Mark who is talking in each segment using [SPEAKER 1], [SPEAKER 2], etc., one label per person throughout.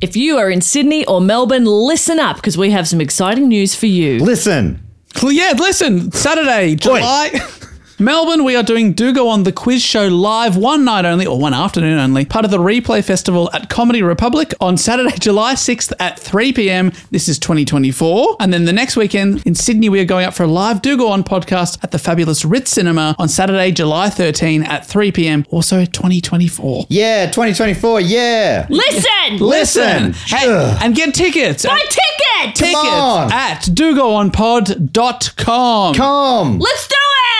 [SPEAKER 1] If you are in Sydney or Melbourne, listen up because we have some exciting news for you.
[SPEAKER 2] Listen.
[SPEAKER 3] Well, yeah, listen, Saturday, July. Melbourne, we are doing Do Go On the Quiz Show live one night only, or one afternoon only, part of the Replay Festival at Comedy Republic on Saturday, July 6th at 3 p.m. This is 2024. And then the next weekend in Sydney, we are going up for a live Do Go On podcast at the fabulous Ritz Cinema on Saturday, July 13 at 3 p.m. Also 2024.
[SPEAKER 2] Yeah, 2024. Yeah.
[SPEAKER 1] Listen!
[SPEAKER 2] Listen.
[SPEAKER 3] Hey,
[SPEAKER 2] Ugh.
[SPEAKER 3] and get tickets.
[SPEAKER 1] My
[SPEAKER 3] at-
[SPEAKER 1] ticket!
[SPEAKER 3] tickets
[SPEAKER 2] on.
[SPEAKER 3] at dogoonpod.com.
[SPEAKER 2] Come.
[SPEAKER 1] Let's do it!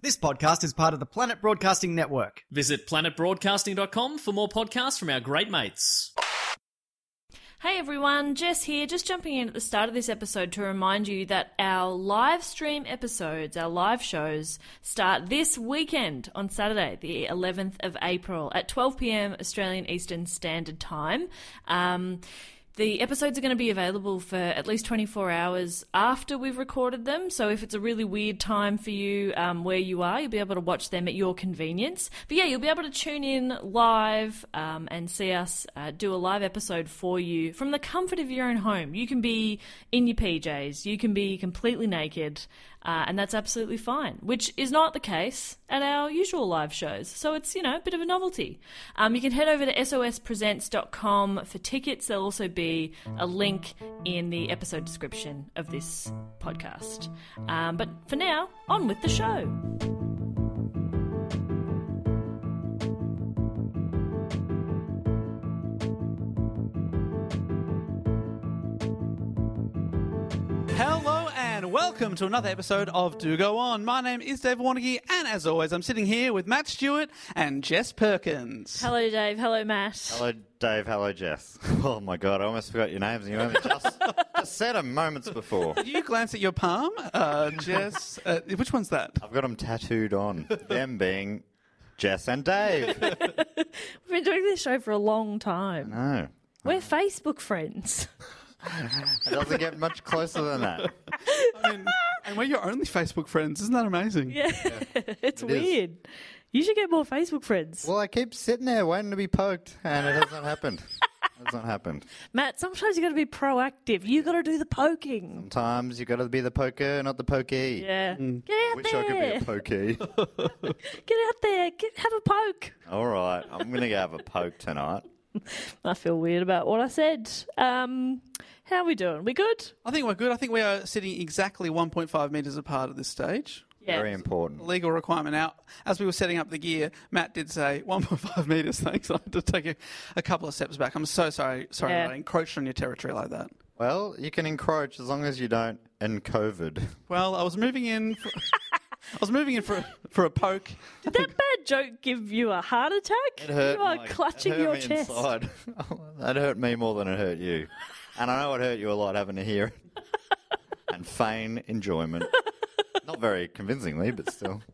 [SPEAKER 4] This podcast is part of the Planet Broadcasting Network.
[SPEAKER 5] Visit planetbroadcasting.com for more podcasts from our great mates.
[SPEAKER 1] Hey everyone, Jess here, just jumping in at the start of this episode to remind you that our live stream episodes, our live shows, start this weekend on Saturday, the 11th of April at 12 pm Australian Eastern Standard Time. Um, the episodes are going to be available for at least 24 hours after we've recorded them. So if it's a really weird time for you um, where you are, you'll be able to watch them at your convenience. But yeah, you'll be able to tune in live um, and see us uh, do a live episode for you from the comfort of your own home. You can be in your PJs, you can be completely naked, uh, and that's absolutely fine, which is not the case at our usual live shows. So it's, you know, a bit of a novelty. Um, you can head over to sospresents.com for tickets. There'll also be a link in the episode description of this podcast. Um, but for now, on with the show.
[SPEAKER 3] Hello and welcome to another episode of Do Go On. My name is Dave Warnke, and as always, I'm sitting here with Matt Stewart and Jess Perkins.
[SPEAKER 1] Hello, Dave. Hello, Matt.
[SPEAKER 2] Hello, Dave. Hello, Jess. Oh, my God. I almost forgot your names. and You only just, just said them moments before.
[SPEAKER 3] Did you glance at your palm, uh, Jess? Uh, which one's that?
[SPEAKER 1] Oh.
[SPEAKER 2] I've got them tattooed on. Them being Jess and Dave.
[SPEAKER 1] We've been doing this show for a long time.
[SPEAKER 2] No.
[SPEAKER 1] We're Facebook friends.
[SPEAKER 2] It doesn't get much closer than that.
[SPEAKER 3] And we're your only Facebook friends. Isn't that amazing? Yeah.
[SPEAKER 1] It's weird. You should get more Facebook friends.
[SPEAKER 2] Well, I keep sitting there waiting to be poked, and it hasn't happened. It's not happened.
[SPEAKER 1] Matt, sometimes you got to be proactive. you got to do the poking.
[SPEAKER 2] Sometimes you got to be the poker, not the pokey.
[SPEAKER 1] Yeah. Get out
[SPEAKER 2] Mm. Wish I could
[SPEAKER 1] there.
[SPEAKER 2] be a pokey.
[SPEAKER 1] Get out there. Get, have a poke.
[SPEAKER 2] All right, I'm gonna go have a poke tonight.
[SPEAKER 1] I feel weird about what I said. Um, how are we doing? We good?
[SPEAKER 3] I think we're good. I think we are sitting exactly 1.5 meters apart at this stage.
[SPEAKER 1] Yeah.
[SPEAKER 2] Very important.
[SPEAKER 3] Legal requirement. Now, as we were setting up the gear, Matt did say 1.5 meters. Thanks. I had to take a, a couple of steps back. I'm so sorry. Sorry
[SPEAKER 1] Yeah.
[SPEAKER 3] that I encroached on your territory like that.
[SPEAKER 2] Well, you can encroach as long as you don't in COVID.
[SPEAKER 3] Well, I was moving in. For, I was moving in for for a poke.
[SPEAKER 1] Did that bad joke give you a heart attack? you are
[SPEAKER 2] my-
[SPEAKER 1] clutching
[SPEAKER 2] it hurt
[SPEAKER 1] your
[SPEAKER 2] me
[SPEAKER 1] chest.
[SPEAKER 2] Inside. that hurt me more than it hurt you, and I know it hurt you a lot having to hear it and feign enjoyment. Not very convincingly, but still.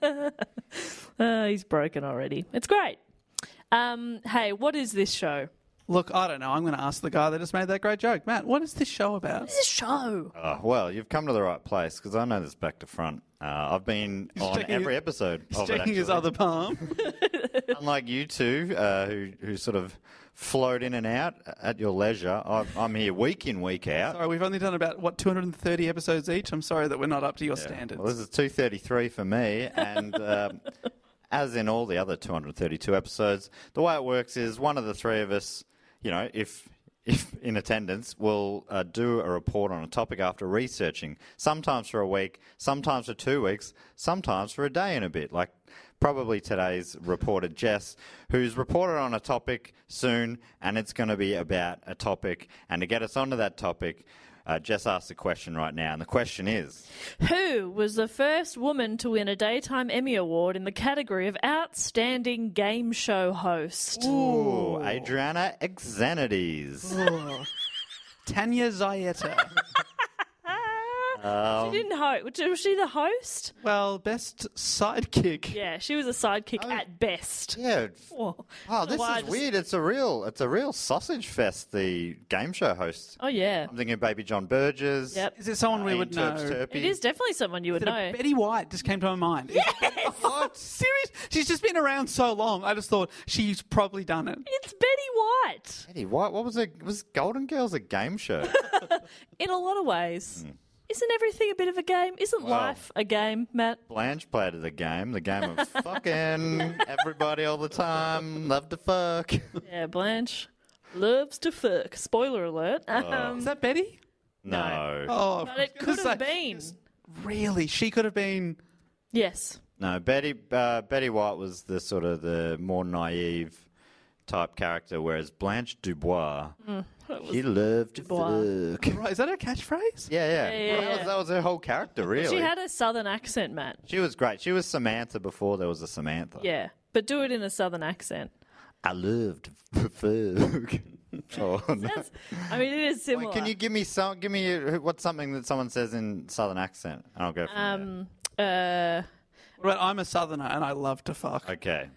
[SPEAKER 1] Oh, Uh, he's broken already. It's great. Um, hey, what is this show?
[SPEAKER 3] Look, I don't know. I'm going to ask the guy that just made that great joke. Matt, what is this show about?
[SPEAKER 1] This show.
[SPEAKER 2] Uh, well, you've come to the right place because I know this back to front. Uh, I've been on
[SPEAKER 3] checking
[SPEAKER 2] every
[SPEAKER 3] his-
[SPEAKER 2] episode
[SPEAKER 3] He's
[SPEAKER 2] of it.
[SPEAKER 3] checking his
[SPEAKER 2] actually.
[SPEAKER 3] other palm.
[SPEAKER 2] Unlike you two, uh, who who sort of float in and out at your leisure, I'm, I'm here week in, week out.
[SPEAKER 3] sorry, we've only done about, what, 230 episodes each? I'm sorry that we're not up to your standards.
[SPEAKER 2] Well, this is 233 for me, and um, as in all the other 232 episodes, the way it works is one of the three of us, you know, if if in attendance, will uh, do a report on a topic after researching, sometimes for a week, sometimes for two weeks, sometimes for a day and a bit, like probably today's reporter Jess, who's reported on a topic soon, and it's going to be about a topic. And to get us onto that topic, uh, Jess asked a question right now, and the question is.
[SPEAKER 1] Who was the first woman to win a Daytime Emmy Award in the category of Outstanding Game Show Host?
[SPEAKER 2] Ooh, Adriana Exanides.
[SPEAKER 3] Tanya Zayeta.
[SPEAKER 1] she didn't host. Was she the host?
[SPEAKER 3] well, best sidekick.
[SPEAKER 1] Yeah, she was a sidekick at best.
[SPEAKER 2] Yeah. f-
[SPEAKER 1] Oh,
[SPEAKER 2] Oh, this
[SPEAKER 1] Why I
[SPEAKER 2] is
[SPEAKER 1] just-
[SPEAKER 2] weird. It's a real, it's a real sausage fest. The game show host.
[SPEAKER 1] Oh, yeah.
[SPEAKER 2] I'm thinking Baby John Burgess.
[SPEAKER 1] Yep.
[SPEAKER 3] Is it someone we
[SPEAKER 2] Ian
[SPEAKER 3] would know?
[SPEAKER 2] Terps Terpy.
[SPEAKER 1] It is definitely someone you would
[SPEAKER 3] That
[SPEAKER 1] know.
[SPEAKER 3] a Betty White just came to my mind. Yes! Serious? She's just been around so long. I just thought she's probably done it.
[SPEAKER 1] It's Betty White
[SPEAKER 2] Eddie White. What was it? Was Golden Girls a game show?
[SPEAKER 1] in a lot of ways.
[SPEAKER 2] Hmm.
[SPEAKER 1] Isn't everything a bit of a game? Isn't life a game, Matt?
[SPEAKER 2] Blanche played the game, the game of fucking everybody all the time. Love to fuck.
[SPEAKER 1] Yeah, Blanche loves to fuck. Spoiler alert.
[SPEAKER 2] Oh.
[SPEAKER 1] Um,
[SPEAKER 3] Is that Betty?
[SPEAKER 2] No,
[SPEAKER 3] Oh,
[SPEAKER 1] but it could have been.
[SPEAKER 3] Really? She could have been.
[SPEAKER 1] Yes.
[SPEAKER 2] no. Betty uh, Betty White was the sort of the more naive type character, whereas Blanche Dubois, she loved to fuck.
[SPEAKER 3] Right, is that her catchphrase?
[SPEAKER 2] Yeah, yeah.
[SPEAKER 1] yeah,
[SPEAKER 2] That, was, that was her whole character, really.
[SPEAKER 1] She had a southern accent, Matt.
[SPEAKER 2] She was great. She was Samantha before there was a Samantha.
[SPEAKER 1] Yeah. But do it in a southern accent.
[SPEAKER 2] I loved Ferg. oh, no.
[SPEAKER 1] That's, I mean, it is similar.
[SPEAKER 2] Wait, can you give me some? Give me uh, what's something that someone says in Southern accent, and I'll go from
[SPEAKER 1] Um, Uh,
[SPEAKER 3] Right, I'm a southerner and I love to fuck.
[SPEAKER 2] there. Okay.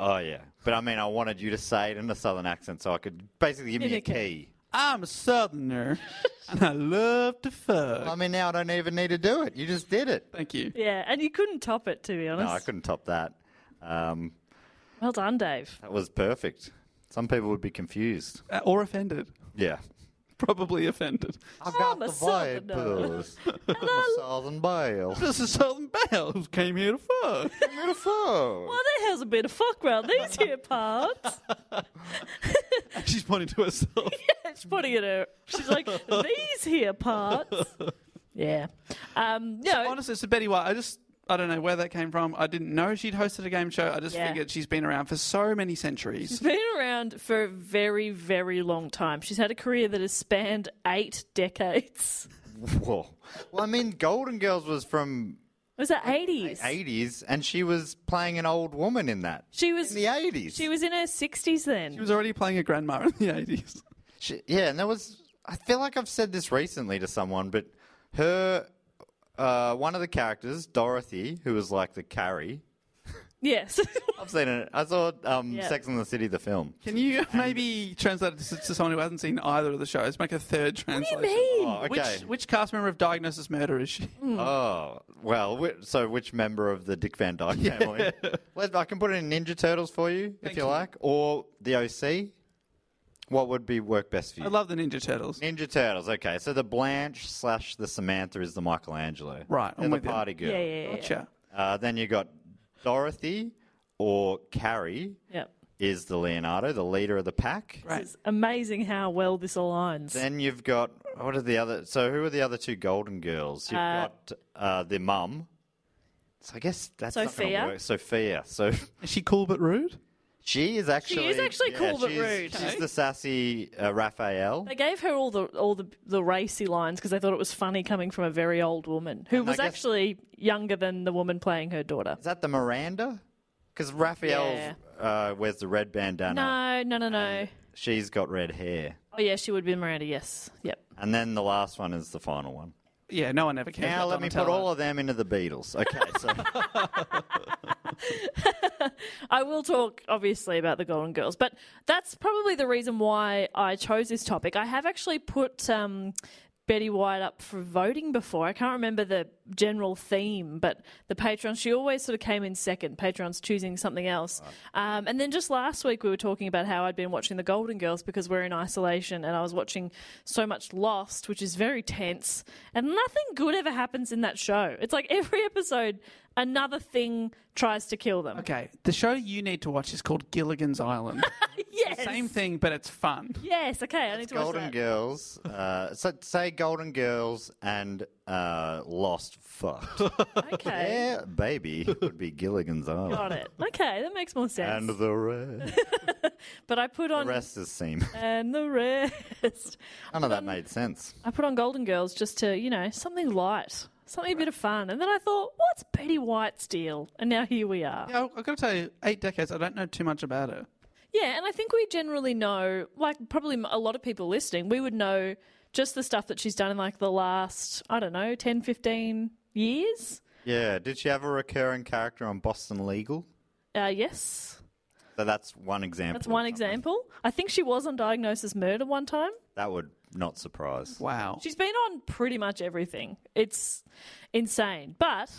[SPEAKER 2] Oh yeah, but I mean, I wanted you to say it in a Southern accent, so I could basically give me a
[SPEAKER 1] Mimic it.
[SPEAKER 2] key.
[SPEAKER 3] I'm a southerner and I love to fuck.
[SPEAKER 2] I mean, now I don't even need to do it. You just did it.
[SPEAKER 3] Thank you.
[SPEAKER 1] yeah, and you couldn't top it, to be
[SPEAKER 2] No,
[SPEAKER 1] honest.
[SPEAKER 2] I couldn't top that. Um,
[SPEAKER 1] Well done, Dave.
[SPEAKER 2] that was perfect. Some people would be confused.
[SPEAKER 3] Uh, or offended.
[SPEAKER 2] Yeah.
[SPEAKER 3] Probably offended.
[SPEAKER 2] I
[SPEAKER 1] got the vipers.
[SPEAKER 2] Southern Bale.
[SPEAKER 3] This is Southern Belle who came here to fuck.
[SPEAKER 2] Beautiful.
[SPEAKER 1] Well, there has Oh, a bit of fuck round these here parts.
[SPEAKER 3] She's pointing to herself.
[SPEAKER 1] She's putting it her. She's like, these here parts. Yeah. Um, no,
[SPEAKER 3] Honestly, it's a Betty White. I just. I don't know where that came from. I didn't know she'd hosted a game show. I just
[SPEAKER 1] Yeah.
[SPEAKER 3] figured she's been around for so many centuries.
[SPEAKER 1] She's been around for a very, very long time. She's had a career that has spanned eight decades.
[SPEAKER 2] Whoa. Well, I mean, Golden Girls was from
[SPEAKER 1] Was it eighties?
[SPEAKER 2] 80s, and she was playing an old woman in that.
[SPEAKER 1] She was
[SPEAKER 2] In the 80s.
[SPEAKER 1] She was in her sixties
[SPEAKER 3] She
[SPEAKER 1] then.
[SPEAKER 3] was already playing a grandma in the 80s.
[SPEAKER 2] She- yeah, and that was. I feel like I've said this recently to someone, but her. Uh, one of the characters, Dorothy, who was like the Carrie.
[SPEAKER 1] Yes.
[SPEAKER 2] I've seen it. I saw um,
[SPEAKER 1] Yeah.
[SPEAKER 2] Sex and the City, the film.
[SPEAKER 3] Can you maybe translate this to someone who hasn't seen either of the shows? Make a third translation.
[SPEAKER 2] Oh, okay.
[SPEAKER 3] Which, which cast member of Diagnosis Murder is she?
[SPEAKER 2] Oh well, whi- so which member of the Dick Van Dyke family? Let- I can put it in Ninja Turtles for you if you, like, or the OC. What would be work best for you?
[SPEAKER 3] I love the Ninja Turtles.
[SPEAKER 2] Ninja Turtles. Okay, so the Blanche slash the Samantha is the Michelangelo.
[SPEAKER 3] Right,
[SPEAKER 2] They're
[SPEAKER 3] I'm
[SPEAKER 2] the
[SPEAKER 3] with you.
[SPEAKER 2] party girl.
[SPEAKER 1] yeah, yeah, yeah.
[SPEAKER 3] Gotcha.
[SPEAKER 2] Uh, then you got Dorothy or Carrie
[SPEAKER 1] Yep.
[SPEAKER 2] is the Leonardo, the leader of the pack.
[SPEAKER 3] Right.
[SPEAKER 1] It's amazing how well this aligns.
[SPEAKER 2] Then you've got what are the other? So who are the other two Golden Girls? You've got uh, the mum. So I guess that's not gonna
[SPEAKER 1] Sophia?
[SPEAKER 2] work. Sophia. So
[SPEAKER 3] Is she cool but rude?
[SPEAKER 2] she is actually
[SPEAKER 1] actually cool but
[SPEAKER 2] she's-
[SPEAKER 1] rude.
[SPEAKER 2] She's the sassy uh, Raphael.
[SPEAKER 1] they gave her all the all the, the racy lines because they thought it was funny coming from a very old woman who
[SPEAKER 2] I
[SPEAKER 1] was
[SPEAKER 2] guess-
[SPEAKER 1] actually younger than the woman playing her daughter.
[SPEAKER 2] Is that the Miranda? Because Raphael
[SPEAKER 1] Yeah.
[SPEAKER 2] uh, wears the red
[SPEAKER 1] No,
[SPEAKER 2] bandana.
[SPEAKER 1] no, no, no.
[SPEAKER 2] She's got red hair.
[SPEAKER 1] Oh yeah, she would be Miranda. Yes. Yep.
[SPEAKER 2] And then the last one is the final one.
[SPEAKER 3] Yeah, no one ever cares.
[SPEAKER 2] Now let
[SPEAKER 3] about
[SPEAKER 2] me put
[SPEAKER 3] Donatella.
[SPEAKER 2] all of them into the Beatles. Okay, so
[SPEAKER 1] I will talk obviously about the Golden Girls, but that's probably the reason why I chose this topic. I have actually put um, Betty White up for voting before. I can't remember the general theme, but the Patreon, she always sort of came in second. Patreon's choosing something else. Um, and then just last week, we were talking about how I'd been watching the Golden Girls because we're in isolation and I was watching so much Lost, which is very tense. And nothing good ever happens in that show. It's like every episode, another thing tries to kill them.
[SPEAKER 3] Okay, the show you need to watch is called Gilligan's Island.
[SPEAKER 1] Yes.
[SPEAKER 3] Same thing, but it's fun.
[SPEAKER 1] Yes, okay, I need to watch
[SPEAKER 2] Golden
[SPEAKER 1] that.
[SPEAKER 2] Girls. Uh, so say Golden Girls and uh, Lost Fucked.
[SPEAKER 1] Okay.
[SPEAKER 2] yeah, baby would be Gilligan's Island.
[SPEAKER 1] Got it. Okay, that makes more sense.
[SPEAKER 2] And the rest.
[SPEAKER 1] but I put on
[SPEAKER 2] the rest is seam.
[SPEAKER 1] and the rest.
[SPEAKER 2] None of that made sense.
[SPEAKER 1] I put on Golden Girls just to, you know, something light, something a bit of fun. And then I thought, what's Betty White's deal? And now here we are.
[SPEAKER 3] Yeah, I've got to tell you, eight decades, I don't know too much about it.
[SPEAKER 1] Yeah, and I think we generally know, like probably a lot of people listening, we would know just the stuff that she's done in like the last, I don't know, 10, 15 years.
[SPEAKER 2] Yeah, did she have a recurring character on Boston Legal?
[SPEAKER 1] Uh, yes,
[SPEAKER 2] So that's one example.
[SPEAKER 1] that's
[SPEAKER 2] of
[SPEAKER 1] one
[SPEAKER 2] something.
[SPEAKER 1] example. I think she was on Diagnosis Murder one time.
[SPEAKER 2] That would not surprise.
[SPEAKER 3] Wow.
[SPEAKER 1] She's been on pretty much everything. It's insane. But,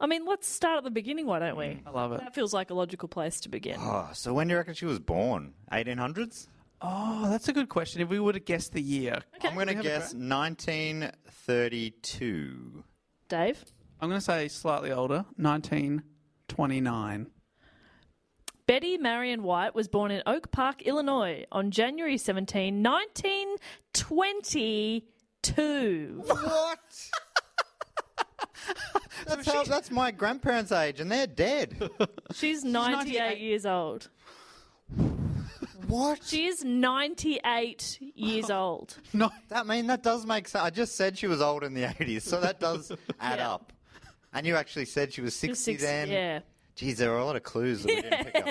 [SPEAKER 1] I mean, let's start at the beginning, why don't we?
[SPEAKER 3] I love it.
[SPEAKER 1] That feels like a logical place to begin.
[SPEAKER 2] Oh, so when do you reckon she was born? 1800s?
[SPEAKER 3] Oh, that's a good question. If we would have guessed the year,
[SPEAKER 2] I'm going to guess 1932.
[SPEAKER 1] Dave?
[SPEAKER 3] I'm going to say slightly older, 1929.
[SPEAKER 1] Betty Marion White was born in Oak Park, Illinois on January 17, 1922.
[SPEAKER 2] What? that's, how, that's my grandparents' age, and they're dead.
[SPEAKER 1] She's 98
[SPEAKER 3] 98.
[SPEAKER 1] years old.
[SPEAKER 2] what?
[SPEAKER 1] She is 98 years old.
[SPEAKER 3] No,
[SPEAKER 2] That mean that does make sense. I just said she was old in the 80s, so that does add up. And you actually said she was 60
[SPEAKER 1] Six-
[SPEAKER 2] then.
[SPEAKER 1] Yeah.
[SPEAKER 2] Geez, there are a lot of clues that we didn't pick up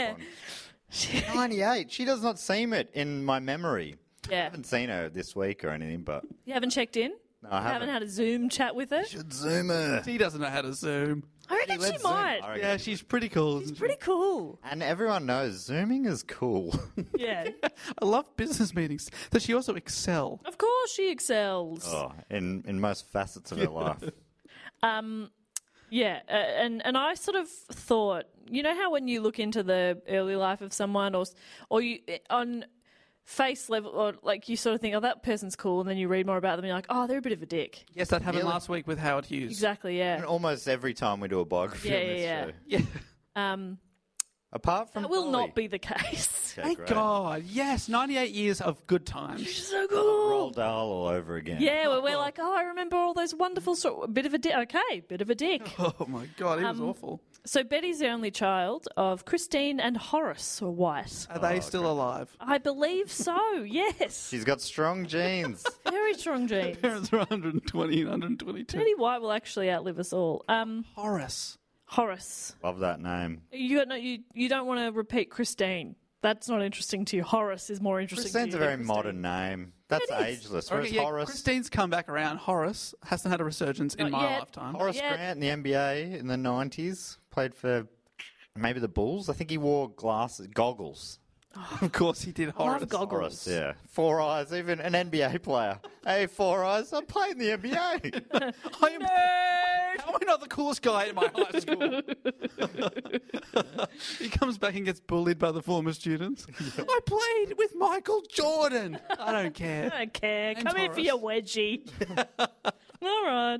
[SPEAKER 2] on. 98. She does not seem it in my memory. I
[SPEAKER 1] Yeah.
[SPEAKER 2] haven't seen her this week or anything, but
[SPEAKER 1] You haven't checked in?
[SPEAKER 2] no, I haven't.
[SPEAKER 1] Haven't had a Zoom chat with her?
[SPEAKER 2] Should zoom her.
[SPEAKER 3] she doesn't know how to zoom.
[SPEAKER 1] I reckon she
[SPEAKER 2] Let's zoom,
[SPEAKER 1] might.
[SPEAKER 2] I reckon.
[SPEAKER 3] Yeah, she's pretty cool. isn't she?
[SPEAKER 1] Pretty cool.
[SPEAKER 2] And everyone knows zooming is cool.
[SPEAKER 1] Yeah.
[SPEAKER 3] I love business meetings. Does she also excel?
[SPEAKER 1] Of course she excels.
[SPEAKER 2] oh, in in most facets of her life.
[SPEAKER 1] Um, Yeah, uh, and and I sort of thought, you know how when you look into the early life of someone or s- or you eh, on face level or like you sort of think, oh that person's cool, and then you read more about them, and you're like, oh they're a bit of a dick.
[SPEAKER 3] Yes, that happened
[SPEAKER 2] Really?
[SPEAKER 3] last week with Howard Hughes.
[SPEAKER 1] Exactly.
[SPEAKER 2] And
[SPEAKER 1] Yeah.
[SPEAKER 2] almost every time we do a biography
[SPEAKER 1] Yeah,
[SPEAKER 2] on
[SPEAKER 1] yeah,
[SPEAKER 2] this
[SPEAKER 1] yeah.
[SPEAKER 2] show.
[SPEAKER 3] Yeah.
[SPEAKER 1] Um,
[SPEAKER 2] Apart from
[SPEAKER 1] that will
[SPEAKER 2] Polly.
[SPEAKER 1] not be the case.
[SPEAKER 2] Okay,
[SPEAKER 3] Thank
[SPEAKER 2] great.
[SPEAKER 3] God. Yes, 98 years of good times.
[SPEAKER 1] so cool.
[SPEAKER 2] Roald Dahl all over again.
[SPEAKER 1] Yeah, where we're like, oh, I remember all those wonderful sort. Bit of a dick. Okay, bit of a dick.
[SPEAKER 3] Oh my God, it was
[SPEAKER 1] Um,
[SPEAKER 3] awful.
[SPEAKER 1] So Betty's the only child of Christine and Horace or White.
[SPEAKER 3] Are they still alive?
[SPEAKER 1] I believe so. Yes.
[SPEAKER 2] She's got strong genes.
[SPEAKER 1] Very strong genes.
[SPEAKER 3] Parents are 120, 122.
[SPEAKER 1] Betty White will actually outlive us all. Um,
[SPEAKER 3] Horace.
[SPEAKER 1] Horace,
[SPEAKER 2] Love that name.
[SPEAKER 1] you got no, you you don't want to repeat Christine. That's not interesting to you. Horace is more interesting.
[SPEAKER 2] Christine's
[SPEAKER 1] to
[SPEAKER 2] a
[SPEAKER 1] you than
[SPEAKER 2] very modern
[SPEAKER 1] Christine.
[SPEAKER 2] name. That's ageless. Whereas
[SPEAKER 3] Okay, yeah,
[SPEAKER 2] Horace,
[SPEAKER 3] Christine's come back around. Horace hasn't had a resurgence in
[SPEAKER 1] Not
[SPEAKER 3] my
[SPEAKER 1] yet.
[SPEAKER 3] lifetime.
[SPEAKER 2] Horace
[SPEAKER 1] Yeah.
[SPEAKER 2] Grant in the NBA in the nineties played for maybe the Bulls. I think he wore glasses, goggles.
[SPEAKER 3] Of course, he did Horace.
[SPEAKER 1] goggles.
[SPEAKER 2] Horace, yeah, four eyes. Even an NBA player. hey, four eyes. I'm playing the NBA.
[SPEAKER 3] I am, How am I not the coolest guy in my high school? he comes back and gets bullied by the former students. I played with Michael Jordan. I don't care.
[SPEAKER 1] I don't care.
[SPEAKER 3] Name's
[SPEAKER 1] Come here for
[SPEAKER 3] Horace.
[SPEAKER 1] your wedgie. all right.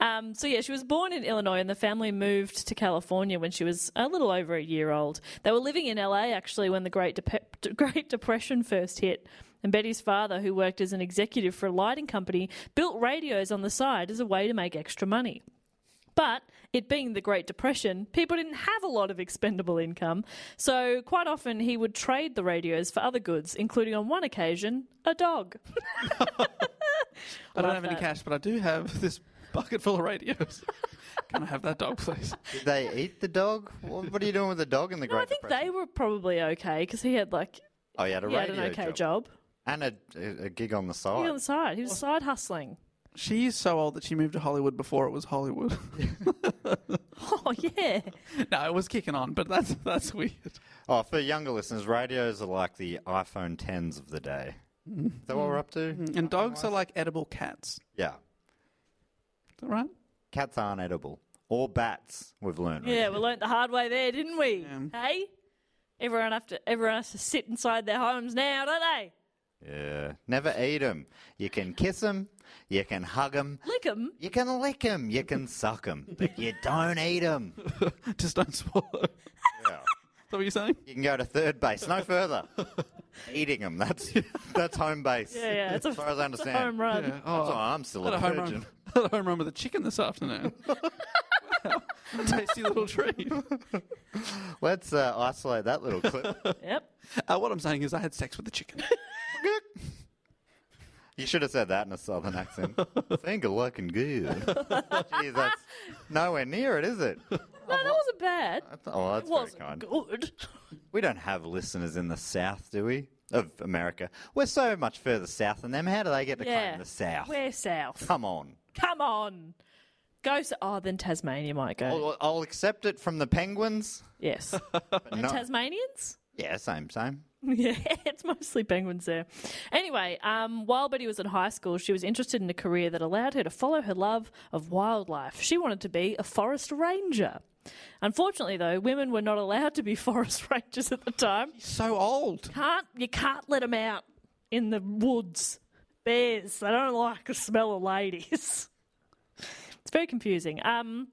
[SPEAKER 1] Um, so yeah, she was born in Illinois, and the family moved to California when she was a little over a year old. They were living in LA actually when the Great Dep- Great Depression first hit. And Betty's father, who worked as an executive for a lighting company, built radios on the side as a way to make extra money. But it being the Great Depression, people didn't have a lot of expendable income, so quite often he would trade the radios for other goods, including on one occasion a dog.
[SPEAKER 3] I don't have any cash, but I do have this bucket full of radios. Can I have that dog, please?
[SPEAKER 2] Did they eat the dog? What, what are you doing with the dog in the Great
[SPEAKER 1] I think
[SPEAKER 2] Depression?
[SPEAKER 1] they were probably okay because he had like
[SPEAKER 2] Oh, he had a
[SPEAKER 1] he had
[SPEAKER 2] radio
[SPEAKER 1] an okay
[SPEAKER 2] job.
[SPEAKER 1] job.
[SPEAKER 2] and a, a- a gig on the
[SPEAKER 1] He
[SPEAKER 2] side.
[SPEAKER 1] was on the side. He was side hustling.
[SPEAKER 3] She is so old that she moved to Hollywood before it was Hollywood.
[SPEAKER 1] Oh yeah.
[SPEAKER 3] no, it was kicking on, but that's that's weird.
[SPEAKER 2] Oh, for younger listeners, radios are like the iPhone 10s of the day. Is that what we're up
[SPEAKER 1] Mm-hmm.
[SPEAKER 2] to?
[SPEAKER 3] And dogs are like edible cats.
[SPEAKER 2] Yeah.
[SPEAKER 3] Is that right?
[SPEAKER 2] Cats aren't edible. Or bats, we've learned.
[SPEAKER 1] Yeah, we learnt the hard way there, didn't we? Hey? Everyone have to everyone has to sit inside their homes now, don't they?
[SPEAKER 2] Yeah. Never eat them. You can kiss them. You can hug them.
[SPEAKER 1] Lick them.
[SPEAKER 2] You can lick them. You can suck them. But you don't eat them.
[SPEAKER 3] Just don't swallow. Is that what you're saying?
[SPEAKER 2] You can go to third base. No further. Eating them. That's, that's home base.
[SPEAKER 1] Yeah, yeah. It's a,
[SPEAKER 2] As far as I
[SPEAKER 1] it's a
[SPEAKER 2] understand.
[SPEAKER 1] home run.
[SPEAKER 3] Yeah.
[SPEAKER 2] That's
[SPEAKER 3] Oh,
[SPEAKER 2] why I'm still
[SPEAKER 3] had
[SPEAKER 2] a
[SPEAKER 3] a home run.
[SPEAKER 2] virgin.
[SPEAKER 3] Had a home run with a chicken this afternoon. Wow. Tasty little treat.
[SPEAKER 2] Let's uh, isolate that little clip.
[SPEAKER 1] Yep.
[SPEAKER 3] Uh, what I'm saying is, I had sex with the chicken.
[SPEAKER 2] you should have said that in a southern accent. Finger looking good. Gee, that's nowhere near it, is it?
[SPEAKER 1] No, that wasn't bad.
[SPEAKER 2] Oh, that's
[SPEAKER 1] It
[SPEAKER 2] very
[SPEAKER 1] wasn't
[SPEAKER 2] kind.
[SPEAKER 1] good.
[SPEAKER 2] We don't have listeners in the South, do we? Of America. We're so much further south than them. How do they get to
[SPEAKER 1] Yeah.
[SPEAKER 2] claim the South?
[SPEAKER 1] We're south.
[SPEAKER 2] Come on.
[SPEAKER 1] Come on. Go s oh then Tasmania might go.
[SPEAKER 2] I'll, I'll accept it from the Penguins.
[SPEAKER 1] Yes.
[SPEAKER 2] But no.
[SPEAKER 1] Tasmanians?
[SPEAKER 2] yeah, same, same.
[SPEAKER 1] Yeah, it's mostly penguins there. Anyway, um, while Betty was in high school, she was interested in a career that allowed her to follow her love of wildlife. She wanted to be a forest ranger. Unfortunately, though, women were not allowed to be forest rangers at the time.
[SPEAKER 3] so old.
[SPEAKER 1] Can't you can't let them out in the woods? Bears, they don't like the smell of ladies. It's very confusing. Um,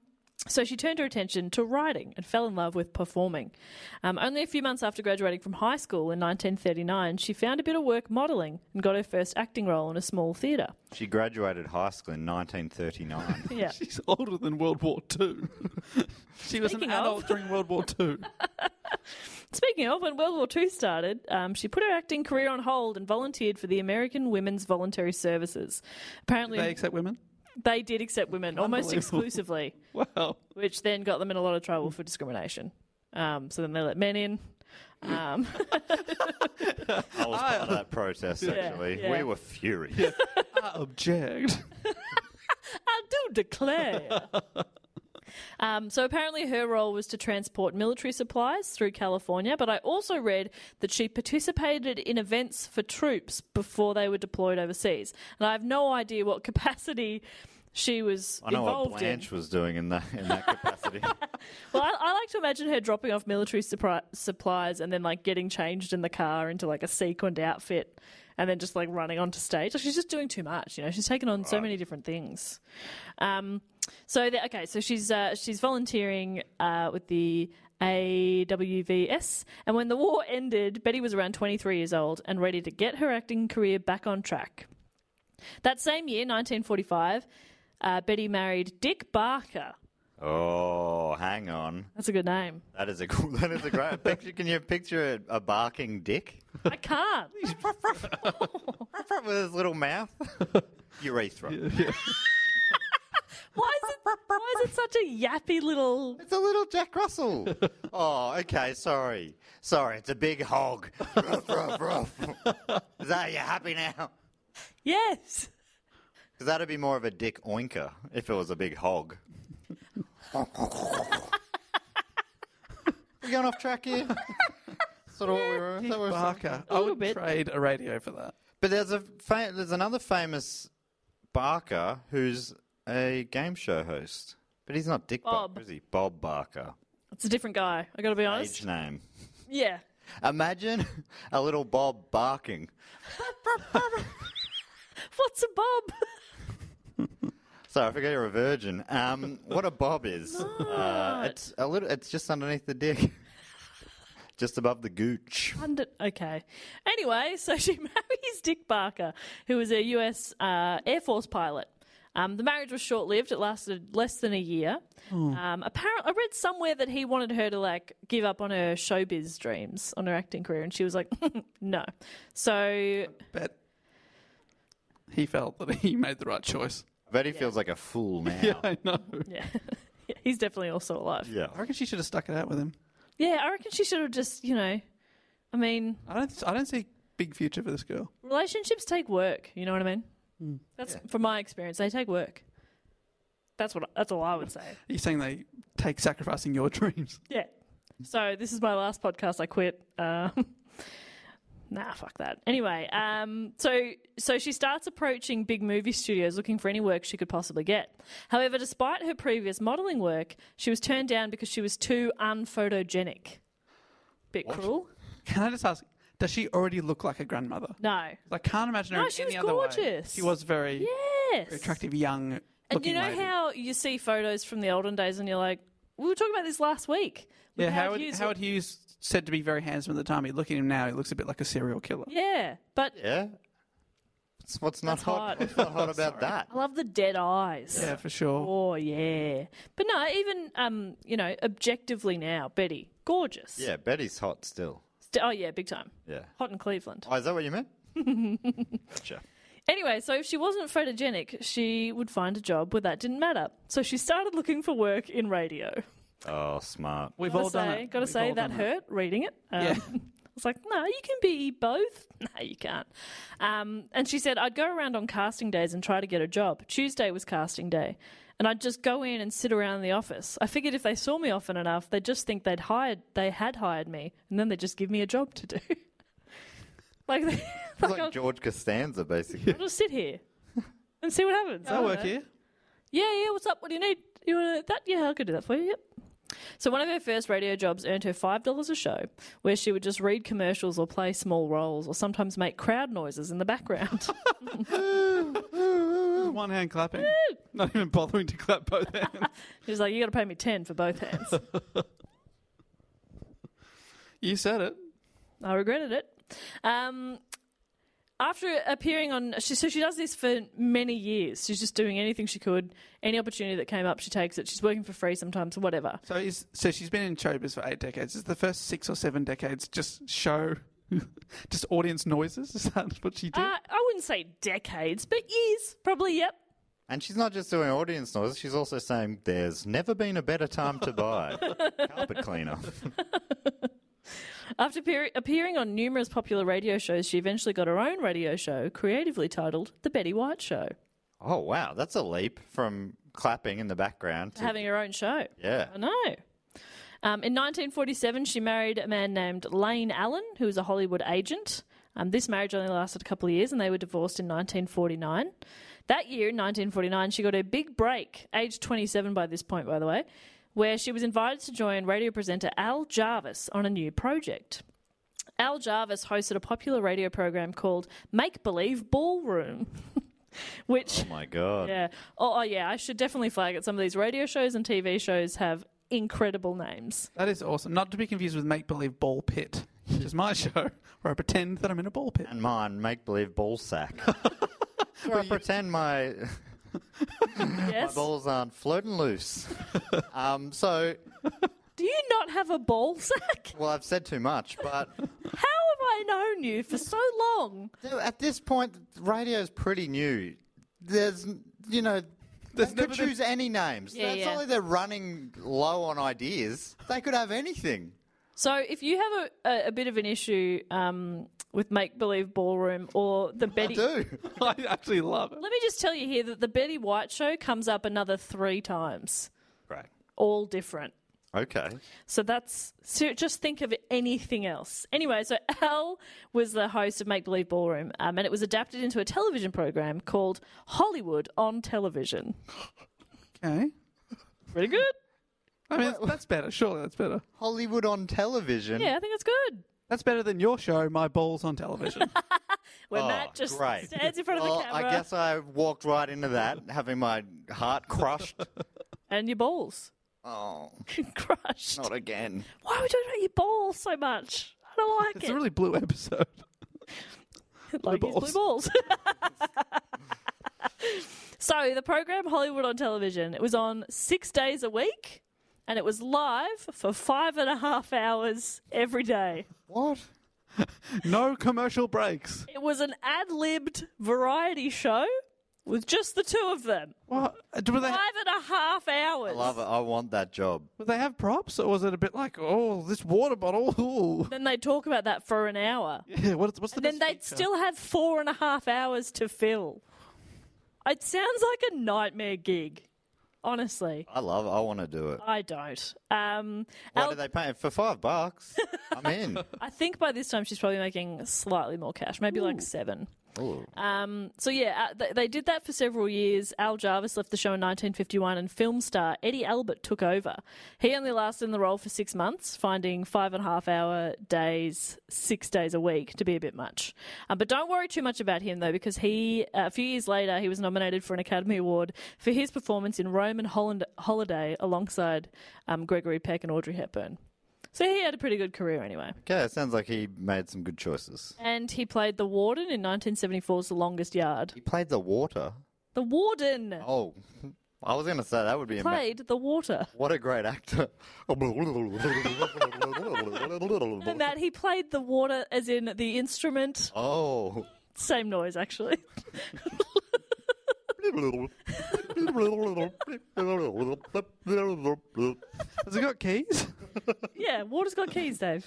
[SPEAKER 1] so she turned her attention to writing and fell in love with performing. Um, only a few months after graduating from high school in 1939, she found a bit of work modelling and got her first acting role in a small theatre.
[SPEAKER 2] She graduated high school in 1939.
[SPEAKER 1] Yeah.
[SPEAKER 3] She's older than World War Two. she was an
[SPEAKER 1] Speaking of.
[SPEAKER 3] adult during World War Two.
[SPEAKER 1] Speaking of, when World War II started, um, she put her acting career on hold and volunteered for the American Women's Voluntary Services. Apparently,
[SPEAKER 3] They accept women.
[SPEAKER 1] they did accept women almost
[SPEAKER 3] Unbelievable.
[SPEAKER 1] exclusively.
[SPEAKER 3] Wow.
[SPEAKER 1] which then got them in a lot of trouble for discrimination. Um, so then they let men in. Um,
[SPEAKER 2] I was part of that protest, actually.
[SPEAKER 1] yeah.
[SPEAKER 2] We were furious.
[SPEAKER 3] I object.
[SPEAKER 1] I do declare. Um, so apparently her role was to transport military supplies through California, but I also read that she participated in events for troops before they were deployed overseas, and I have no idea what capacity she was
[SPEAKER 2] I know
[SPEAKER 1] involved
[SPEAKER 2] what Blanche
[SPEAKER 1] in.
[SPEAKER 2] was doing in that, in that capacity.
[SPEAKER 1] Well, I, I like to imagine her dropping off military suppri- supplies and then like getting changed in the car into like a sequined outfit and then just like running onto stage. Like she's just doing too much, you know. She's taken on so many different things. Um, so the, okay, so she's uh, she's volunteering uh, with the AWVS, and when the war ended, Betty was around 23 years old and ready to get her acting career back on track. That same year, 1945, uh, Betty married Dick Barker.
[SPEAKER 2] oh, hang on.
[SPEAKER 1] That's a good name.
[SPEAKER 2] That is a cool, that is a great picture. Can you picture a, a barking dick?
[SPEAKER 1] I can't.
[SPEAKER 2] With his little mouth? Urethra.
[SPEAKER 1] Why is it? Why is it such a yappy little?
[SPEAKER 2] It's a little Jack Russell. oh, okay. Sorry. Sorry. It's a big hog. Ruff, ruff, ruff. Is that you happy now?
[SPEAKER 1] Yes.
[SPEAKER 2] Because that'd be more of a dick oinker if it was a big hog. we going off track here? sort of what we were. is that what we were saying?
[SPEAKER 3] Barker. I would
[SPEAKER 1] bit.
[SPEAKER 3] trade a radio for that.
[SPEAKER 2] But there's a fa- there's another famous Barker who's a game show host, but he's not Dick
[SPEAKER 1] Bob.
[SPEAKER 2] Barker, is he? Bob Barker.
[SPEAKER 1] It's a different guy. I got to be honest.
[SPEAKER 2] Age name.
[SPEAKER 1] Yeah.
[SPEAKER 2] Imagine a little Bob barking.
[SPEAKER 1] What's a bob?
[SPEAKER 2] Sorry, I forget you're a virgin. Um, what a bob is? Uh, it's a little. It's just underneath the dick, just above the gooch.
[SPEAKER 1] Under- okay. Anyway, so she marries Dick Barker, who was a U.S. Uh, Air Force pilot. Um, the marriage was short lived. It lasted less than a year. Um, apparently, I read somewhere that he wanted her to like give up on her showbiz dreams, on her acting career, and she was like, "No." So
[SPEAKER 3] But he felt that he made the right choice.
[SPEAKER 2] I bet he feels like a fool now.
[SPEAKER 3] Yeah, I know.
[SPEAKER 1] yeah, he's definitely also alive.
[SPEAKER 3] I reckon she should have stuck it out with him.
[SPEAKER 1] Yeah, I reckon she should have just, you know, I mean,
[SPEAKER 3] I don't. I don't see big future for this girl.
[SPEAKER 1] relationships take work. You know what I mean? That's from my experience. They take work. That's what. That's all I would say.
[SPEAKER 3] You're saying they take sacrificing your dreams.
[SPEAKER 1] Yeah. So this is my last podcast. I quit. Um, nah, fuck that. Anyway, um, so so she starts approaching big movie studios looking for any work she could possibly get. However, despite her previous modelling work, she was turned down because she was too unphotogenic. Bit cruel.
[SPEAKER 3] Can I just ask? Does she already look like a grandmother?
[SPEAKER 1] No.
[SPEAKER 3] I can't imagine her
[SPEAKER 1] No,
[SPEAKER 3] in
[SPEAKER 1] she
[SPEAKER 3] any
[SPEAKER 1] was
[SPEAKER 3] other way.
[SPEAKER 1] gorgeous.
[SPEAKER 3] She was very
[SPEAKER 1] Yes.
[SPEAKER 3] attractive, young.
[SPEAKER 1] And you know
[SPEAKER 3] lady.
[SPEAKER 1] how you see photos from the olden days and you're like, we were talking about this last week. with
[SPEAKER 3] Yeah, Howard,
[SPEAKER 1] Hughes.
[SPEAKER 3] Howard Hughes said to be very handsome at the time. You look at him now; he looks a bit like a serial killer.
[SPEAKER 1] Yeah, but
[SPEAKER 2] Yeah. What's, what's not
[SPEAKER 1] That's hot.
[SPEAKER 2] hot? What's not hot about that?
[SPEAKER 1] I love the dead eyes.
[SPEAKER 3] Yeah, for sure.
[SPEAKER 1] Oh yeah, but no, even um, you know, objectively now, Betty, gorgeous.
[SPEAKER 2] Yeah, Betty's hot still.
[SPEAKER 1] St- oh yeah, big time.
[SPEAKER 2] Yeah.
[SPEAKER 1] Hot in Cleveland.
[SPEAKER 2] Oh, is that what you meant? gotcha.
[SPEAKER 1] Anyway, so if she wasn't photogenic, she would find a job where that didn't matter. So she started looking for work in radio.
[SPEAKER 2] Oh, smart.
[SPEAKER 3] We've
[SPEAKER 1] Gotta
[SPEAKER 3] all done
[SPEAKER 1] say,
[SPEAKER 3] it.
[SPEAKER 1] gotta
[SPEAKER 3] We've
[SPEAKER 1] say
[SPEAKER 3] all
[SPEAKER 1] that
[SPEAKER 3] done it.
[SPEAKER 1] hurt reading it. Um,
[SPEAKER 3] Yeah.
[SPEAKER 1] I was like, no, you can be both. No, you can't. Um, and she said, I'd go around on casting days and try to get a job. Tuesday was casting day. And I'd just go in and sit around the office. I figured if they saw me often enough, they'd just think they'd hired, they had hired me, and then they'd just give me a job to do. like, they,
[SPEAKER 2] It's
[SPEAKER 1] I'll,
[SPEAKER 2] like George Costanza, basically.
[SPEAKER 1] I'll just sit here and see what happens. I
[SPEAKER 3] Does that
[SPEAKER 1] don't
[SPEAKER 3] work
[SPEAKER 1] know.
[SPEAKER 3] here?
[SPEAKER 1] Yeah, yeah, what's up? What do you need? You want that? Yeah, I could do that for you. Yep. So one of her first radio jobs earned her five dollars a show, where she would just read commercials or play small roles, or sometimes make crowd noises in the background.
[SPEAKER 3] One hand clapping, not even bothering to clap both hands.
[SPEAKER 1] She's like, "You got to pay me ten for both hands."
[SPEAKER 3] You said it.
[SPEAKER 1] I regretted it. Um, after appearing on, she, so she does this for many years. She's just doing anything she could, any opportunity that came up, she takes it. She's working for free sometimes, whatever.
[SPEAKER 3] So, is, so she's been in showbiz for eight decades. Is the first six or seven decades just show, just audience noises? Is that what she did?
[SPEAKER 1] Uh, I wouldn't say decades, but years, probably. Yep.
[SPEAKER 2] And she's not just doing audience noises, she's also saying, There's never been a better time to buy carpet cleaner.
[SPEAKER 1] After appear- appearing on numerous popular radio shows, she eventually got her own radio show, creatively titled The Betty White Show,
[SPEAKER 2] oh, wow. That's a leap from clapping in the background to.
[SPEAKER 1] having her own show.
[SPEAKER 2] yeah.
[SPEAKER 1] I know. Um, in 1947, she married a man named Lane Allen, who was a Hollywood agent. Um, this marriage only lasted a couple of years, and they were divorced in 1949. That year, in 1949, she got her big break, age 27 by this point, by the way, where she was invited to join radio presenter Al Jarvis on a new project. Al Jarvis hosted a popular radio program called Make Believe Ballroom, which.
[SPEAKER 2] Oh, my God.
[SPEAKER 1] Yeah. Oh, oh, yeah. I should definitely flag it. Some of these radio shows and TV shows have incredible names.
[SPEAKER 3] That is awesome. Not to be confused with Make Believe Ball Pit, which is my show where I pretend that I'm in a ball pit.
[SPEAKER 2] And mine, make believe ball sack. Where I pretend my
[SPEAKER 1] Yes.
[SPEAKER 2] balls aren't floating loose. um, so,
[SPEAKER 1] Do you not have a ball sack?
[SPEAKER 2] well, I've said too much, but
[SPEAKER 1] How have I known you for so long?
[SPEAKER 2] at this point, radio's pretty new. There's, you know, they could choose any names.
[SPEAKER 1] Yeah,
[SPEAKER 2] it's
[SPEAKER 1] yeah.
[SPEAKER 2] only they're running low on ideas. They could have anything.
[SPEAKER 1] So, if you have a, a, a bit of an issue um, with Make Believe Ballroom or the
[SPEAKER 2] I
[SPEAKER 1] Betty.
[SPEAKER 2] do.
[SPEAKER 3] I actually love it.
[SPEAKER 1] Let me just tell you here that the Betty White show comes up another three times,
[SPEAKER 2] Right.
[SPEAKER 1] all different.
[SPEAKER 2] Okay.
[SPEAKER 1] So that's so just think of anything else. Anyway, so Al was the host of Make Believe Ballroom, um, and it was adapted into a television program called Hollywood on Television.
[SPEAKER 3] Okay.
[SPEAKER 1] Pretty good.
[SPEAKER 3] I mean, that's- that's better. Surely that's better.
[SPEAKER 2] Hollywood on television.
[SPEAKER 1] Yeah, I think it's good.
[SPEAKER 3] That's better than your show, My Balls on Television.
[SPEAKER 1] Where
[SPEAKER 2] Oh,
[SPEAKER 1] Matt just
[SPEAKER 2] great.
[SPEAKER 1] stands in front of
[SPEAKER 2] Well,
[SPEAKER 1] the camera
[SPEAKER 2] Oh, I guess I walked right into that, having my heart crushed.
[SPEAKER 1] and your balls
[SPEAKER 2] oh,
[SPEAKER 1] crushed.
[SPEAKER 2] not again.
[SPEAKER 1] Why are we talking about your balls so much? I don't like
[SPEAKER 3] it's
[SPEAKER 1] it.
[SPEAKER 3] a really blue episode.
[SPEAKER 1] like
[SPEAKER 3] blue
[SPEAKER 1] his blue balls. so the program Hollywood on Television. It was on six days a week, and it was live for five and a half hours every day.
[SPEAKER 2] What?
[SPEAKER 3] No commercial breaks.
[SPEAKER 1] It was an ad-libbed variety show with just the two of them.
[SPEAKER 3] What? uh, Do they,
[SPEAKER 1] Five and a half hours.
[SPEAKER 2] I love it. I want that job.
[SPEAKER 3] do they have props, or was it a bit like, oh, this water bottle? Ooh.
[SPEAKER 1] Then they talk about that for an hour.
[SPEAKER 3] Yeah, what, what's the
[SPEAKER 1] Then
[SPEAKER 3] best
[SPEAKER 1] they'd
[SPEAKER 3] feature?
[SPEAKER 1] still have four and a half hours to fill. It sounds like a nightmare gig. Honestly,
[SPEAKER 2] I love. I want to do it.
[SPEAKER 1] I don't. Um,
[SPEAKER 2] Why
[SPEAKER 1] Al-
[SPEAKER 2] do they pay for five bucks? I'm in.
[SPEAKER 1] I think by this time she's probably making slightly more cash, maybe like seven.
[SPEAKER 2] Ooh.
[SPEAKER 1] Um, so yeah, uh, th- they did that for several years. Al Jarvis left the show in 1951, and film star Eddie Albert took over. He only lasted in the role for six months, finding five and a half hour days, six days a week, to be a bit much. Uh, but don't worry too much about him though, because he uh, a few years later he was nominated for an Academy Award for his performance in Rome and Holland- Holiday alongside um, Gregory Peck and Audrey Hepburn. So he had a pretty good career anyway.
[SPEAKER 2] Okay, it sounds like he made some good choices.
[SPEAKER 1] And he played the warden in 1974's The Longest Yard.
[SPEAKER 2] He played the water.
[SPEAKER 1] The warden
[SPEAKER 2] Oh, I was going to say that would be ama-
[SPEAKER 1] played the water.
[SPEAKER 2] What a great actor.
[SPEAKER 1] And that he played the water as in the instrument.
[SPEAKER 2] oh.
[SPEAKER 1] Same noise, actually.
[SPEAKER 3] Has it got keys?
[SPEAKER 1] Yeah, water's got keys, Dave.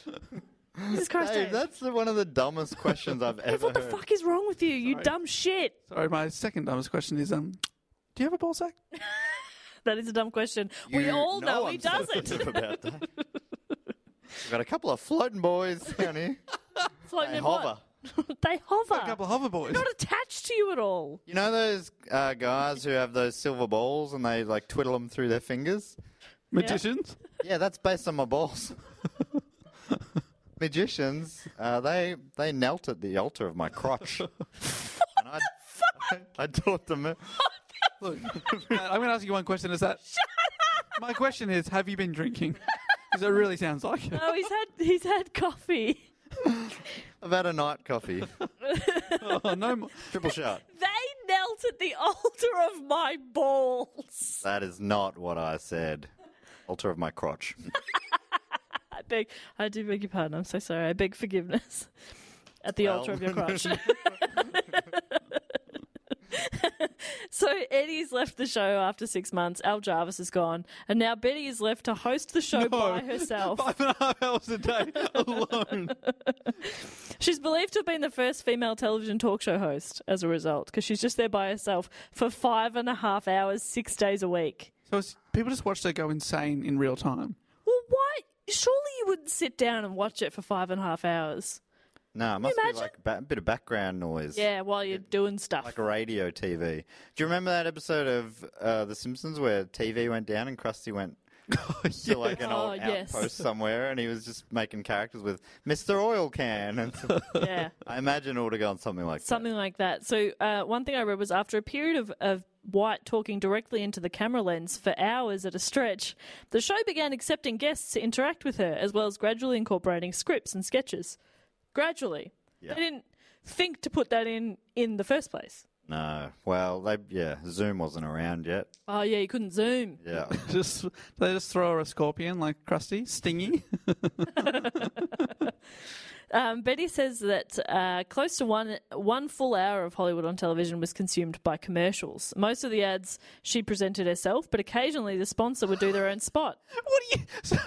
[SPEAKER 1] Jesus Christ,
[SPEAKER 2] Hey,
[SPEAKER 1] Dave.
[SPEAKER 2] that's one of the dumbest questions I've ever
[SPEAKER 1] What the
[SPEAKER 2] heard.
[SPEAKER 1] fuck is wrong with you, you dumb shit?
[SPEAKER 3] Sorry, my second dumbest question is um, do you have a ball sack?
[SPEAKER 1] That is a dumb question. we
[SPEAKER 2] You
[SPEAKER 1] all know,
[SPEAKER 2] I'm
[SPEAKER 1] he doesn't.
[SPEAKER 2] sensitive about that. We've got a couple of floating boys down here.
[SPEAKER 1] Floating
[SPEAKER 2] They
[SPEAKER 1] in what?
[SPEAKER 2] hover.
[SPEAKER 1] They hover.
[SPEAKER 3] Ah. A couple of hover boys.
[SPEAKER 1] Not attached to you at all.
[SPEAKER 2] You know those uh, guys who have those silver balls and they like twiddle them through their fingers?
[SPEAKER 3] Magicians?
[SPEAKER 2] Yeah, that's based on my balls. Magicians, uh, they they knelt at the altar of my crotch, and I, I, I taught them. it.
[SPEAKER 3] Look, Matt, I'm going to ask you one question. Is that? Shut up! My question is, have you been drinking? Because it really sounds like it.
[SPEAKER 1] Oh, he's had he's had coffee.
[SPEAKER 2] I've had a night coffee,
[SPEAKER 3] Oh, no more.
[SPEAKER 2] triple shot.
[SPEAKER 1] They knelt at the altar of my balls.
[SPEAKER 2] That is not what I said. Altar of my crotch.
[SPEAKER 1] I beg, I do beg your pardon. I'm so sorry. I beg forgiveness at the altar of your crotch. so Eddie's left the show after six months. Al Jarvis is gone, and now Betty is left to host the show by herself.
[SPEAKER 3] Five and a half hours a day alone.
[SPEAKER 1] She's believed to have been the first female television talk show host as a result, because she's just there by herself for five and a half hours, six days a week.
[SPEAKER 3] So it's, people just watch her go insane in real time.
[SPEAKER 1] Well, why? Surely you wouldn't sit down and watch it for five and a half hours.
[SPEAKER 2] No, it must be
[SPEAKER 1] imagine?
[SPEAKER 2] like ba- a bit of background noise.
[SPEAKER 1] Yeah, while you're doing stuff.
[SPEAKER 2] Like radio TV. Do you remember that episode of uh, The Simpsons where TV went down and Krusty went to like an
[SPEAKER 1] Oh,
[SPEAKER 2] old
[SPEAKER 1] yes.
[SPEAKER 2] outpost somewhere and he was just making characters with Mr. Oil Can? And so-
[SPEAKER 1] yeah.
[SPEAKER 2] I imagine it would have gone something like
[SPEAKER 1] something like that. So uh, one thing I read was after a period of, of White talking directly into the camera lens for hours at a stretch, the show began accepting guests to interact with her, as well as gradually incorporating scripts and sketches. Gradually, they didn't think to put that in in the first place.
[SPEAKER 2] that. No. Well, they, yeah, Zoom wasn't around yet.
[SPEAKER 1] Oh yeah, you couldn't zoom.
[SPEAKER 2] Yeah.
[SPEAKER 3] Just they just throw her a scorpion like Krusty, stingy.
[SPEAKER 1] Um, Betty says that uh, close to one one full hour of Hollywood on television was consumed by commercials. Most of the ads she presented herself, but occasionally the sponsor would do their own spot.
[SPEAKER 3] What do you? So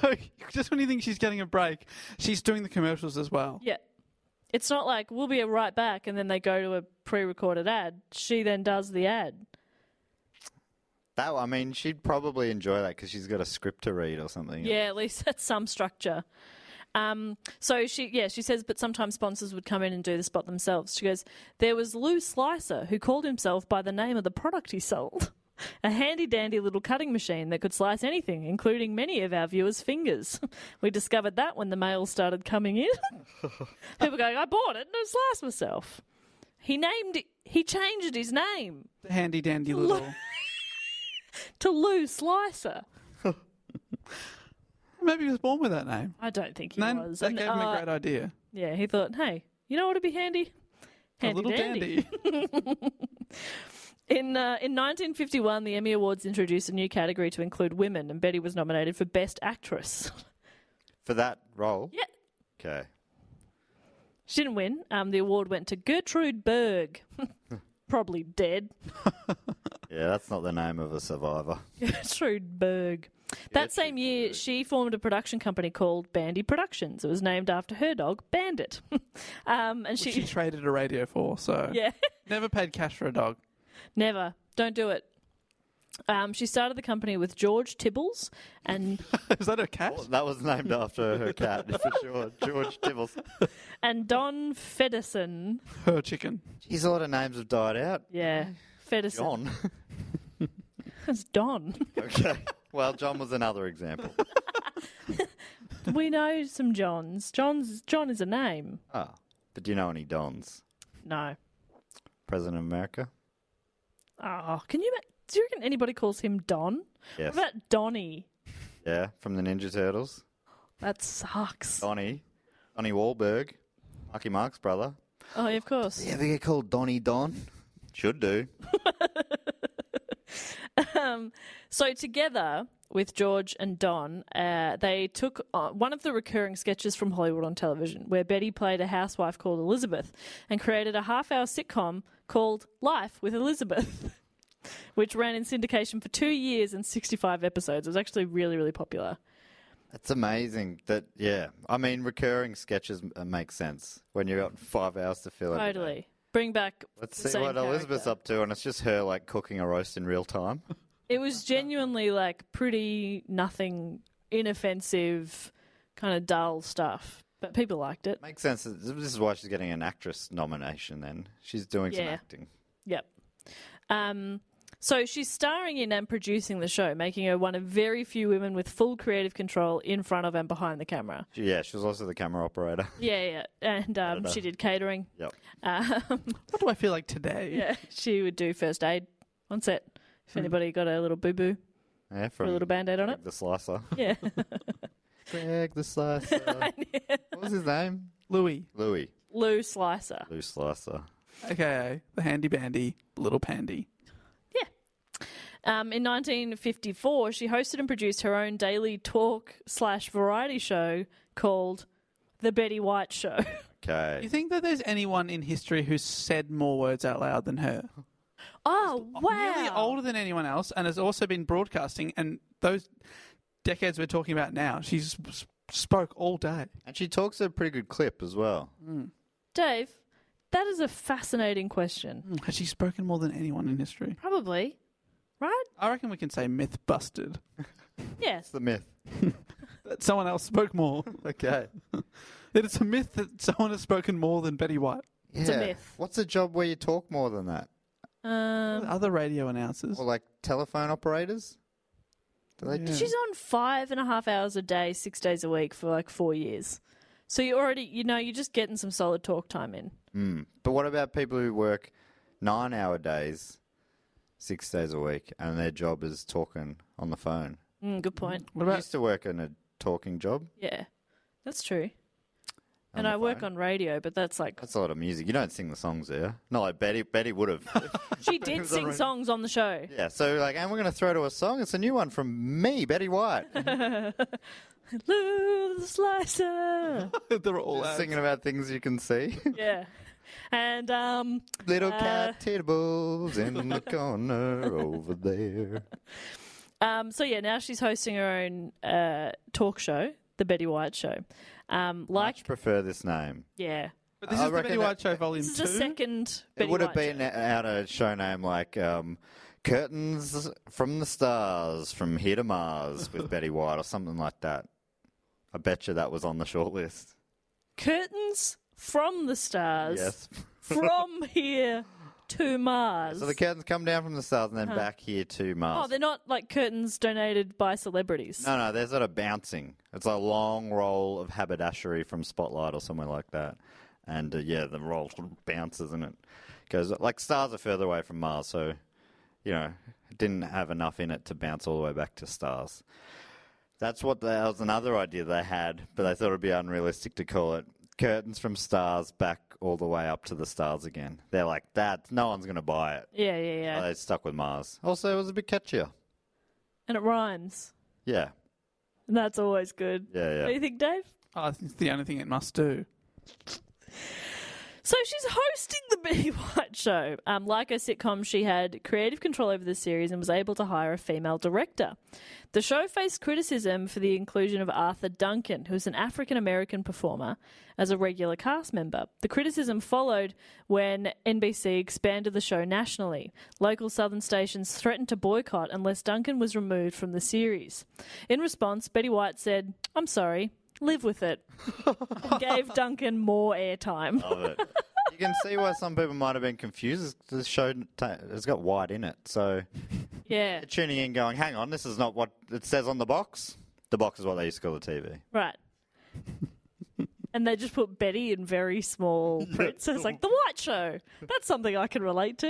[SPEAKER 3] just when you think she's getting a break, she's doing the commercials as well.
[SPEAKER 1] Yeah. It's not like we'll be right back and then they go to a pre recorded ad. She then does the ad.
[SPEAKER 2] That, I mean, she'd probably enjoy that because she's got a script to read or something.
[SPEAKER 1] Yeah, at least that's some structure. Um, so she, yeah, she says, but sometimes sponsors would come in and do the spot themselves. She goes, there was Lou Slicer who called himself by the name of the product he sold. A handy dandy little cutting machine that could slice anything, including many of our viewers' fingers. We discovered that when the mail started coming in. People going, I bought it and I sliced myself. He named it, he changed his name
[SPEAKER 3] The handy dandy little.
[SPEAKER 1] to Lou Slicer.
[SPEAKER 3] Maybe he was born with that name.
[SPEAKER 1] I don't think he
[SPEAKER 3] No,
[SPEAKER 1] was.
[SPEAKER 3] that
[SPEAKER 1] And,
[SPEAKER 3] gave him a
[SPEAKER 1] uh,
[SPEAKER 3] great idea.
[SPEAKER 1] Yeah, he thought, hey, you know what would be handy?
[SPEAKER 3] a little dandy.
[SPEAKER 1] In, uh, in 1951, the Emmy Awards introduced a new category to include women, and Betty was nominated for Best Actress.
[SPEAKER 2] For that role?
[SPEAKER 1] yeah,
[SPEAKER 2] Okay.
[SPEAKER 1] she didn't win. Um, the award went to Gertrude Berg. Probably dead.
[SPEAKER 2] Yeah, that's not the name of a survivor.
[SPEAKER 1] Gertrude Berg. That same year, she formed a production company called Bandy Productions. It was named after her dog, Bandit. um, and
[SPEAKER 3] She traded a radio for, so
[SPEAKER 1] Yeah.
[SPEAKER 3] never paid cash for a dog.
[SPEAKER 1] Never. Don't do it. Um, she started the company with George Tibbles and
[SPEAKER 3] Is that a cat?
[SPEAKER 2] That was named after her cat for sure. George Tibbles.
[SPEAKER 1] and Don Fedderson.
[SPEAKER 3] Her chicken.
[SPEAKER 2] His lot of names have died out.
[SPEAKER 1] Yeah, Fedderson.
[SPEAKER 2] John.
[SPEAKER 1] It's Don.
[SPEAKER 2] Okay. Well, John was another example.
[SPEAKER 1] we know some Johns. John's John is a name.
[SPEAKER 2] Ah, but do you know any Dons?
[SPEAKER 1] No.
[SPEAKER 2] President of America?
[SPEAKER 1] Oh, can you? ma- Do you reckon anybody calls him Don?
[SPEAKER 2] Yes.
[SPEAKER 1] What about Donnie?
[SPEAKER 2] Yeah, from the Ninja Turtles.
[SPEAKER 1] That sucks.
[SPEAKER 2] Donnie. Donnie Wahlberg. Marky Mark's brother.
[SPEAKER 1] Oh, yeah, of course.
[SPEAKER 2] You ever get called Donnie Don? Should do.
[SPEAKER 1] So together with George and Don, uh, they took uh, one of the recurring sketches from Hollywood on television, where Betty played a housewife called Elizabeth, and created a half-hour sitcom called Life with Elizabeth, which ran in syndication for two years and sixty-five episodes. It was actually really, really popular.
[SPEAKER 2] That's amazing. That yeah. I mean, recurring sketches uh, make sense when you've got five hours to fill it.
[SPEAKER 1] Totally. Bring back.
[SPEAKER 2] Let's
[SPEAKER 1] the
[SPEAKER 2] see
[SPEAKER 1] same
[SPEAKER 2] what Elizabeth's
[SPEAKER 1] character.
[SPEAKER 2] up to, and it's just her like cooking a roast in real time.
[SPEAKER 1] It was genuinely like pretty nothing, inoffensive, kind of dull stuff, but people liked it.
[SPEAKER 2] Makes sense. This is why she's getting an actress nomination. Then she's doing some
[SPEAKER 1] Yeah.
[SPEAKER 2] acting.
[SPEAKER 1] Yep. Um, so she's starring in and producing the show, making her one of very few women with full creative control in front of and behind the camera.
[SPEAKER 2] She- Yeah, she was also the camera operator.
[SPEAKER 1] Yeah, yeah. And um, she did catering. Um,
[SPEAKER 2] yep.
[SPEAKER 3] What do I feel like today?
[SPEAKER 1] Yeah, she would do first aid on set. If anybody got a little boo boo,
[SPEAKER 2] Yeah,
[SPEAKER 1] a
[SPEAKER 2] from
[SPEAKER 1] little band aid on it.
[SPEAKER 2] Greg the Slicer.
[SPEAKER 1] Yeah.
[SPEAKER 2] Greg the Slicer. what was his name?
[SPEAKER 3] Louis.
[SPEAKER 2] Louis.
[SPEAKER 1] Lou Slicer.
[SPEAKER 2] Lou Slicer.
[SPEAKER 3] Okay. The handy bandy. Little pandy.
[SPEAKER 1] Um, in 1954, she hosted and produced her own daily talk slash variety show called The Betty White Show.
[SPEAKER 2] Okay.
[SPEAKER 3] Do you think that there's anyone in history who's said more words out loud than her?
[SPEAKER 1] Oh, wow.
[SPEAKER 3] Nearly older than anyone else and has also been broadcasting and those decades we're talking about now. She's s- spoke all day.
[SPEAKER 2] and she talks a pretty good clip as well.
[SPEAKER 1] Dave, that is a fascinating
[SPEAKER 2] Hmm.
[SPEAKER 1] question.
[SPEAKER 2] Mm.
[SPEAKER 3] Has she spoken more than anyone in history?
[SPEAKER 1] Probably. Right?
[SPEAKER 3] I reckon we can say myth busted.
[SPEAKER 1] Yes.
[SPEAKER 2] It's the myth.
[SPEAKER 3] That someone else spoke more.
[SPEAKER 2] Okay.
[SPEAKER 3] That it's a myth that someone has spoken more than Betty White.
[SPEAKER 2] It's
[SPEAKER 1] a myth.
[SPEAKER 2] What's a job where you talk more than that?
[SPEAKER 1] Um,
[SPEAKER 2] uh,
[SPEAKER 3] Other radio announcers.
[SPEAKER 2] Or like telephone operators? Do they do-
[SPEAKER 1] she's on five and a half hours a day, six days a week for like four years. So you already, you know, you're just getting some solid talk time in.
[SPEAKER 2] Hmm. But what about people who work nine hour days, six days a week, and their job is talking on the phone?
[SPEAKER 1] Mm, good point.
[SPEAKER 2] What about... I used to work in a talking job.
[SPEAKER 1] Yeah, that's true. And
[SPEAKER 2] the
[SPEAKER 1] I work
[SPEAKER 2] phone.
[SPEAKER 1] on radio, but that's like
[SPEAKER 2] That's a lot of music. You don't sing the songs there. Not like Betty. Betty would have.
[SPEAKER 1] she did
[SPEAKER 2] was on
[SPEAKER 1] sing
[SPEAKER 2] radio.
[SPEAKER 1] songs on the show.
[SPEAKER 2] yeah. So like, and we're going to throw to a song. It's a new one from me, Betty White,
[SPEAKER 1] Lou the Slicer.
[SPEAKER 3] They're all ads.
[SPEAKER 2] singing about things you can see.
[SPEAKER 1] yeah, and um,
[SPEAKER 2] Little cat tibbles in the corner over there.
[SPEAKER 1] Um, so yeah, now she's hosting her own uh, talk show, the Betty White Show. Um, like,
[SPEAKER 2] Much prefer this name.
[SPEAKER 1] yeah,
[SPEAKER 3] But this
[SPEAKER 2] I
[SPEAKER 3] is the
[SPEAKER 2] reckon
[SPEAKER 3] Betty
[SPEAKER 2] that-
[SPEAKER 3] White Show Volume
[SPEAKER 1] this is
[SPEAKER 3] 2.
[SPEAKER 1] the second. Betty
[SPEAKER 2] it would have
[SPEAKER 1] White
[SPEAKER 2] been
[SPEAKER 1] Show.
[SPEAKER 2] out a show name like um, Curtains from the Stars from Here to Mars with Betty White or something like that. I bet you that was on the short list.
[SPEAKER 1] curtains from the stars,
[SPEAKER 2] Yes.
[SPEAKER 1] from here to Mars.
[SPEAKER 2] So the curtains come down from the stars and then back here to Mars.
[SPEAKER 1] oh, they're not like curtains donated by celebrities.
[SPEAKER 2] No, no, there's sort of bouncing. It's a long roll of haberdashery from Spotlight or somewhere like that. And uh, yeah, the roll sort of bounces and it goes like stars are further away from Mars, so you know, it didn't have enough in it to bounce all the way back to stars. That's what that was another idea they had, but they thought it'd be unrealistic to call it curtains from stars back all the way up to the stars again. They're like that. No one's going to buy it.
[SPEAKER 1] Yeah, yeah, yeah,
[SPEAKER 2] So They stuck with Mars. Also, it was a bit catchier.
[SPEAKER 1] and it rhymes,
[SPEAKER 2] Yeah,
[SPEAKER 1] and that's always good.
[SPEAKER 2] yeah,
[SPEAKER 1] What do you
[SPEAKER 2] yeah.
[SPEAKER 1] think, Dave?
[SPEAKER 3] Oh, I think it's the only thing it must do.
[SPEAKER 1] So she's hosting the Betty White show. Um, like her sitcom, she had creative control over the series and was able to hire a female director. The show faced criticism for the inclusion of Arthur Duncan, who's an African American performer, as a regular cast member. The criticism followed when NBC expanded the show nationally. Local Southern stations threatened to boycott unless Duncan was removed from the series. In response, Betty White said, I'm sorry, live with it, and gave Duncan more airtime.
[SPEAKER 2] Love it. You can see why some people might have been confused. The show t- has got white in it, so
[SPEAKER 1] Yeah.
[SPEAKER 2] tuning in, going, "Hang on, this is not what it says on the box." The box is what they used to call the TV.
[SPEAKER 1] Right. and they just put Betty in very small print. So it's like, The White Show. That's something I can relate to.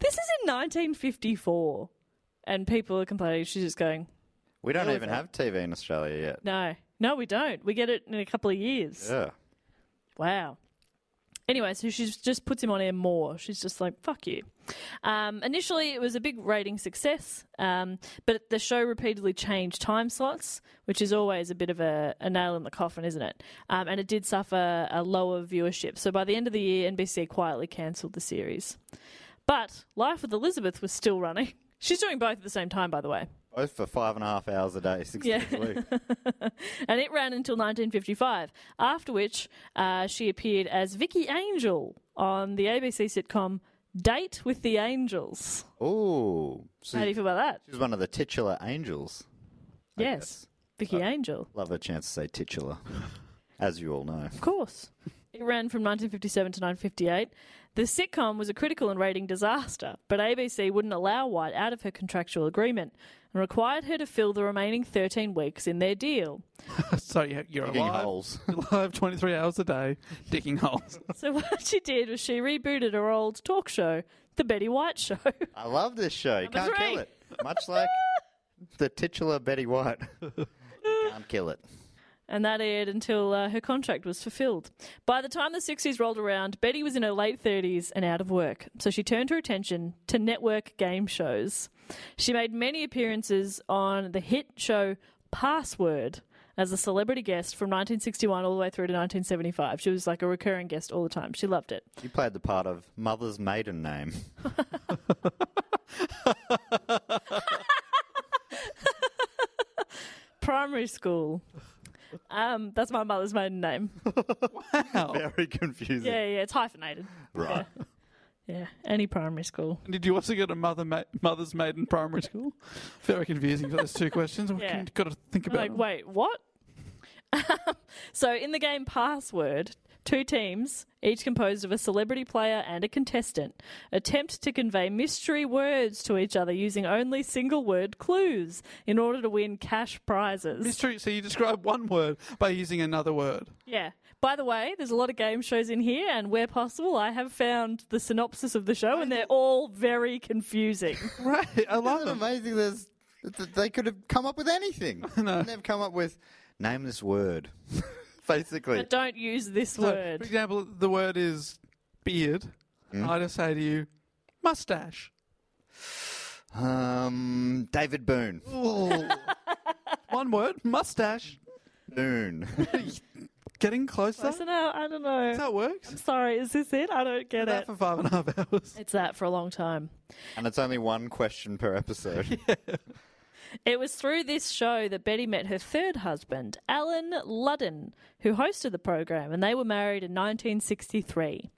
[SPEAKER 1] This is in 1954. And people are complaining. She's just going,
[SPEAKER 2] We don't even have TV in Australia yet.
[SPEAKER 1] no, no, we don't. We get it in a couple of years.
[SPEAKER 2] Yeah.
[SPEAKER 1] Wow. Anyway, so she just puts him on air more. She's just like, fuck you. Um, initially, it was a big rating success, um, but the show repeatedly changed time slots, which is always a bit of a, a nail in the coffin, isn't it? Um, and it did suffer a lower viewership. So by the end of the year, NBC quietly cancelled the series. But Life with Elizabeth was still running. She's doing both at the same time, by the way.
[SPEAKER 2] Both for five and a half hours a day, six
[SPEAKER 1] Yeah.
[SPEAKER 2] days a week.
[SPEAKER 1] and it ran until 1955. After which, uh, she appeared as Vicky Angel on the ABC sitcom Date with the Angels.
[SPEAKER 2] Ooh. So
[SPEAKER 1] How do you feel about that?
[SPEAKER 2] she's one of the titular angels.
[SPEAKER 1] yes, Vicky Angel,
[SPEAKER 2] Love a chance to say titular, as you all know.
[SPEAKER 1] of course. It ran from 1957 to 1958. The sitcom was a critical and rating disaster, but ABC wouldn't allow White out of her contractual agreement and required her to fill the remaining 13 weeks in their deal.
[SPEAKER 3] So you- you're
[SPEAKER 2] Digging
[SPEAKER 3] alive.
[SPEAKER 2] holes.
[SPEAKER 3] You're alive 23 hours a day, digging holes.
[SPEAKER 1] So what she did was she rebooted her old talk show, The Betty White Show.
[SPEAKER 2] I love this show. You can't
[SPEAKER 1] Number
[SPEAKER 2] kill
[SPEAKER 1] three.
[SPEAKER 2] it. Much like the titular Betty White. You can't kill it.
[SPEAKER 1] and that aired until uh, her contract was fulfilled. By the time the 60s rolled around, Betty was in her late 30s and out of work, so she turned her attention to network game shows. She made many appearances on the hit show Password as a celebrity guest from 1961 all the way through to 1975. She was like a recurring guest all the time. She loved it.
[SPEAKER 2] You played the part of mother's maiden name.
[SPEAKER 1] Primary school. Um, that's my mother's maiden name.
[SPEAKER 2] Very confusing.
[SPEAKER 1] Yeah, yeah, it's hyphenated.
[SPEAKER 2] Right.
[SPEAKER 1] Yeah, any primary school.
[SPEAKER 3] Did you also go to mother ma- mother's maid in primary school? Very confusing for those two questions. We've
[SPEAKER 1] Yeah.
[SPEAKER 3] got to think about
[SPEAKER 1] like,
[SPEAKER 3] them.
[SPEAKER 1] wait, what? so in the game Password, two teams, each composed of a celebrity player and a contestant, attempt to convey mystery words to each other using only single word clues in order to win cash prizes.
[SPEAKER 3] Mystery. So you describe one word by using another word.
[SPEAKER 1] yeah. By the way, there's a lot of game shows in here, and where possible, I have found the synopsis of the show, and they're all very confusing.
[SPEAKER 3] Right. I
[SPEAKER 2] Isn't
[SPEAKER 3] love
[SPEAKER 2] it
[SPEAKER 3] them.
[SPEAKER 2] amazing? There's, th- they could have come up with anything. And they've come up with name this word. Basically.
[SPEAKER 1] but don't use this
[SPEAKER 3] So,
[SPEAKER 1] word.
[SPEAKER 3] For example, the word is beard. I just say to you, mustache.
[SPEAKER 2] Um, David Boone.
[SPEAKER 3] One word, mustache.
[SPEAKER 2] Boone.
[SPEAKER 3] Getting closer.
[SPEAKER 1] I don't know. I don't know.
[SPEAKER 3] That's how it works.
[SPEAKER 1] Sorry, is this it? I don't get
[SPEAKER 3] That
[SPEAKER 1] it.
[SPEAKER 3] for five and a half hours.
[SPEAKER 1] It's that for a long time.
[SPEAKER 2] and it's only one question per episode.
[SPEAKER 1] It was through this show that Betty met her third husband, Alan Ludden, who hosted the program, and they were married in 1963.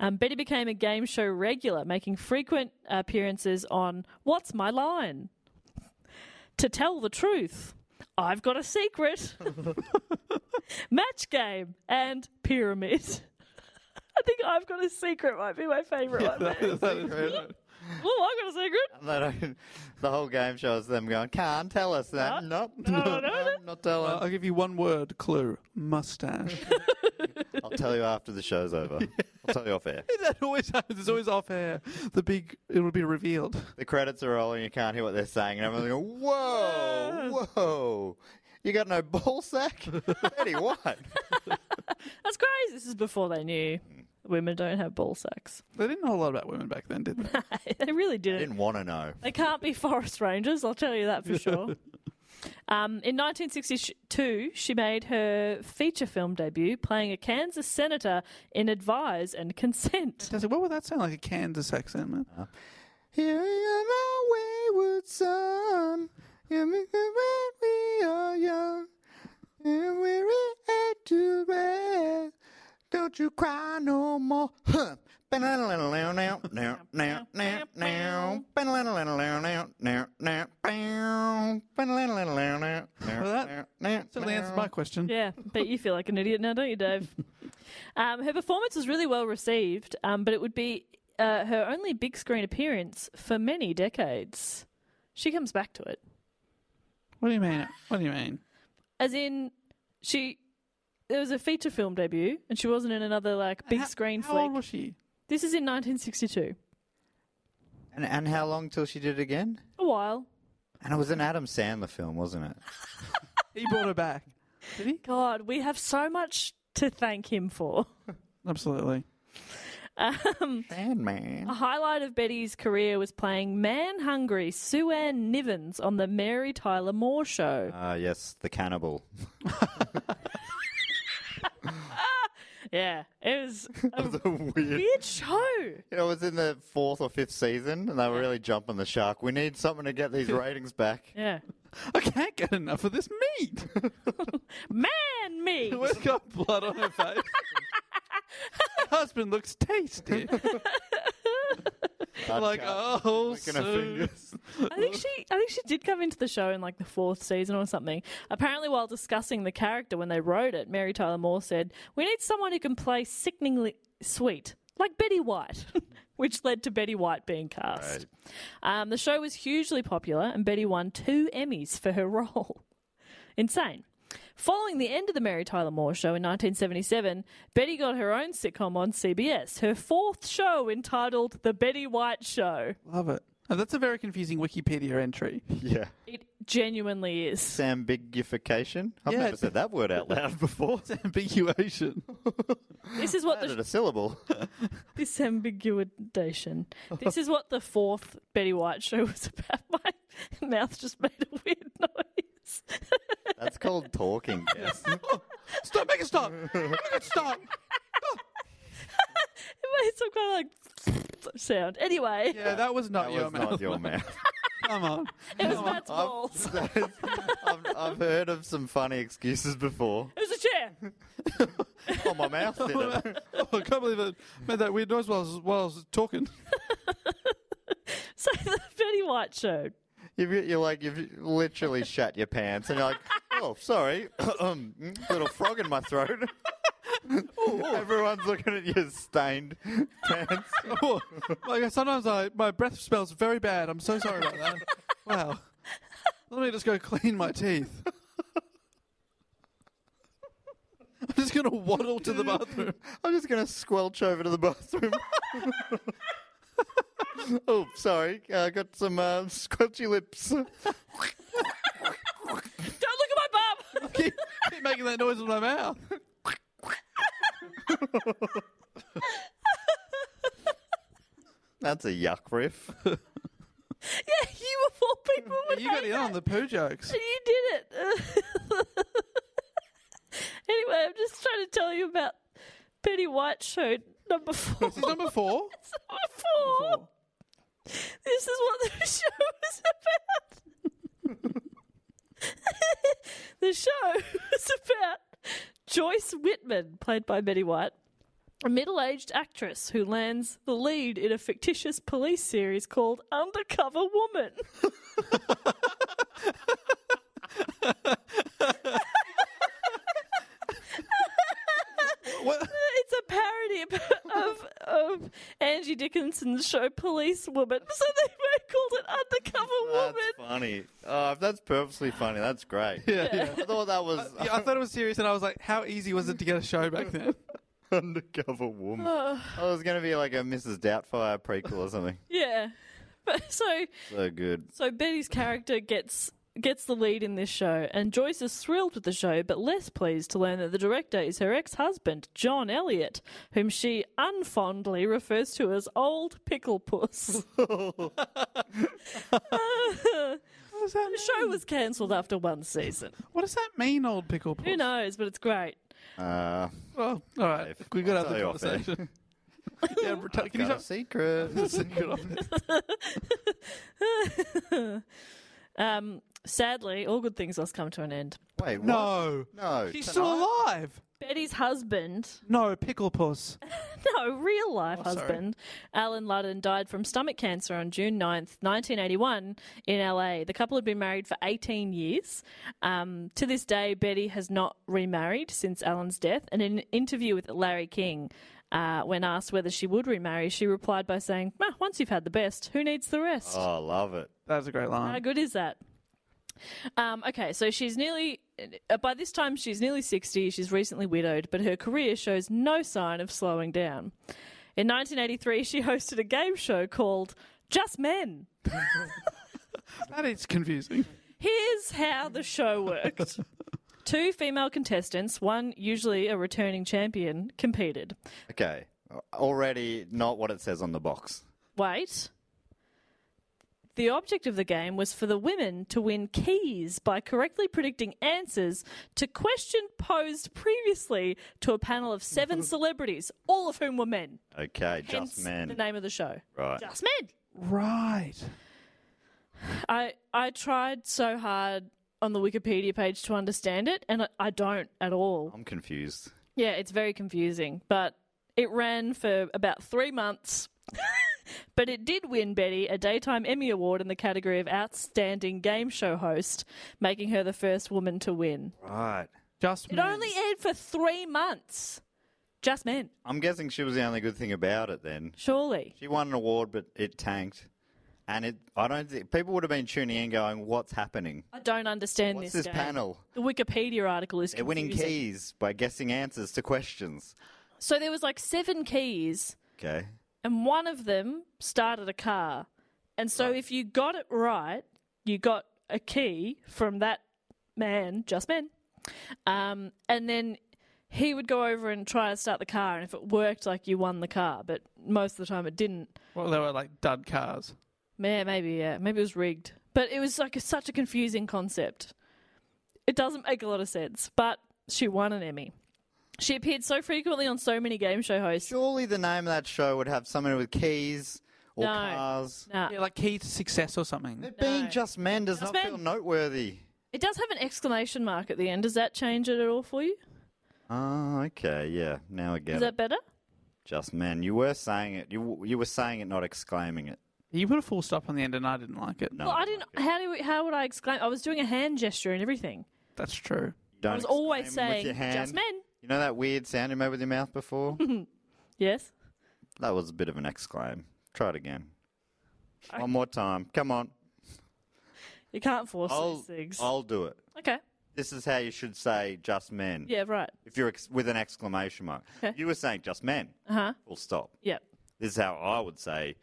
[SPEAKER 1] Um, Betty became a game show regular, making frequent appearances on What's My Line? To Tell the Truth, I've Got a Secret, Match Game, and Pyramid. I think I've Got a Secret might be my favourite one.
[SPEAKER 3] That is weird.
[SPEAKER 1] Oh, I've Got a Secret.
[SPEAKER 2] They don't- the whole game shows them going, can't tell us that. Nope. No, no, not telling.
[SPEAKER 3] I'll give you one word clue. Mustache.
[SPEAKER 2] I'll tell you after the show's over. I'll tell you off air.
[SPEAKER 3] that always happens. It's always off air. The big, it will be revealed.
[SPEAKER 2] The credits are rolling, you can't hear what they're saying, and everyone's going, whoa, whoa. You got no ball sack? Betty White.
[SPEAKER 1] That's crazy. This is before they knew women don't have ball sacks.
[SPEAKER 3] They didn't know a lot about women back then, did they?
[SPEAKER 1] They really
[SPEAKER 2] I
[SPEAKER 1] didn't.
[SPEAKER 2] didn't want to know.
[SPEAKER 1] They can't be forest rangers, I'll tell you that for sure. Um, in 1962, she made her feature film debut playing a Kansas senator in Advise and Consent.
[SPEAKER 3] Does it, what would that sound like? A Kansas accent, man?
[SPEAKER 2] Uh-huh. Here in our wayward son, you make me when we are young, and we're at to rest. Don't you cry no more. Huh.
[SPEAKER 3] that Certainly answers my question.
[SPEAKER 1] Yeah, but you feel like an idiot now, don't you, Dave? Um, her performance was really well received, um, but it would be uh, her only big screen appearance for many decades. She comes back to it,
[SPEAKER 3] What do you mean? What do you mean?
[SPEAKER 1] as in she. There was a feature film debut, and she wasn't in another like big
[SPEAKER 3] How-
[SPEAKER 1] screen
[SPEAKER 3] How
[SPEAKER 1] flick.
[SPEAKER 3] old was she?
[SPEAKER 1] This is in 1962.
[SPEAKER 2] And, and how long till she did it again?
[SPEAKER 1] A while.
[SPEAKER 2] And it was an Adam Sandler film, wasn't it?
[SPEAKER 3] He brought her back. Did he?
[SPEAKER 1] God, we have so much to thank him for.
[SPEAKER 3] Absolutely.
[SPEAKER 2] Sandman.
[SPEAKER 1] A highlight of Betty's career was playing man hungry Sue Ann Nivens on the Mary Tyler Moore Show.
[SPEAKER 2] Ah, yes, the cannibal.
[SPEAKER 1] Yeah, it was a
[SPEAKER 2] The weird.
[SPEAKER 1] weird show.
[SPEAKER 2] It was in the fourth or fifth season, and they were really jumping the shark. We need something to get these ratings back.
[SPEAKER 1] Yeah.
[SPEAKER 3] I can't get enough of this meat.
[SPEAKER 1] Man me.
[SPEAKER 3] Where's got blood on her face? Her husband looks tasty.
[SPEAKER 2] I'd
[SPEAKER 3] like,
[SPEAKER 2] cut.
[SPEAKER 3] oh,
[SPEAKER 2] Flicking her
[SPEAKER 3] Sue.
[SPEAKER 2] fingers.
[SPEAKER 1] I think she I think she did come into the show in like the fourth season or something. Apparently while discussing the character when they wrote it, Mary Tyler Moore said, "We need someone who can play sickeningly sweet." Like Betty White, which led to Betty White being cast. Um, the show was hugely popular, and Betty won two Emmys for her role. Insane. Following the end of the Mary Tyler Moore show in 1977, Betty got her own sitcom on CBS, her fourth show entitled The Betty White Show.
[SPEAKER 3] Love it. Oh, that's a very confusing Wikipedia entry.
[SPEAKER 2] Yeah.
[SPEAKER 1] It genuinely is.
[SPEAKER 2] Sambigification? I've
[SPEAKER 3] Yeah.
[SPEAKER 2] never said that word out loud before.
[SPEAKER 3] It's ambiguation.
[SPEAKER 1] This is what
[SPEAKER 2] Added
[SPEAKER 1] the
[SPEAKER 2] a syllable.
[SPEAKER 1] this ambiguation. This is what the fourth Betty White show was about. My mouth just made a weird noise.
[SPEAKER 2] That's called talking. Yes.
[SPEAKER 3] Stop, make it stop. Make it stop.
[SPEAKER 1] It made some kind of like sound. Anyway,
[SPEAKER 3] Yeah, that was not
[SPEAKER 2] That
[SPEAKER 3] your
[SPEAKER 2] was
[SPEAKER 3] mouth.
[SPEAKER 2] not your mouth.
[SPEAKER 3] Come on.
[SPEAKER 1] it was Matt's balls.
[SPEAKER 2] I've, I've heard of some funny excuses before.
[SPEAKER 1] It was a chair.
[SPEAKER 2] Oh, my mouth did it.
[SPEAKER 3] Oh, I can't believe I made that weird noise while I was, while I was talking.
[SPEAKER 1] So the Betty White show.
[SPEAKER 2] You've, you're like, you've literally shat your pants, and you're like, oh, sorry. Um, little frog in my throat. Everyone's looking at your stained pants.
[SPEAKER 3] Oh, like sometimes I, my breath smells very bad. I'm so sorry about that. Wow. Let me just go clean my teeth. I'm just gonna waddle to the bathroom.
[SPEAKER 2] I'm just going to squelch over to the bathroom. oh, sorry. I got some uh, squelchy lips.
[SPEAKER 1] Don't look at my bum.
[SPEAKER 3] Keep, keep making that noise with my mouth.
[SPEAKER 2] That's a yuck riff.
[SPEAKER 1] Yeah, you of all people would
[SPEAKER 3] You got
[SPEAKER 1] hate
[SPEAKER 3] in on the poo jokes.
[SPEAKER 1] And you did it. anyway, I'm just trying to tell you about Betty White show number four.
[SPEAKER 3] This is number four.
[SPEAKER 1] number four. This is what the show was about. the show was about Joyce Whitman, played by Betty White, a middle aged actress who lands the lead in a fictitious police series called Undercover Woman.
[SPEAKER 3] What?
[SPEAKER 1] It's a parody of, of, of Angie Dickinson's show Police Woman. So they called it Undercover
[SPEAKER 2] That's
[SPEAKER 1] Woman.
[SPEAKER 2] funny. Oh, if that's purposely funny, that's great.
[SPEAKER 3] Yeah, yeah.
[SPEAKER 2] I thought that was
[SPEAKER 3] Yeah, I thought it was serious, and I was like, "How easy was it to get a show back then?"
[SPEAKER 2] undercover woman. I was going to be like a Mrs. Doubtfire prequel or something.
[SPEAKER 1] Yeah. But so
[SPEAKER 2] So good.
[SPEAKER 1] so Betty's character gets gets the lead in this show and Joyce is thrilled with the show but less pleased to learn that the director is her ex-husband, John Elliott, whom she unfondly refers to as old pickle puss.
[SPEAKER 3] does that
[SPEAKER 1] The show was cancelled after one season.
[SPEAKER 3] What does that mean, old pickle puss?
[SPEAKER 1] Who knows? But it's great.
[SPEAKER 2] Uh,
[SPEAKER 3] Oh, all right.
[SPEAKER 2] Dave,
[SPEAKER 3] We got
[SPEAKER 2] I'll
[SPEAKER 3] out of the
[SPEAKER 2] tell you off air.
[SPEAKER 3] conversation. yeah, but can you
[SPEAKER 2] got a
[SPEAKER 3] stop?
[SPEAKER 2] secret.
[SPEAKER 3] Get off it.
[SPEAKER 1] Um, sadly, all good things must come to an end.
[SPEAKER 2] Wait, what?
[SPEAKER 3] No,
[SPEAKER 2] No.
[SPEAKER 3] She's
[SPEAKER 2] tonight?
[SPEAKER 3] still alive.
[SPEAKER 1] Betty's husband,
[SPEAKER 3] No, pickle puss.
[SPEAKER 1] no, real life
[SPEAKER 3] sorry.
[SPEAKER 1] husband, Alan Ludden, died from stomach cancer on June 9th, 1981, in LA. The couple had been married for 18 years. Um, to this day, Betty has not remarried since Alan's death. And in an interview with Larry King, uh, when asked whether she would remarry, she replied by saying, "Meh, Once you've had the best, who needs the rest?
[SPEAKER 2] Oh, love it.
[SPEAKER 3] That was a
[SPEAKER 1] How
[SPEAKER 3] great line.
[SPEAKER 1] good is that? Um, okay, so she's nearly, uh, by this time, she's nearly 60. She's recently widowed, but her career shows no sign of slowing down. In 1983, she hosted a game show called Just Men.
[SPEAKER 3] That is confusing.
[SPEAKER 1] Here's how the show worked. Two female contestants, one usually a returning champion, competed.
[SPEAKER 2] Okay. Already not what it says on the box.
[SPEAKER 1] Wait. The object of the game was for the women to win keys by correctly predicting answers to question posed previously to a panel of seven celebrities, all of whom were men.
[SPEAKER 2] Okay,
[SPEAKER 1] Hence
[SPEAKER 2] just men.
[SPEAKER 1] The name of the show.
[SPEAKER 2] Right.
[SPEAKER 1] Just men.
[SPEAKER 3] Right.
[SPEAKER 1] I I tried so hard on the Wikipedia page to understand it, and I, I don't at all.
[SPEAKER 2] I'm confused.
[SPEAKER 1] Yeah, it's very confusing, but it ran for about three months. but it did win Betty a Daytime Emmy Award in the category of Outstanding Game Show Host, making her the first woman to win.
[SPEAKER 2] Right.
[SPEAKER 3] Just
[SPEAKER 1] It
[SPEAKER 3] men.
[SPEAKER 1] only aired for three months. Just men,
[SPEAKER 2] I'm guessing she was the only good thing about it then.
[SPEAKER 1] surely.
[SPEAKER 2] She won an award, but it tanked. And it, I don't think people would have been tuning in, going, "What's happening?
[SPEAKER 1] I don't understand
[SPEAKER 2] What's
[SPEAKER 1] this.
[SPEAKER 2] this
[SPEAKER 1] game.
[SPEAKER 2] panel?
[SPEAKER 1] The Wikipedia article is
[SPEAKER 2] They're winning
[SPEAKER 1] confusing.
[SPEAKER 2] keys by guessing answers to questions."
[SPEAKER 1] So there was like seven keys.
[SPEAKER 2] Okay.
[SPEAKER 1] and one of them started a car. And so if you got it right, you got a key from that man, just men. Um, and then he would go over and try to start the car, and if it worked, like you won the car. But most of the time, it didn't.
[SPEAKER 3] Well, they were like dud cars.
[SPEAKER 1] Yeah, maybe yeah, maybe it was rigged. But it was like a, such a confusing concept. It doesn't make a lot of sense. But she won an Emmy. She appeared so frequently on so many game show hosts.
[SPEAKER 2] Surely the name of that show would have something with keys or
[SPEAKER 1] No.
[SPEAKER 2] cars.
[SPEAKER 1] Nah.
[SPEAKER 3] Yeah, like key to success or something.
[SPEAKER 2] It being just men does
[SPEAKER 1] Just
[SPEAKER 2] not
[SPEAKER 1] men.
[SPEAKER 2] feel noteworthy.
[SPEAKER 1] It does have an exclamation mark at the end. Does that change it at all for you?
[SPEAKER 2] Oh, okay, yeah. Now I get
[SPEAKER 1] Is
[SPEAKER 2] it.
[SPEAKER 1] that better?
[SPEAKER 2] Just men. You were saying it. You you were saying it, not exclaiming it.
[SPEAKER 3] You put a full stop on the end, and I didn't like it.
[SPEAKER 2] No,
[SPEAKER 1] Well, I didn't. How do we, how would I exclaim? I was doing a hand gesture and everything.
[SPEAKER 3] That's true.
[SPEAKER 2] Don't
[SPEAKER 1] I was always
[SPEAKER 2] exclaim with
[SPEAKER 1] saying
[SPEAKER 2] your hand.
[SPEAKER 1] just men.
[SPEAKER 2] You know that weird sound you made with your mouth before?
[SPEAKER 1] Yes.
[SPEAKER 2] that was a bit of an exclaim. Try it again. One more time. Come on.
[SPEAKER 1] You can't force
[SPEAKER 2] I'll,
[SPEAKER 1] these things.
[SPEAKER 2] I'll do it.
[SPEAKER 1] okay.
[SPEAKER 2] This is how you should say just men.
[SPEAKER 1] Yeah. Right.
[SPEAKER 2] If you're ex- with an exclamation mark. You were saying just men. Uh
[SPEAKER 1] Uh-huh.
[SPEAKER 2] huh. Full stop.
[SPEAKER 1] Yep.
[SPEAKER 2] This is how I would say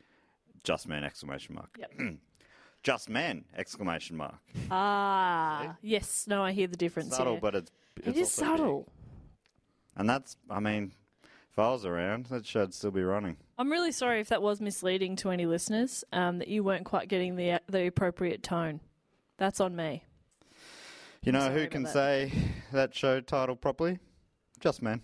[SPEAKER 2] just men exclamation mark.
[SPEAKER 1] Yep.
[SPEAKER 2] Just men exclamation mark.
[SPEAKER 1] Ah. Yes. No. I hear the difference.
[SPEAKER 2] Subtle,
[SPEAKER 1] here.
[SPEAKER 2] but it's, it's
[SPEAKER 1] it is
[SPEAKER 2] also big.
[SPEAKER 1] subtle.
[SPEAKER 2] And that's I mean, if I was around, that show'd still be running.
[SPEAKER 1] I'm really sorry if that was misleading to any listeners. Um, that you weren't quite getting the the appropriate tone. That's on me.
[SPEAKER 2] You know
[SPEAKER 1] sorry
[SPEAKER 2] who
[SPEAKER 1] about
[SPEAKER 2] can
[SPEAKER 1] that.
[SPEAKER 2] say that show title properly? Just men.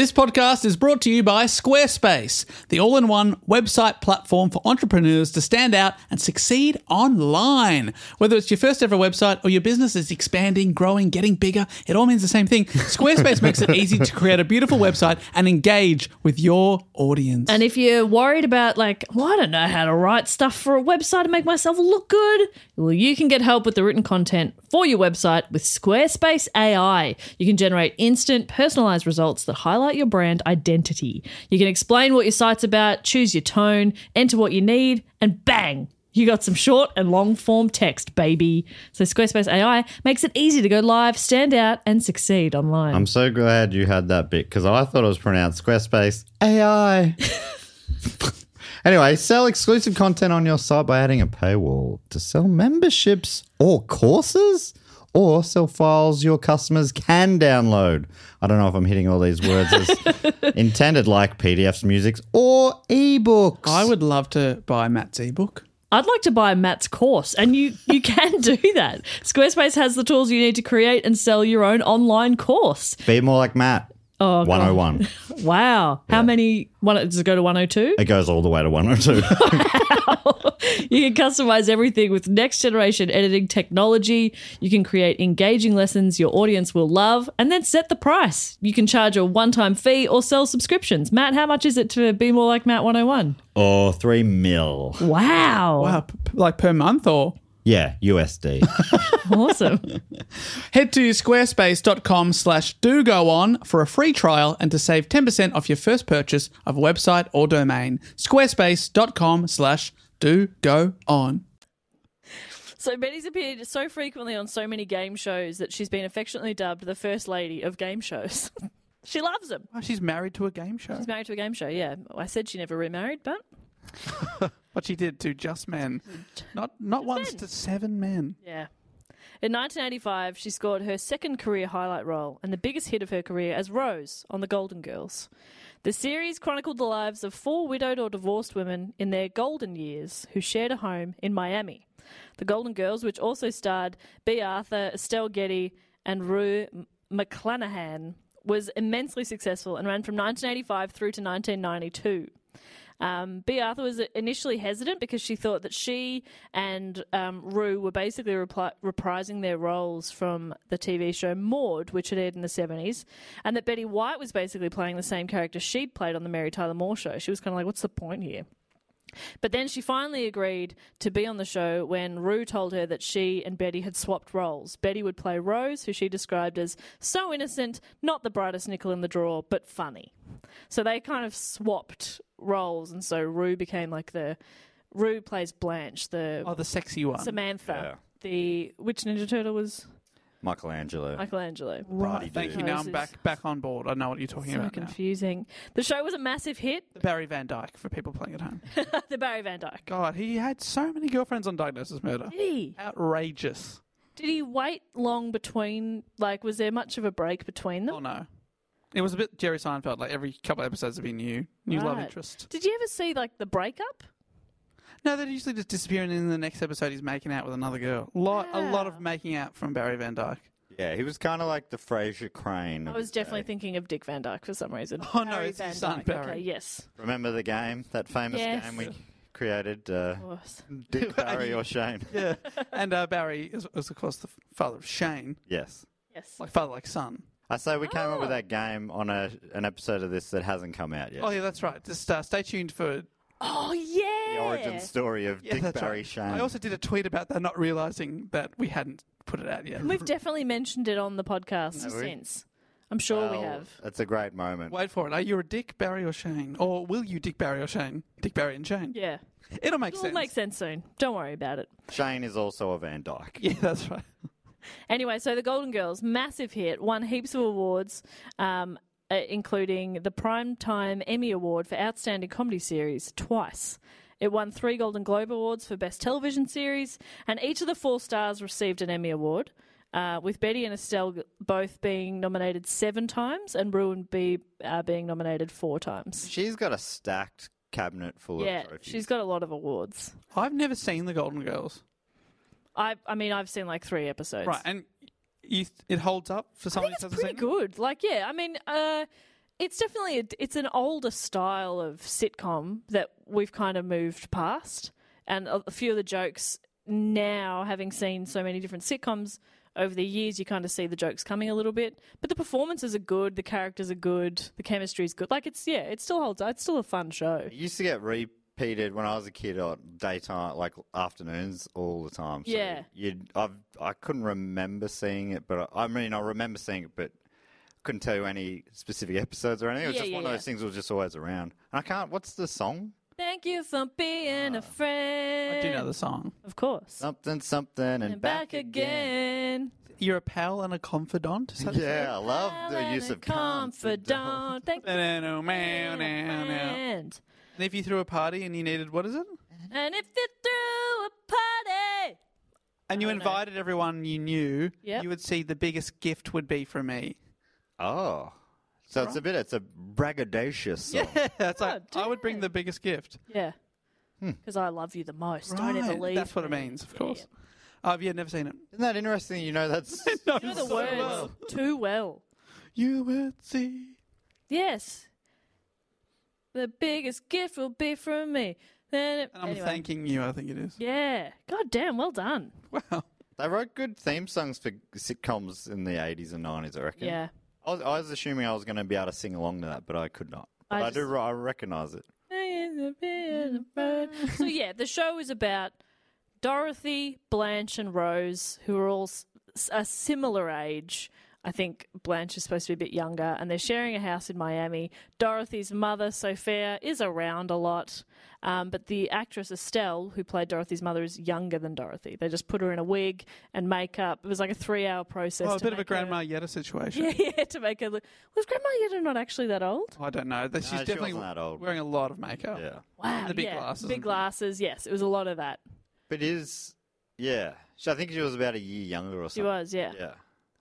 [SPEAKER 6] This podcast is brought to you by Squarespace, the all in one website platform for entrepreneurs to stand out and succeed online. Whether it's your first ever website or your business is expanding, growing, getting bigger, it all means the same thing. Squarespace makes it easy to create a beautiful website and engage with your audience.
[SPEAKER 1] And if you're worried about, like, well, I don't know how to write stuff for a website to make myself look good, well, you can get help with the written content for your website with Squarespace AI. You can generate instant, personalized results that highlight highlight your brand identity. You can explain what your site's about, choose your tone, enter what you need, and bang, you got some short and long form text, baby. So Squarespace AI makes it easy to go live, stand out, and succeed online.
[SPEAKER 2] I'm so glad you had that bit because I thought it was pronounced Squarespace AI. anyway, sell exclusive content on your site by adding a paywall to sell memberships or courses or sell files your customers can download. I don't know if I'm hitting all these words as intended, like PDFs, musics, or ebooks.
[SPEAKER 6] I would love to buy Matt's ebook.
[SPEAKER 1] I'd like to buy Matt's course, and you you can do that. Squarespace has the tools you need to create and sell your own online course.
[SPEAKER 2] Be more like Matt.
[SPEAKER 1] Oh, God.
[SPEAKER 2] 101.
[SPEAKER 1] Wow, how many? One, does it go to one hundred two?
[SPEAKER 2] It goes all the way to 102.
[SPEAKER 1] You can customize everything with next generation editing technology. You can create engaging lessons your audience will love and then set the price. You can charge a one time fee or sell subscriptions. Matt, how much is it to be more like Matt 101?
[SPEAKER 2] or 3 mil.
[SPEAKER 1] Wow.
[SPEAKER 6] Wow, p- p- like per month or
[SPEAKER 2] Yeah, USD.
[SPEAKER 1] Awesome.
[SPEAKER 6] head to squarespace.com slash do go on for a free trial and to save 10% off your first purchase of a website or domain. Squarespace.com slash do go on.
[SPEAKER 1] so, Betty's appeared so frequently on so many game shows that she's been affectionately dubbed the first lady of game shows. she loves them.
[SPEAKER 3] Oh, she's married to a game show.
[SPEAKER 1] She's married to a game show, yeah. I said she never remarried, but
[SPEAKER 3] What she did to just men, not not once to seven men.
[SPEAKER 1] Yeah. In 1985, she scored her second career highlight role and the biggest hit of her career as Rose on The Golden Girls. The series chronicled the lives of four widowed or divorced women in their golden years who shared a home in Miami. The Golden Girls, which also starred B. Arthur, Estelle Getty, and Rue M- McClanahan, was immensely successful and ran from 1985 through to 1992. Um, B. Arthur was initially hesitant because she thought that she and um, Rue were basically repli- reprising their roles from the TV show Maud, which had aired in the 70s, and that Betty White was basically playing the same character she'd played on the Mary Tyler Moore show. She was kind of like, what's the point here? But then she finally agreed to be on the show when Rue told her that she and Betty had swapped roles. Betty would play Rose, who she described as so innocent, not the brightest nickel in the drawer, but funny. So they kind of swapped roles, and so Rue became like the Rue plays Blanche, the
[SPEAKER 3] Oh, the sexy one.
[SPEAKER 1] Samantha, the which Ninja Turtle was
[SPEAKER 2] Michelangelo.
[SPEAKER 1] Michelangelo.
[SPEAKER 3] Right, thank you. Now I'm
[SPEAKER 1] Roses.
[SPEAKER 3] back back on board. I know what you're talking
[SPEAKER 1] So
[SPEAKER 3] about now.
[SPEAKER 1] confusing. The show was a massive hit.
[SPEAKER 3] The Barry Van Dyke for people playing at home.
[SPEAKER 1] the Barry Van Dyke.
[SPEAKER 3] God, he had so many girlfriends on Diagnosis Murder.
[SPEAKER 1] Did he?
[SPEAKER 3] Outrageous.
[SPEAKER 1] Did he wait long between? Like, was there much of a break between them?
[SPEAKER 3] Oh no, it was a bit Jerry Seinfeld. Like every couple of episodes would be new, new love
[SPEAKER 1] Right.
[SPEAKER 3] interest.
[SPEAKER 1] Did you ever see like the breakup?
[SPEAKER 3] No, they'd usually just disappear, and in the next episode, he's making out with another girl. Lot, a lot of making out from Barry Van Dyke.
[SPEAKER 2] Yeah, he was kind of like the Fraser Crane.
[SPEAKER 1] I
[SPEAKER 2] of
[SPEAKER 1] was
[SPEAKER 2] his day.
[SPEAKER 1] definitely thinking of Dick Van Dyke for some reason.
[SPEAKER 3] Oh, no, it's his son, Barry.
[SPEAKER 1] Okay, yes.
[SPEAKER 2] Remember the game, that famous
[SPEAKER 1] Yes.
[SPEAKER 2] game we created, uh,
[SPEAKER 1] Worse.
[SPEAKER 2] Dick Barry or Shane?
[SPEAKER 3] Yeah, and uh, Barry is, is of course the f- father of Shane,
[SPEAKER 2] Yes.
[SPEAKER 1] Yes.
[SPEAKER 3] like father like son.
[SPEAKER 2] I say we came up
[SPEAKER 1] Oh.
[SPEAKER 2] with that game on a an episode of this that hasn't come out yet.
[SPEAKER 3] Oh yeah, that's right. Just uh, stay tuned for
[SPEAKER 1] Oh yeah.
[SPEAKER 2] The origin story of
[SPEAKER 3] yeah,
[SPEAKER 2] Dick
[SPEAKER 3] that's
[SPEAKER 2] Barry
[SPEAKER 3] right.
[SPEAKER 2] Shane.
[SPEAKER 3] I also did a tweet about that, not realizing that we hadn't put it out yet.
[SPEAKER 1] We've definitely mentioned it on the podcast since. I'm sure we have.
[SPEAKER 2] It's a great moment.
[SPEAKER 3] Wait for it. Are you a Dick Barry or Shane, or will you Dick Barry or Shane? Dick Barry and Shane.
[SPEAKER 1] Yeah.
[SPEAKER 3] it'll make
[SPEAKER 1] It'll
[SPEAKER 3] sense.
[SPEAKER 1] make sense soon. Don't worry about it.
[SPEAKER 2] Shane is also a Van Dyke.
[SPEAKER 3] Yeah, that's right.
[SPEAKER 1] Anyway, so the Golden Girls, massive hit, won heaps of awards, um, uh, including the Primetime Emmy Award for Outstanding Comedy Series twice. It won three Golden Globe Awards for Best Television Series, and each of the four stars received an Emmy Award, uh, with Betty and Estelle both being nominated seven times and Rue and B uh, being nominated four times.
[SPEAKER 2] She's got a stacked cabinet full
[SPEAKER 1] Yeah,
[SPEAKER 2] of trophies.
[SPEAKER 1] she's got a lot of awards.
[SPEAKER 3] I've never seen the Golden Girls.
[SPEAKER 1] I, I mean, I've seen like three episodes.
[SPEAKER 3] Right, and you th- it holds up for
[SPEAKER 1] I think
[SPEAKER 3] someone who
[SPEAKER 1] it's
[SPEAKER 3] doesn't
[SPEAKER 1] pretty
[SPEAKER 3] see them?
[SPEAKER 1] good. Like, yeah, I mean, uh, it's definitely a, it's an older style of sitcom that we've kind of moved past, and a a few of the jokes now, having seen so many different sitcoms over the years, you kind of see the jokes coming a little bit. But the performances are good, the characters are good, the chemistry is good. Like, it's yeah, it still holds. up. It's still a fun show.
[SPEAKER 2] It used to get repeated when I was a kid on daytime, like afternoons, all the time. So
[SPEAKER 1] Yeah.
[SPEAKER 2] You'd, I've, I couldn't remember seeing it, but I, I mean, I remember seeing it, but couldn't tell you any specific episodes or anything. It was
[SPEAKER 1] Yeah,
[SPEAKER 2] just
[SPEAKER 1] yeah,
[SPEAKER 2] one of
[SPEAKER 1] yeah.
[SPEAKER 2] those things that was just always around. And I can't. What's the song?
[SPEAKER 1] Thank you for being a friend.
[SPEAKER 3] I do know the song.
[SPEAKER 1] Of course.
[SPEAKER 2] Something, something, and,
[SPEAKER 1] And back again.
[SPEAKER 3] You're a pal and a confidant. Is that the
[SPEAKER 2] Yeah, I love the
[SPEAKER 1] Alan
[SPEAKER 2] use of
[SPEAKER 1] confidant. Thank
[SPEAKER 3] song? Na-na-na, oh, meow, meow, meow.
[SPEAKER 1] friend.
[SPEAKER 3] And if you threw a party and you needed, what is it?
[SPEAKER 1] And if you threw a party.
[SPEAKER 3] And you invited everyone you knew,
[SPEAKER 1] Yep.
[SPEAKER 3] you would see the biggest gift would be from me.
[SPEAKER 2] Oh, so it's a bit. It's a braggadocious song.
[SPEAKER 3] That's
[SPEAKER 1] Oh,
[SPEAKER 3] like, I would bring the biggest gift.
[SPEAKER 1] Yeah. Because I love you the most. Don't ever
[SPEAKER 3] Hmm. Right,
[SPEAKER 1] leave.
[SPEAKER 3] That's what it
[SPEAKER 1] me.
[SPEAKER 3] means, of course. I've yeah, never seen it.
[SPEAKER 2] Isn't that interesting? You know, that's
[SPEAKER 1] You know the words too well.
[SPEAKER 3] You would see.
[SPEAKER 1] Yes. The biggest gift will be from me. Then it,
[SPEAKER 3] And I'm
[SPEAKER 1] anyway.
[SPEAKER 3] thanking you, I think it is.
[SPEAKER 1] Yeah. God damn, well done.
[SPEAKER 3] Wow.
[SPEAKER 2] they wrote good theme songs for sitcoms in the eighties and nineties. I reckon.
[SPEAKER 1] Yeah.
[SPEAKER 2] I was, I was assuming I was going to be able to sing along to that, but I could not. But
[SPEAKER 1] I
[SPEAKER 2] I,
[SPEAKER 1] just-
[SPEAKER 2] do. ri- I recognize it.
[SPEAKER 1] so yeah, the show is about Dorothy, Blanche, and Rose, who are all s- s- a similar age. I think Blanche is supposed to be a bit younger, and they're sharing a house in Miami. Dorothy's mother, Sophia, is around a lot, um, but the actress Estelle, who played Dorothy's mother, is younger than Dorothy. They just put her in a wig and makeup. It was like a three-hour process.
[SPEAKER 3] Oh, a
[SPEAKER 1] to
[SPEAKER 3] bit of a
[SPEAKER 1] make her-
[SPEAKER 3] grandma Yetta situation.
[SPEAKER 1] Yeah, yeah, to make her look. Was Grandma Yetta not actually that old?
[SPEAKER 3] I don't know. She's
[SPEAKER 2] she
[SPEAKER 3] definitely
[SPEAKER 2] wasn't that old.
[SPEAKER 3] wearing a lot of
[SPEAKER 1] Oh,
[SPEAKER 3] makeup.
[SPEAKER 2] Yeah.
[SPEAKER 1] Wow,
[SPEAKER 3] And the big
[SPEAKER 1] yeah,
[SPEAKER 3] glasses and
[SPEAKER 1] Big
[SPEAKER 3] things.
[SPEAKER 1] glasses, yes. It was a lot of that.
[SPEAKER 2] But is yeah. She, I think she was about a year younger or
[SPEAKER 1] She
[SPEAKER 2] something.
[SPEAKER 1] was, yeah. yeah.
[SPEAKER 2] Yeah.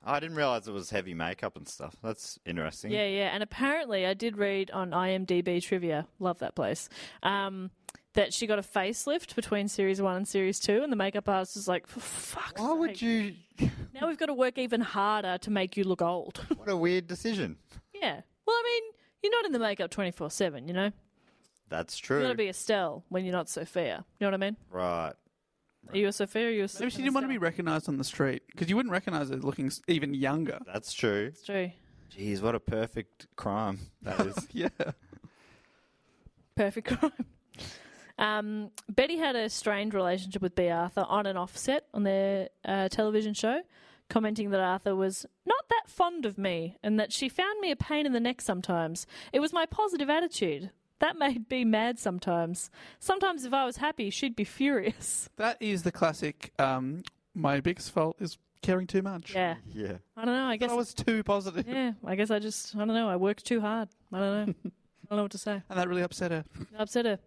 [SPEAKER 2] I didn't realize it was heavy makeup and stuff. That's interesting.
[SPEAKER 1] Yeah, And apparently, I did read on IMDb trivia, love that place, um, that she got a facelift between series one and series two, and the makeup artist was like, for fuck's
[SPEAKER 2] Why would
[SPEAKER 1] sake,
[SPEAKER 2] you?
[SPEAKER 1] Now we've got to work even harder to make you look old.
[SPEAKER 2] What a weird decision.
[SPEAKER 1] yeah. Well, I mean, you're not in the makeup 24 7, you know?
[SPEAKER 2] That's
[SPEAKER 1] You've got
[SPEAKER 2] true.
[SPEAKER 1] to be Estelle when you're not Sophia. You know what I mean?
[SPEAKER 2] right.
[SPEAKER 1] Are you a Sophia or are you a
[SPEAKER 3] Maybe she didn't want to be recognised on the street because you wouldn't recognise her looking s- even younger.
[SPEAKER 2] That's true.
[SPEAKER 1] True.
[SPEAKER 2] Jeez, what a perfect crime that is.
[SPEAKER 3] Yeah.
[SPEAKER 1] Perfect crime. Um, Betty had a strained relationship with B. Arthur on and off set on their uh, television show, commenting that Arthur was not that fond of me and that she found me a pain in the neck sometimes. It was my positive attitude. That made B mad sometimes. Sometimes if I was happy, she'd be furious.
[SPEAKER 3] That is the classic. Um, my biggest fault is caring too much.
[SPEAKER 1] Yeah.
[SPEAKER 2] yeah.
[SPEAKER 1] I don't know. I
[SPEAKER 3] But
[SPEAKER 1] guess.
[SPEAKER 3] I was too positive,
[SPEAKER 1] yeah. I guess I just. I don't know. I worked too hard. I don't know. I don't know what to say.
[SPEAKER 3] and that really upset her.
[SPEAKER 1] upset her.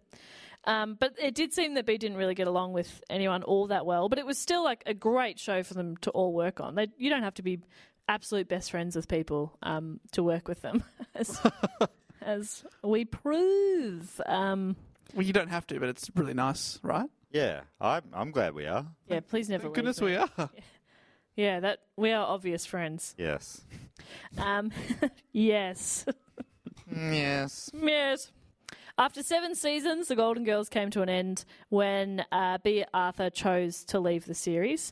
[SPEAKER 1] Um, but it did seem that B didn't really get along with anyone all that well. But it was still like a great show for them to all work on. They, you don't have to be absolute best friends with people um, to work with them, as, as we prove. Um,
[SPEAKER 3] Well, you don't have to, but it's really nice, right?
[SPEAKER 2] Yeah. I'm, I'm glad we are.
[SPEAKER 1] yeah, please never.
[SPEAKER 3] Thank
[SPEAKER 1] leave
[SPEAKER 3] goodness
[SPEAKER 1] me.
[SPEAKER 3] we are.
[SPEAKER 1] Yeah, that we are obvious friends.
[SPEAKER 2] Yes.
[SPEAKER 1] Um, yes.
[SPEAKER 2] Yes.
[SPEAKER 1] Yes. After seven seasons, the Golden Girls came to an end when uh, B. Arthur chose to leave the series.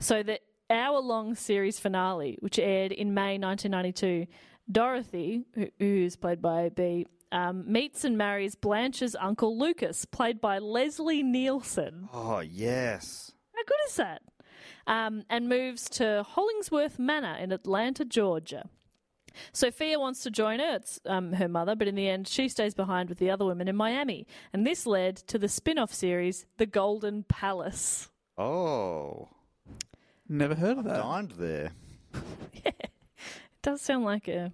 [SPEAKER 1] So the hour-long series finale, which aired in May 1992, Dorothy, who- who's played by B, um, meets and marries Blanche's uncle Lucas, played by Leslie Nielsen.
[SPEAKER 2] Oh, yes.
[SPEAKER 1] How good is that? Um, and moves to Hollingsworth Manor in Atlanta, Georgia. Sophia wants to join her, it's, um, her mother, but in the end, she stays behind with the other women in Miami. And this led to the spin off series, The Golden Palace.
[SPEAKER 2] Oh.
[SPEAKER 3] Never heard of that.
[SPEAKER 2] Dined there.
[SPEAKER 1] It does sound like a,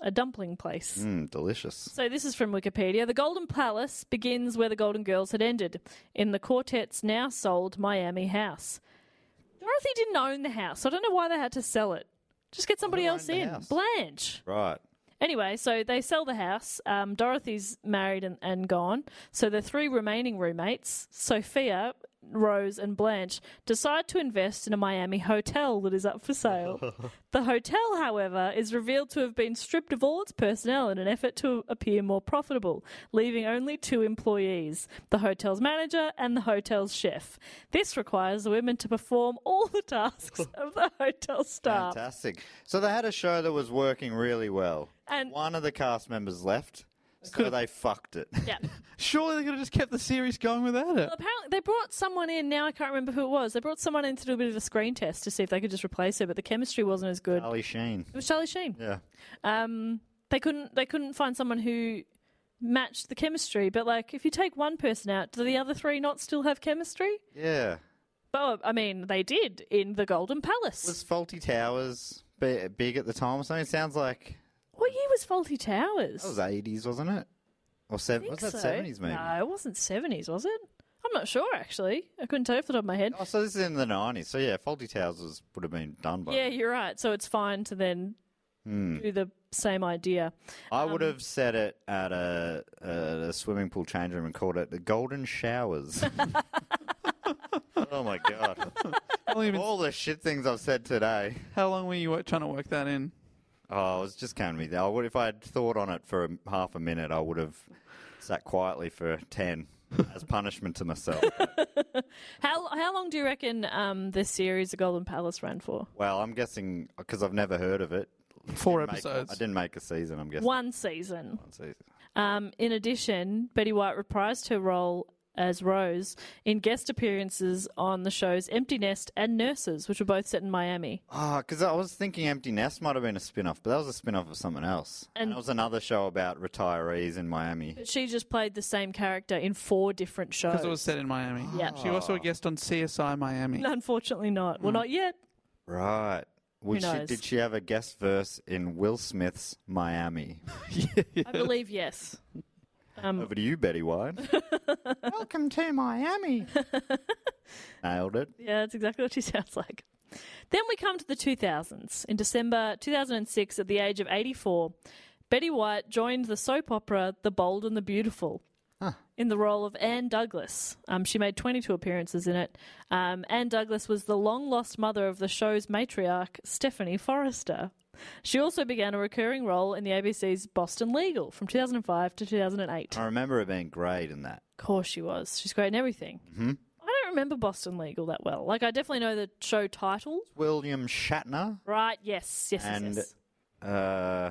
[SPEAKER 1] a dumpling place.
[SPEAKER 2] Mm, delicious.
[SPEAKER 1] So this is from Wikipedia. The Golden Palace begins where the Golden Girls had ended, in the quartet's now sold Miami house. Dorothy didn't own the house. so I don't know why they had to sell it. Just get somebody
[SPEAKER 2] Who
[SPEAKER 1] else
[SPEAKER 2] owned the
[SPEAKER 1] in.
[SPEAKER 2] house?
[SPEAKER 1] Blanche.
[SPEAKER 2] Right.
[SPEAKER 1] Anyway, so they sell the house. Um, Dorothy's married and, and gone. So the three remaining roommates, Sophia, Rose, and Blanche, decide to invest in a Miami hotel that is up for sale. the hotel, however, is revealed to have been stripped of all its personnel in an effort to appear more profitable, leaving only two employees the hotel's manager and the hotel's chef. This requires the women to perform all the tasks of the hotel staff.
[SPEAKER 2] Fantastic. So they had a show that was working really well.
[SPEAKER 1] And-
[SPEAKER 2] one of the cast members left. So they fucked it.
[SPEAKER 7] Yeah.
[SPEAKER 3] Surely they could have just kept the series going without it.
[SPEAKER 1] Apparently, they brought someone in. Now I can't remember who it was. They brought someone in to do a bit of a screen test to see if they could just replace her, but the chemistry wasn't as good.
[SPEAKER 2] Charlie Sheen.
[SPEAKER 1] It was Charlie Sheen.
[SPEAKER 2] Yeah.
[SPEAKER 1] Um, they couldn't. They couldn't find someone who matched the chemistry. But like, if you take one person out, do the other three not still have chemistry?
[SPEAKER 2] Yeah.
[SPEAKER 1] But oh, I mean, they did in the Golden Palace.
[SPEAKER 2] Was Faulty Towers bi- big at the time or something? It sounds like
[SPEAKER 1] what year was Faulty Towers?
[SPEAKER 2] that was 80s, wasn't it? Or seven, was that
[SPEAKER 1] so.
[SPEAKER 2] 70s maybe?
[SPEAKER 1] No, it wasn't seventies, was it? I'm not sure actually. I couldn't tell you off the top of my head.
[SPEAKER 2] Oh, so this is in the 90s. So yeah, Faulty Towers was, would have been done by.
[SPEAKER 1] yeah, you're right. So it's fine to then
[SPEAKER 2] Hmm.
[SPEAKER 1] do the same idea.
[SPEAKER 2] I would have said it at a, a, a swimming pool change room and called it the Golden Showers. oh my god! All the shit things I've said today.
[SPEAKER 3] How long were you wo- trying to work that in?
[SPEAKER 2] Oh, it was just came to me. I would, if I had thought on it for a, half a minute, I would have sat quietly for ten as punishment to myself.
[SPEAKER 1] How how long do you reckon um, this series, The Golden Palace, ran for?
[SPEAKER 2] well, I'm guessing because I've never heard of it.
[SPEAKER 3] Four
[SPEAKER 2] Didn't make-
[SPEAKER 3] episodes.
[SPEAKER 2] I didn't make a season. I'm guessing.
[SPEAKER 1] One season.
[SPEAKER 2] One season.
[SPEAKER 1] Um, in addition, Betty White reprised her role as Rose in guest appearances on the shows Empty Nest and Nurses, which were both set in Miami.
[SPEAKER 2] Ah, because I was thinking Empty Nest might have been a spin off, but that was a spin off of something else. And,
[SPEAKER 1] And-
[SPEAKER 2] it was another show about retirees in Miami.
[SPEAKER 1] But she just played the same character in four different shows.
[SPEAKER 3] Because it was set in Miami.
[SPEAKER 1] Yeah.
[SPEAKER 3] She
[SPEAKER 2] Ah.
[SPEAKER 3] also a guest on CSI Miami.
[SPEAKER 1] Unfortunately, not.
[SPEAKER 3] Hmm.
[SPEAKER 1] Well, not yet.
[SPEAKER 2] Right. Was she,
[SPEAKER 1] knows?
[SPEAKER 2] did she have a guest verse in Will Smith's Miami?
[SPEAKER 1] I believe yes. Um,
[SPEAKER 2] Over to you, Betty White. Welcome to Miami. Nailed it.
[SPEAKER 1] Yeah, that's exactly what she sounds like. Then we come to the 2000s. In December 2006, at the age of 84, Betty White joined the soap opera The Bold and the Beautiful in the role of Anne Douglas. Um, she made 22 appearances in it. Um, Anne Douglas was the long lost mother of the show's matriarch, Stephanie Forrester. She also began a recurring role in the ABC's Boston Legal from 2005 to 2008.
[SPEAKER 2] I remember her being great in that.
[SPEAKER 1] Of course, she was. She's great in everything.
[SPEAKER 2] Mhm.
[SPEAKER 1] I don't remember Boston Legal that well. Like, I definitely know the show title.
[SPEAKER 2] William Shatner
[SPEAKER 1] Right, yes, yes, yes,
[SPEAKER 2] and
[SPEAKER 1] yes.
[SPEAKER 2] uh,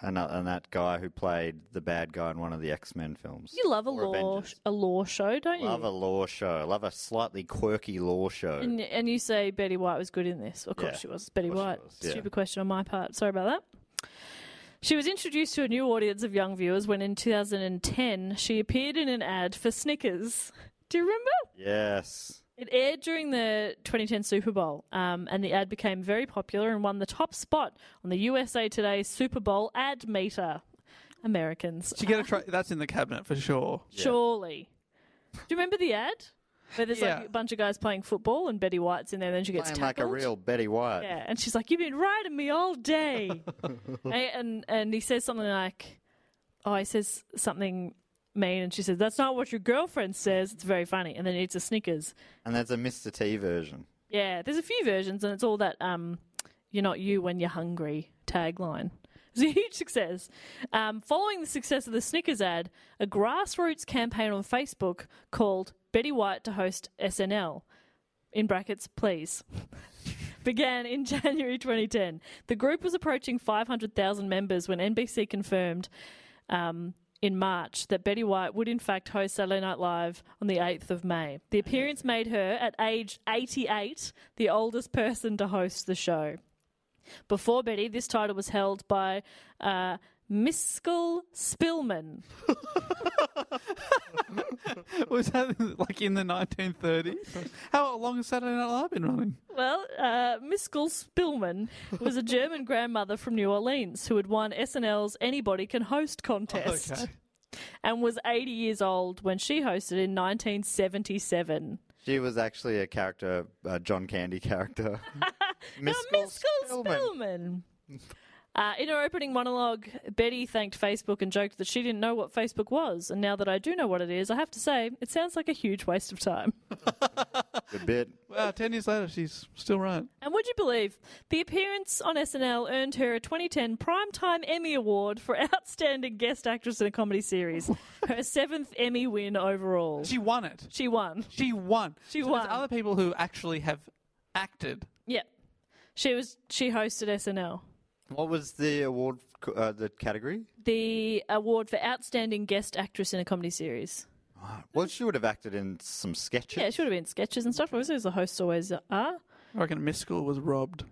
[SPEAKER 2] and, uh, and that guy who played the bad guy in one of the X Men films.
[SPEAKER 1] You love a
[SPEAKER 2] Or
[SPEAKER 1] law, a law show, don't
[SPEAKER 2] Love
[SPEAKER 1] you?
[SPEAKER 2] a law show. Love a slightly quirky law show.
[SPEAKER 1] And, and you say Betty White was good in this. Of course
[SPEAKER 2] Yeah,
[SPEAKER 1] she was. Betty
[SPEAKER 2] of course she
[SPEAKER 1] White.
[SPEAKER 2] was, yeah.
[SPEAKER 1] Stupid question on my part. Sorry about that. She was introduced to a new audience of young viewers when in 2010 she appeared in an ad for Snickers. Do you remember?
[SPEAKER 2] Yes.
[SPEAKER 1] It aired during the 2010 Super Bowl, um, and the ad became very popular and won the top spot on the USA Today Super Bowl ad meter. Americans,
[SPEAKER 3] She get a try. That's in the cabinet for sure.
[SPEAKER 1] surely. Do you remember the ad where there's
[SPEAKER 3] Yeah.
[SPEAKER 1] like a bunch of guys playing football and Betty White's in there, and then she gets
[SPEAKER 2] Playing like a
[SPEAKER 1] tackled.
[SPEAKER 2] real Betty White.
[SPEAKER 1] yeah, and she's like, "You've been riding me all day," and, and and he says something like, "Oh," he says something mean, and she says, "That's not what your girlfriend says." It's very funny, and then he eats a Snickers.
[SPEAKER 2] And that's a Mr. T version.
[SPEAKER 1] Yeah, there's a few versions, and it's all that um, "You're not you when you're hungry" tagline. It's a huge success. Um, following the success of the Snickers ad, a grassroots campaign on Facebook called "Betty White to host SNL," in brackets, please. Began in January 2010. The group was approaching 500,000 members when NBC confirmed um, in March that Betty White would in fact host Saturday Night Live on the 8th of May. The appearance made her, at age 88, the oldest person to host the show. Before Betty, this title was held by uh, Miskel Spillman.
[SPEAKER 3] Was that like in the 1930s? How long has Saturday Night Live been running?
[SPEAKER 1] Well, uh, Miskel Spillman was a German grandmother from New Orleans who had won SNL's Anybody Can Host contest
[SPEAKER 3] Okay.
[SPEAKER 1] and was 80 years old when she hosted in 1977.
[SPEAKER 2] She was actually a character, a John Candy character. Miss
[SPEAKER 1] Miss School Spillman. Uh, in her opening monologue, Betty thanked Facebook and joked that she didn't know what Facebook was. And now that I do know what it is, I have to say, it sounds like a huge waste of time.
[SPEAKER 2] Good bit.
[SPEAKER 3] Wow, 10 Uh, years later, she's still right.
[SPEAKER 1] And would you believe the appearance on SNL earned her a 2010 Primetime Emmy Award for Outstanding Guest Actress in a Comedy Series, her seventh Emmy win overall.
[SPEAKER 3] She won it.
[SPEAKER 1] She won.
[SPEAKER 3] She won.
[SPEAKER 1] She
[SPEAKER 3] so
[SPEAKER 1] won.
[SPEAKER 3] There's other people who actually have acted.
[SPEAKER 1] Yep. She was. She hosted SNL.
[SPEAKER 2] What was the award c- uh, the category?
[SPEAKER 1] The award for outstanding guest actress in a comedy series.
[SPEAKER 2] Well, she would have acted in some sketches.
[SPEAKER 1] Yeah, it should have been sketches and stuff. Obviously, as the hosts always are.
[SPEAKER 3] I reckon Miss School was robbed.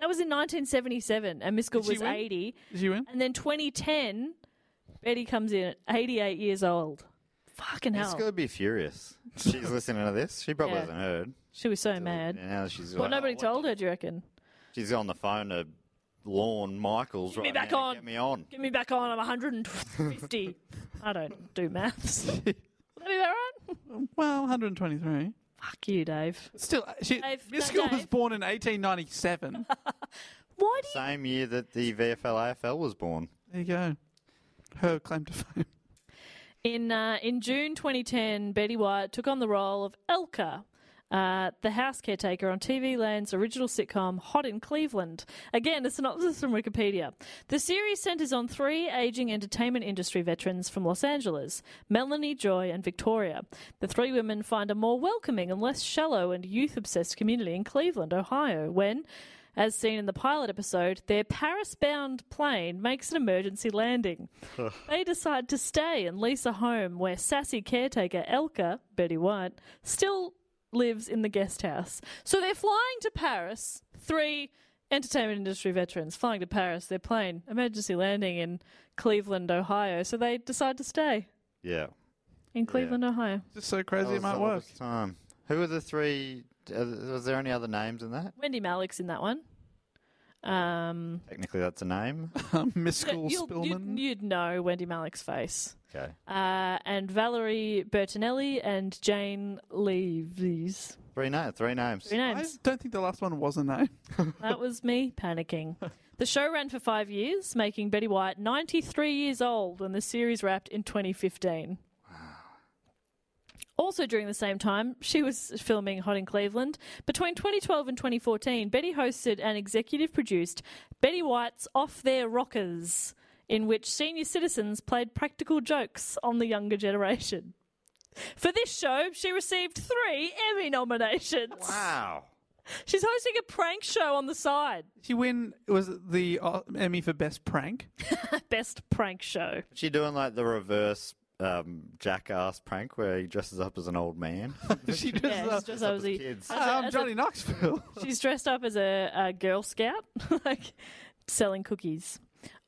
[SPEAKER 1] That was in 1977, and Miss Good
[SPEAKER 3] Did she
[SPEAKER 1] was
[SPEAKER 3] win?
[SPEAKER 1] 80.
[SPEAKER 3] Did she win?
[SPEAKER 1] And then 2010, Betty comes in at 88 years old. Fucking
[SPEAKER 2] Miss
[SPEAKER 1] hell.
[SPEAKER 2] School would be furious. She's listening to this. She probably
[SPEAKER 1] Yeah.
[SPEAKER 2] hasn't heard.
[SPEAKER 1] She was so mad.
[SPEAKER 2] And now she's
[SPEAKER 1] Well,
[SPEAKER 2] like,
[SPEAKER 1] nobody
[SPEAKER 2] "Oh,
[SPEAKER 1] told her, do you reckon?
[SPEAKER 2] She's on the phone to Lorne Michaels
[SPEAKER 1] Get
[SPEAKER 2] right
[SPEAKER 1] me back
[SPEAKER 2] now.
[SPEAKER 1] on.
[SPEAKER 2] Get me on.
[SPEAKER 1] Get me back on. I'm 150. I don't do maths. Would that be about right?
[SPEAKER 3] Well, 123.
[SPEAKER 1] Fuck you, Dave.
[SPEAKER 3] Still, uh, she,
[SPEAKER 1] Dave,
[SPEAKER 3] Miss
[SPEAKER 1] no,
[SPEAKER 3] School was
[SPEAKER 1] Dave.
[SPEAKER 3] born in 1897.
[SPEAKER 1] Why do
[SPEAKER 2] Same year that the VFL AFL was born.
[SPEAKER 3] there you go. Her claim to fame.
[SPEAKER 1] In uh, in June 2010, Betty White took on the role of Elka, uh, the house caretaker on TV Land's original sitcom Hot in Cleveland. Again, a synopsis from Wikipedia. The series centers on three aging entertainment industry veterans from Los Angeles, Melanie, Joy, and Victoria. The three women find a more welcoming and less shallow and youth obsessed community in Cleveland, Ohio, when as seen in the pilot episode, their Paris bound plane makes an emergency landing. they decide to stay and lease a home where sassy caretaker Elka, Betty White, still lives in the guest house. So they're flying to Paris, three entertainment industry veterans flying to Paris, their plane, emergency landing in Cleveland, Ohio. So they decide to stay
[SPEAKER 2] Yeah.
[SPEAKER 1] in Cleveland, Ohio.
[SPEAKER 3] Just so crazy
[SPEAKER 2] That
[SPEAKER 3] it
[SPEAKER 2] was
[SPEAKER 3] might
[SPEAKER 2] the
[SPEAKER 3] work.
[SPEAKER 2] oddest Time. Who were the three? Uh, was there any other names in that?
[SPEAKER 1] Wendy Malick's in that one. Um,
[SPEAKER 2] Technically, that's a name.
[SPEAKER 3] Um, Miss School
[SPEAKER 1] you'll-
[SPEAKER 3] Spillman.
[SPEAKER 1] You'd, you'd know Wendy Malick's face.
[SPEAKER 2] Okay.
[SPEAKER 1] uh, and Valerie Bertinelli and Jane Leaves.
[SPEAKER 2] Three, na- three names.
[SPEAKER 1] Three
[SPEAKER 3] I
[SPEAKER 1] names.
[SPEAKER 3] don't think the last one was a name.
[SPEAKER 1] that was me panicking. The show ran for five years, making Betty White 93 years old when the series wrapped in 2015. Also during the same time, she was filming Hot in Cleveland. Between 2012 and 2014, Betty hosted and executive produced Betty White's Off Their Rockers, in which senior citizens played practical jokes on the younger generation. For this show, she received three Emmy nominations.
[SPEAKER 2] Wow.
[SPEAKER 1] She's hosting a prank show on the side.
[SPEAKER 3] Did she win? Was it the uh, Emmy for Best Prank?
[SPEAKER 1] Best prank show.
[SPEAKER 2] She doing like the reverse um, jackass prank where he dresses up as an old man.
[SPEAKER 3] she just.
[SPEAKER 1] Yeah,
[SPEAKER 3] uh,
[SPEAKER 1] she's dressed up as a-
[SPEAKER 2] kids.
[SPEAKER 1] as a-
[SPEAKER 3] I'm
[SPEAKER 1] as a-
[SPEAKER 3] Johnny Knoxville.
[SPEAKER 1] she's dressed up as a, a Girl Scout, like selling cookies.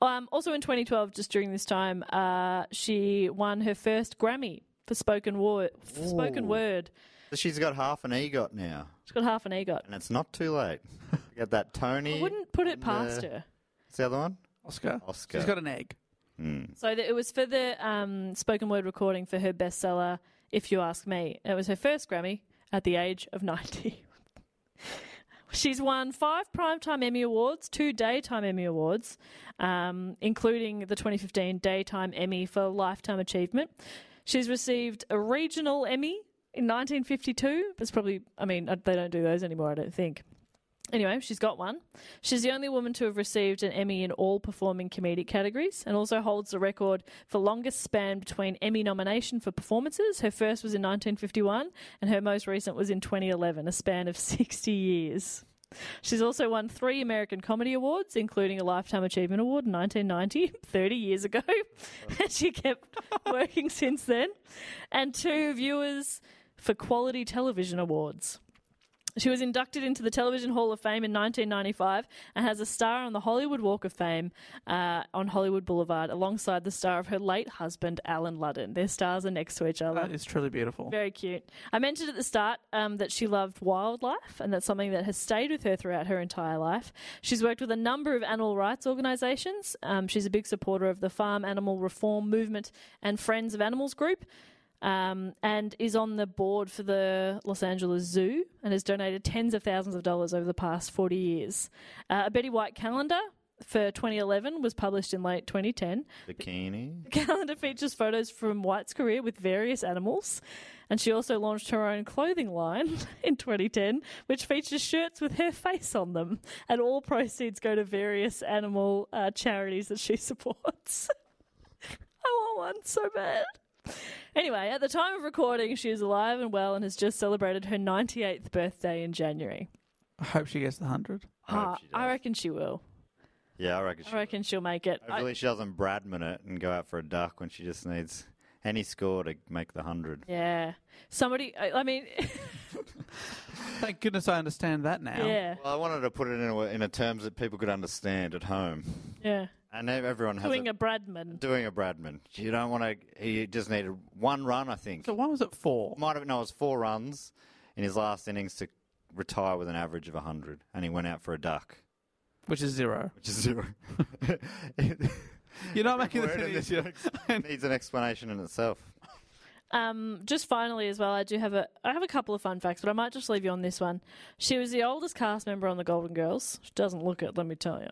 [SPEAKER 1] Um, also in 2012, just during this time, uh, she won her first Grammy for spoken word. For spoken
[SPEAKER 2] Ooh.
[SPEAKER 1] word.
[SPEAKER 2] So she's got half an EGOT now,
[SPEAKER 1] She's got half an EGOT.
[SPEAKER 2] and it's not too late. Got that Tony.
[SPEAKER 1] I wouldn't put it
[SPEAKER 2] and,
[SPEAKER 1] past
[SPEAKER 2] uh,
[SPEAKER 1] her.
[SPEAKER 2] What's the other one?
[SPEAKER 3] Oscar.
[SPEAKER 2] Oscar. Hmm.
[SPEAKER 3] She's got an egg.
[SPEAKER 1] So that it was for the um, spoken word recording for her bestseller, If You Ask Me. It was her first Grammy at the age of 90. She's won five Primetime Emmy Awards, two Daytime Emmy Awards, um, including the 2015 Daytime Emmy for Lifetime Achievement. She's received a regional Emmy in 1952. That's probably, I mean, uh, they don't do those anymore, I don't think. Anyway, she's got one. She's the only woman to have received an Emmy in all performing comedic categories and also holds the record for longest span between Emmy nomination for performances. Her first was in 1951 and her most recent was in 2011, a span of 60 years. She's also won three American Comedy Awards, including a Lifetime Achievement Award in 1990, 30 years ago. and she kept working since then. And two Viewers for Quality Television Awards. She was inducted into the Television Hall of Fame in 1995 and has a star on the Hollywood Walk of Fame uh, on Hollywood Boulevard alongside the star of her late husband, Alan Ludden. Their stars are next to each other.
[SPEAKER 3] That is truly beautiful.
[SPEAKER 1] Very cute. I mentioned at the start um, that she loved wildlife, and that's something that has stayed with her throughout her entire life. She's worked with a number of animal rights organisations. Um, she's a big supporter of the Farm Animal Reform Movement and Friends of Animals group. Um, and is on the board for the Los Angeles Zoo and has donated tens of thousands of dollars over the past 40 years. Uh, a Betty White calendar for 2011 was published in late 2010
[SPEAKER 2] Bikini.
[SPEAKER 1] calendar features photos from White's career with various animals, and she also launched her own clothing line in 2010, which features shirts with her face on them, and all proceeds go to various animal uh, charities that she supports. I want one so bad. Anyway, at the time of recording, she is alive and well and has just celebrated her 98th birthday in January.
[SPEAKER 3] I hope she gets the 100.
[SPEAKER 1] Ah, I reckon she will.
[SPEAKER 2] Yeah, I reckon.
[SPEAKER 1] I reckon she'll make it. I-
[SPEAKER 2] Hopefully, she doesn't Bradman it and go out for a duck when she just needs any score to make the hundred.
[SPEAKER 1] yeah. Somebody, I, I mean,
[SPEAKER 3] Thank goodness I understand that now.
[SPEAKER 1] yeah.
[SPEAKER 2] Well, I wanted to put it in a, in a terms that people could understand at home,
[SPEAKER 1] Yeah.
[SPEAKER 2] and ev- everyone has
[SPEAKER 1] Doing
[SPEAKER 2] it-
[SPEAKER 1] a Bradman.
[SPEAKER 2] doing a Bradman. You don't want to. He just needed one run, I think.
[SPEAKER 3] So why was it four?
[SPEAKER 2] Might have no, it was four runs in his last innings to retire with an average of hundred, and he went out for a duck,
[SPEAKER 3] Which is zero.
[SPEAKER 2] which is zero.
[SPEAKER 3] You're not making
[SPEAKER 2] Word in
[SPEAKER 3] the
[SPEAKER 2] this
[SPEAKER 3] video.
[SPEAKER 2] needs an explanation in itself.
[SPEAKER 1] Um, just finally as well, I do have a I have a couple of fun facts, but I might just leave you on this one. She was the oldest cast member on the Golden Girls. She doesn't look it, let me tell you.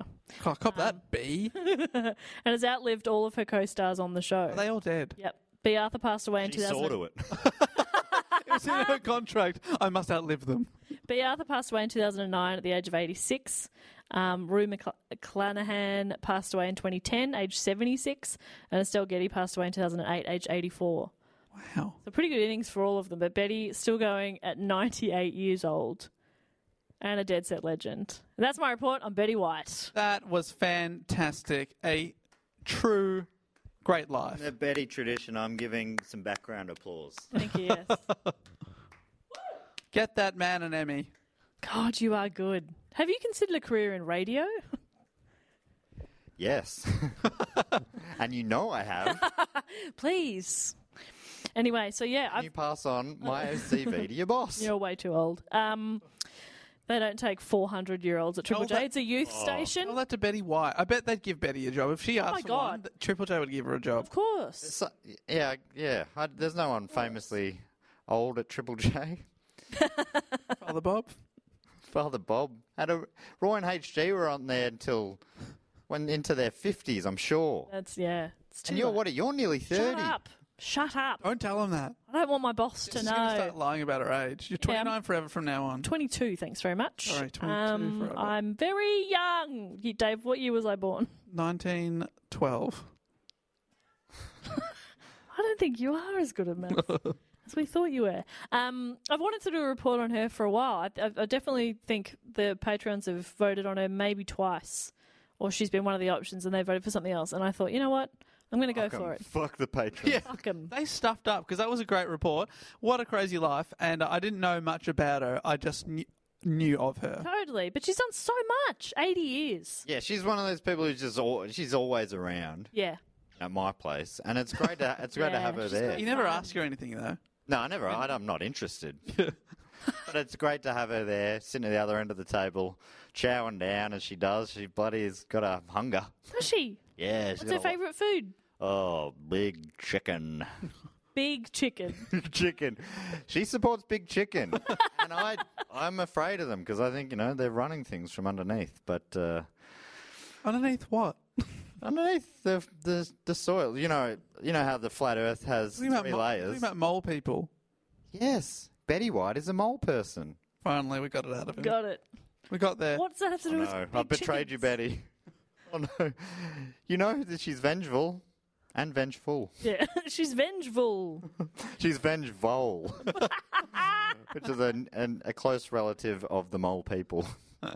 [SPEAKER 3] Oh, cop that B.
[SPEAKER 1] and has outlived all of her co-stars on the show.
[SPEAKER 3] Are they all dead?
[SPEAKER 1] Yep. B. Arthur passed away in
[SPEAKER 2] She saw
[SPEAKER 1] 2000.
[SPEAKER 2] to it.
[SPEAKER 3] It was in her contract. I must outlive them.
[SPEAKER 1] B. Arthur passed away in 2009 at the age of 86. Um, Rue McClanahan passed away in 2010, age 76, and Estelle Getty passed away in 2008, age 84.
[SPEAKER 3] Wow.
[SPEAKER 1] So pretty good innings for all of them, but Betty still going at 98 years old and a dead set legend. And that's my report on Betty White.
[SPEAKER 3] That was fantastic. A true great life.
[SPEAKER 2] In the Betty tradition, I'm giving some background applause.
[SPEAKER 1] Thank you. Yes.
[SPEAKER 3] Get that man an Emmy.
[SPEAKER 1] God, you are good. Have you considered a career in radio?
[SPEAKER 2] Yes. and you know I have.
[SPEAKER 1] Please. Anyway, so yeah,
[SPEAKER 2] Can
[SPEAKER 1] I've,
[SPEAKER 2] you pass on my CV to your boss?
[SPEAKER 1] you're way too old. Um, they don't take 400 year olds at Triple J.
[SPEAKER 3] that-
[SPEAKER 1] It's a youth
[SPEAKER 2] Oh.
[SPEAKER 1] station.
[SPEAKER 3] Tell that to Betty White. I bet they'd give Betty a job. If she asked for
[SPEAKER 1] Oh God.
[SPEAKER 3] one, th- Triple J would give her a job.
[SPEAKER 1] Of course.
[SPEAKER 2] So- yeah, yeah. I, there's no one famously old at Triple J.
[SPEAKER 3] Father Bob?
[SPEAKER 2] Father Bob. Had a, Roy and HG were on there until when into their 50s, I'm sure.
[SPEAKER 1] That's, yeah. It's Uh, too
[SPEAKER 2] and you're
[SPEAKER 1] late.
[SPEAKER 2] what? You're nearly 30.
[SPEAKER 1] Shut up. Shut up.
[SPEAKER 3] Don't tell him that.
[SPEAKER 1] I don't want my boss to
[SPEAKER 3] She's going to
[SPEAKER 1] know.
[SPEAKER 3] start lying about her age. You're
[SPEAKER 1] Yeah, I'm-
[SPEAKER 3] 29 forever from now on.
[SPEAKER 1] 22, thanks very much.
[SPEAKER 3] Sorry, 22
[SPEAKER 1] Um,
[SPEAKER 3] forever.
[SPEAKER 1] I'm very young. You, Dave, what year was I born?
[SPEAKER 3] 1912.
[SPEAKER 1] I don't think you are as good at maths as we thought you were. Um, I've wanted to do a report on her for a while. I, I, I definitely think the patrons have voted on her maybe twice, or she's been one of the options and they voted for something else. And I thought, you know what? I'm going to go
[SPEAKER 2] Fuck 'em.
[SPEAKER 1] for it.
[SPEAKER 2] Fuck the patrons.
[SPEAKER 1] Fuck 'em.
[SPEAKER 3] They stuffed up because that was a great report. What a crazy life. And I didn't know much about her. I just knew, knew of her.
[SPEAKER 1] Totally. But she's done so much 80 years.
[SPEAKER 2] Yeah, she's one of those people who's just al she's always around
[SPEAKER 1] Yeah.
[SPEAKER 2] at my place, and it's great to it's great to
[SPEAKER 1] Yeah,
[SPEAKER 2] have her
[SPEAKER 1] she's
[SPEAKER 2] there.
[SPEAKER 3] You never ask her anything, though.
[SPEAKER 2] No, I never. I, I'm not interested. but it's great to have her there, sitting at the other end of the table, chowing down as she does. She bloody has got a hunger.
[SPEAKER 1] Does she?
[SPEAKER 2] Yeah. she's
[SPEAKER 1] What's her
[SPEAKER 2] got a-
[SPEAKER 1] favourite food?
[SPEAKER 2] Oh, big chicken.
[SPEAKER 1] Big chicken.
[SPEAKER 2] chicken. She supports big chicken, and I I'm afraid of them because I think you know they're running things from underneath, but. Uh,
[SPEAKER 3] Underneath what?
[SPEAKER 2] Underneath the, the the soil, you know, you know how the flat Earth has
[SPEAKER 3] Talking
[SPEAKER 2] three
[SPEAKER 3] about, mo-
[SPEAKER 2] layers.
[SPEAKER 3] talking about mole people.
[SPEAKER 2] Yes, Betty White is a mole person.
[SPEAKER 3] Finally, we got it out of him.
[SPEAKER 1] Got it.
[SPEAKER 3] We got there.
[SPEAKER 1] What's that have to do with
[SPEAKER 2] no,
[SPEAKER 1] big
[SPEAKER 2] I betrayed you,
[SPEAKER 1] chickens?
[SPEAKER 2] Betty. Oh no, you know that she's vengeful and vengeful.
[SPEAKER 1] Yeah, she's vengeful.
[SPEAKER 2] She's vengeful, which is an, an, a close relative of the mole people.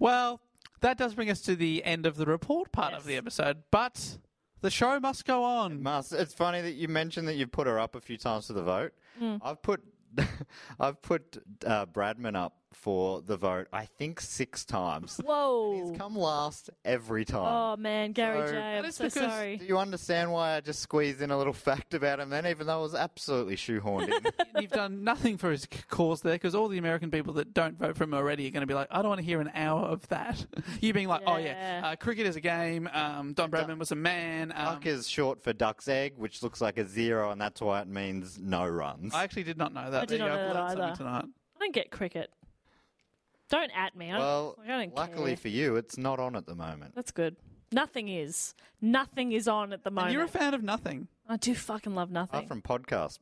[SPEAKER 3] Well, that does bring us to the end of the report part of the episode, but the show must go on.
[SPEAKER 2] Mas, it's funny that you mentioned that you've put her up a few times for the vote.
[SPEAKER 1] Mm.
[SPEAKER 2] I've put I've put uh, Bradman up for the vote. I think six times.
[SPEAKER 1] Whoa.
[SPEAKER 2] He's come last every time.
[SPEAKER 1] Oh man, Gary
[SPEAKER 2] So-
[SPEAKER 1] J, I'm
[SPEAKER 3] is
[SPEAKER 1] so
[SPEAKER 3] because-
[SPEAKER 2] Do
[SPEAKER 1] sorry.
[SPEAKER 2] you understand why I just squeezed in a little fact about him then, even though it was absolutely shoehorned in?
[SPEAKER 3] You've done nothing for his c- cause there because all the American people that don't vote for him already are going to be like, I don't want to hear an hour of that. you being like, oh, yeah,
[SPEAKER 1] Yeah.
[SPEAKER 3] uh, cricket is a game. Um, Don Bradman was a man. Um,
[SPEAKER 2] Duck is short for duck's egg, which looks like a zero, and that's why it means no runs.
[SPEAKER 3] I actually did not know that.
[SPEAKER 1] I did
[SPEAKER 3] There you
[SPEAKER 1] not
[SPEAKER 3] go.
[SPEAKER 1] know
[SPEAKER 3] I've
[SPEAKER 1] that
[SPEAKER 3] learned
[SPEAKER 1] either.
[SPEAKER 3] something tonight.
[SPEAKER 1] I don't get cricket. Don't at me. I don't,
[SPEAKER 2] well,
[SPEAKER 1] like, I don't
[SPEAKER 2] luckily
[SPEAKER 1] care.
[SPEAKER 2] for you, it's not on at the moment.
[SPEAKER 1] That's good. Nothing is. Nothing is on at the moment.
[SPEAKER 3] You're a fan of nothing.
[SPEAKER 1] I do fucking love nothing.
[SPEAKER 2] Apart from podcasts.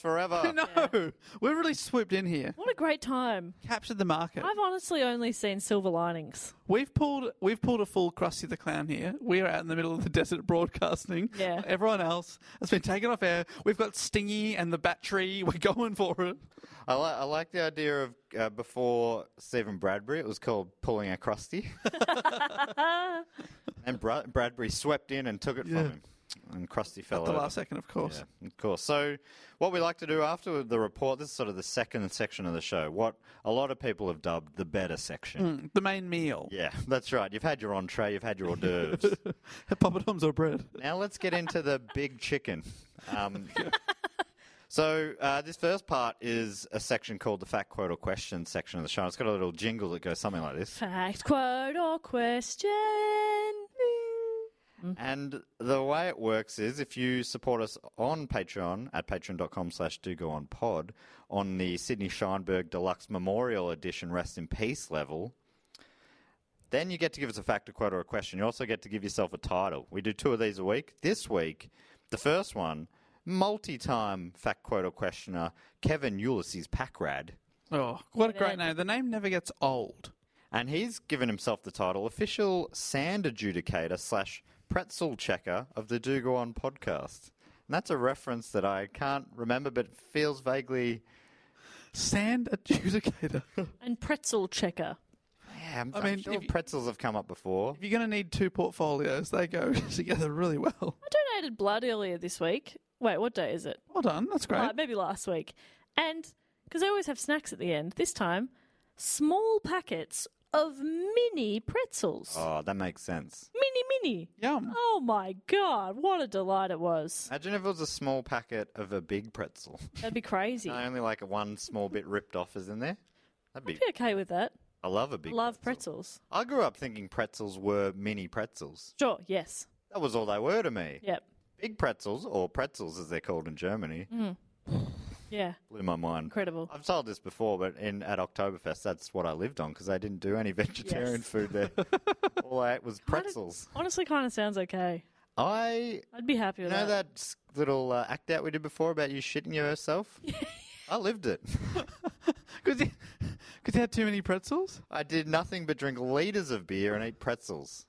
[SPEAKER 2] forever.
[SPEAKER 3] no, we're really swooped in here.
[SPEAKER 1] What a great time.
[SPEAKER 3] Captured the market.
[SPEAKER 1] I've honestly only seen silver linings.
[SPEAKER 3] We've pulled we've pulled a full Krusty the Clown here. We are out in the middle of the desert broadcasting.
[SPEAKER 1] Yeah.
[SPEAKER 3] Everyone else has been taken off air. We've got Stingy and the battery. We're going for it.
[SPEAKER 2] I, li- I like the idea of uh, before Stephen Bradbury, it was called Pulling a Krusty. and Bra- Bradbury swept in and took it
[SPEAKER 3] Yeah.
[SPEAKER 2] from him. And Krusty fell
[SPEAKER 3] At the
[SPEAKER 2] over.
[SPEAKER 3] last second, of course.
[SPEAKER 2] Yeah, of course. So, what we like to do after the report, this is sort of the second section of the show, what a lot of people have dubbed the better section.
[SPEAKER 3] Mm, the main meal.
[SPEAKER 2] Yeah, that's right. You've had your entree, you've had your hors d'oeuvres.
[SPEAKER 3] Poppadoms or bread.
[SPEAKER 2] now let's get into the big chicken. Um, so uh, this first part is a section called the fact quote or question section of the show. It's got a little jingle that goes something like this.
[SPEAKER 1] Fact, quote, or question.
[SPEAKER 2] And the way it works is if you support us on Patreon at patreon.com slash do go on pod on the Sydney Scheinberg Deluxe Memorial Edition Rest in Peace level, then you get to give us a fact, a quote, or a question. You also get to give yourself a title. We do two of these a week. This week, the first one, multi time fact, quote, or questioner, Kevin Ulysses Packrad.
[SPEAKER 3] Oh, what a great name. The name never gets old.
[SPEAKER 2] And he's given himself the title official sand adjudicator slash pretzel checker of the Do Go On podcast. And that's a reference that I can't remember, but feels vaguely.
[SPEAKER 3] Sand adjudicator.
[SPEAKER 1] And pretzel checker.
[SPEAKER 2] Yeah, I'm,
[SPEAKER 3] I
[SPEAKER 2] I
[SPEAKER 3] mean,
[SPEAKER 2] mean, sure
[SPEAKER 3] if you-
[SPEAKER 2] pretzels have come up before.
[SPEAKER 3] If you're going to need two portfolios, they go together really well.
[SPEAKER 1] I donated blood earlier this week. Wait, what day is it?
[SPEAKER 3] Well done. That's great.
[SPEAKER 1] Right, maybe last week. And because they always have snacks at the end, this time, small packets of mini pretzels.
[SPEAKER 2] Oh, that makes sense.
[SPEAKER 1] Mini, mini.
[SPEAKER 3] Yum.
[SPEAKER 1] Oh my God, what a delight it was.
[SPEAKER 2] Imagine if it was a small packet of a big pretzel.
[SPEAKER 1] That'd be crazy.
[SPEAKER 2] I only like one small bit ripped off is in there. That'd be.
[SPEAKER 1] I'd be okay with that.
[SPEAKER 2] I love a big.
[SPEAKER 1] Love pretzels.
[SPEAKER 2] I grew up thinking pretzels were mini pretzels.
[SPEAKER 1] Sure, yes.
[SPEAKER 2] That was all they were to me.
[SPEAKER 1] Yep.
[SPEAKER 2] Big pretzels, or pretzels as they're called in Germany,
[SPEAKER 1] Yeah,
[SPEAKER 2] blew my mind.
[SPEAKER 1] incredible.
[SPEAKER 2] I've told this before, but in at Oktoberfest, that's what I lived on because they didn't do any vegetarian
[SPEAKER 1] Yes.
[SPEAKER 2] food there. All I ate was pretzels.
[SPEAKER 1] Honestly, kind of sounds okay.
[SPEAKER 2] I
[SPEAKER 1] I'd be happy
[SPEAKER 2] you
[SPEAKER 1] with
[SPEAKER 2] know
[SPEAKER 1] that.
[SPEAKER 2] that s- little uh, act out we did before about you shitting yourself. I lived it.
[SPEAKER 3] Because you, 'cause you had too many pretzels?
[SPEAKER 2] I did nothing but drink liters of beer and eat pretzels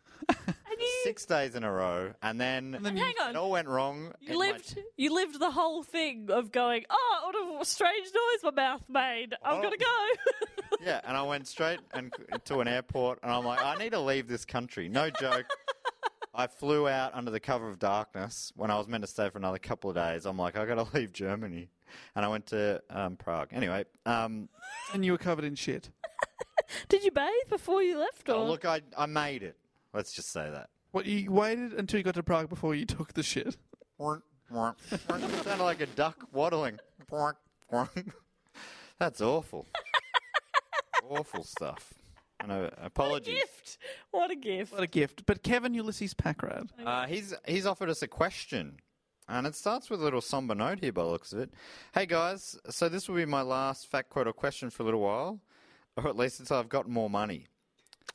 [SPEAKER 2] six days in a row, and then,
[SPEAKER 3] then
[SPEAKER 1] you- Hang on.
[SPEAKER 2] it all went wrong.
[SPEAKER 1] You
[SPEAKER 2] in my
[SPEAKER 1] lived, you lived the whole thing of going, oh, what a strange noise my mouth made. I've
[SPEAKER 2] Oh.
[SPEAKER 1] got to go.
[SPEAKER 2] Yeah, and I went straight and to an airport, and I'm like, I need to leave this country. No joke. I flew out under the cover of darkness when I was meant to stay for another couple of days. I'm like, I got to leave Germany, and I went to um, Prague. Anyway, um,
[SPEAKER 3] And you were covered in shit.
[SPEAKER 1] Did you bathe before you left? Or
[SPEAKER 2] oh, look, I I made it. Let's just say that.
[SPEAKER 3] What, you waited until you got to Prague before you took the shit?
[SPEAKER 2] Sounded like a duck waddling. That's awful. awful stuff. And uh, apologies.
[SPEAKER 1] gift. What a gift.
[SPEAKER 3] What a gift. But Kevin Ulysses Packrad.
[SPEAKER 2] Uh, he's he's offered us a question, and it starts with a little somber note here by the looks of it. Hey guys, so this will be my last fact quote or question for a little while, or at least until I've got more money.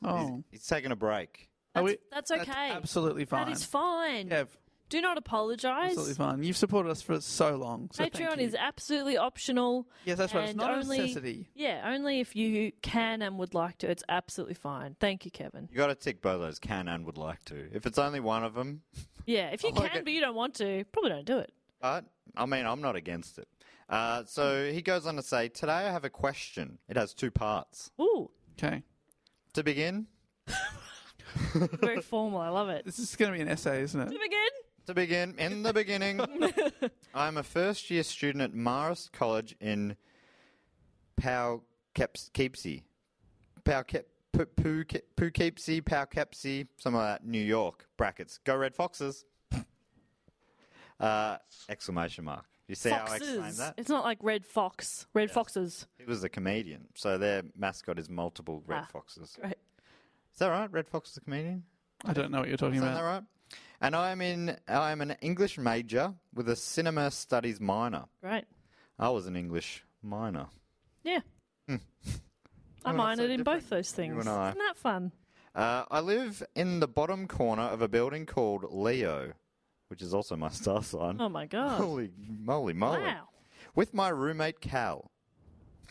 [SPEAKER 3] Oh.
[SPEAKER 2] He's taking a break.
[SPEAKER 3] Are
[SPEAKER 1] That's,
[SPEAKER 3] we-
[SPEAKER 1] that's okay.
[SPEAKER 3] absolutely fine.
[SPEAKER 1] That is fine.
[SPEAKER 3] Kev,
[SPEAKER 1] Do not apologise.
[SPEAKER 3] absolutely fine. You've supported us for so long. So thank
[SPEAKER 1] Patreon
[SPEAKER 3] you.
[SPEAKER 1] is absolutely optional.
[SPEAKER 3] Yes, that's right. It's
[SPEAKER 1] and
[SPEAKER 3] not a
[SPEAKER 1] only,
[SPEAKER 3] necessity.
[SPEAKER 1] Yeah, only if you can and would like to. It's absolutely fine. Thank you, Kevin.
[SPEAKER 2] You got to tick both those can and would like to. If it's only one of them,
[SPEAKER 1] Yeah, if you
[SPEAKER 2] like
[SPEAKER 1] can
[SPEAKER 2] it.
[SPEAKER 1] but you don't want to, probably don't do it.
[SPEAKER 2] But I mean, I'm not against it. Uh, so he goes on to say, today I have a question. It has two parts.
[SPEAKER 1] Ooh,
[SPEAKER 3] Okay.
[SPEAKER 2] To begin,
[SPEAKER 1] very formal. I love it.
[SPEAKER 3] This is going to be an essay, isn't it?
[SPEAKER 1] Tim again.
[SPEAKER 2] To begin, in the beginning, I'm a first year student at Marist College in Poughkeepsie. Poughke- Pou- Pou- Poughkeepsie, Poughkeepsie, some of that, New York, brackets. Go Red Foxes! Uh, exclamation mark. You see how I explained
[SPEAKER 1] Foxes.
[SPEAKER 2] that?
[SPEAKER 1] It's not like red fox. Red foxes.
[SPEAKER 2] He was a comedian, so their mascot is multiple red foxes.
[SPEAKER 1] Great.
[SPEAKER 2] Is that right? Red Fox is a comedian?
[SPEAKER 3] I don't know what you're talking
[SPEAKER 2] Is
[SPEAKER 3] about.
[SPEAKER 2] that right? And I am in I am an English major with a cinema studies minor.
[SPEAKER 1] Great.
[SPEAKER 2] I was an English minor.
[SPEAKER 1] Yeah. I
[SPEAKER 2] Oh, that's
[SPEAKER 1] minored
[SPEAKER 2] so
[SPEAKER 1] in
[SPEAKER 2] different,
[SPEAKER 1] both those
[SPEAKER 2] you
[SPEAKER 1] things.
[SPEAKER 2] and I.
[SPEAKER 1] Isn't that fun?
[SPEAKER 2] Uh, I live in the bottom corner of a building called Leo, which is also my star sign.
[SPEAKER 1] Oh my God.
[SPEAKER 2] Holy moly moly!
[SPEAKER 1] Wow.
[SPEAKER 2] With my roommate Cal.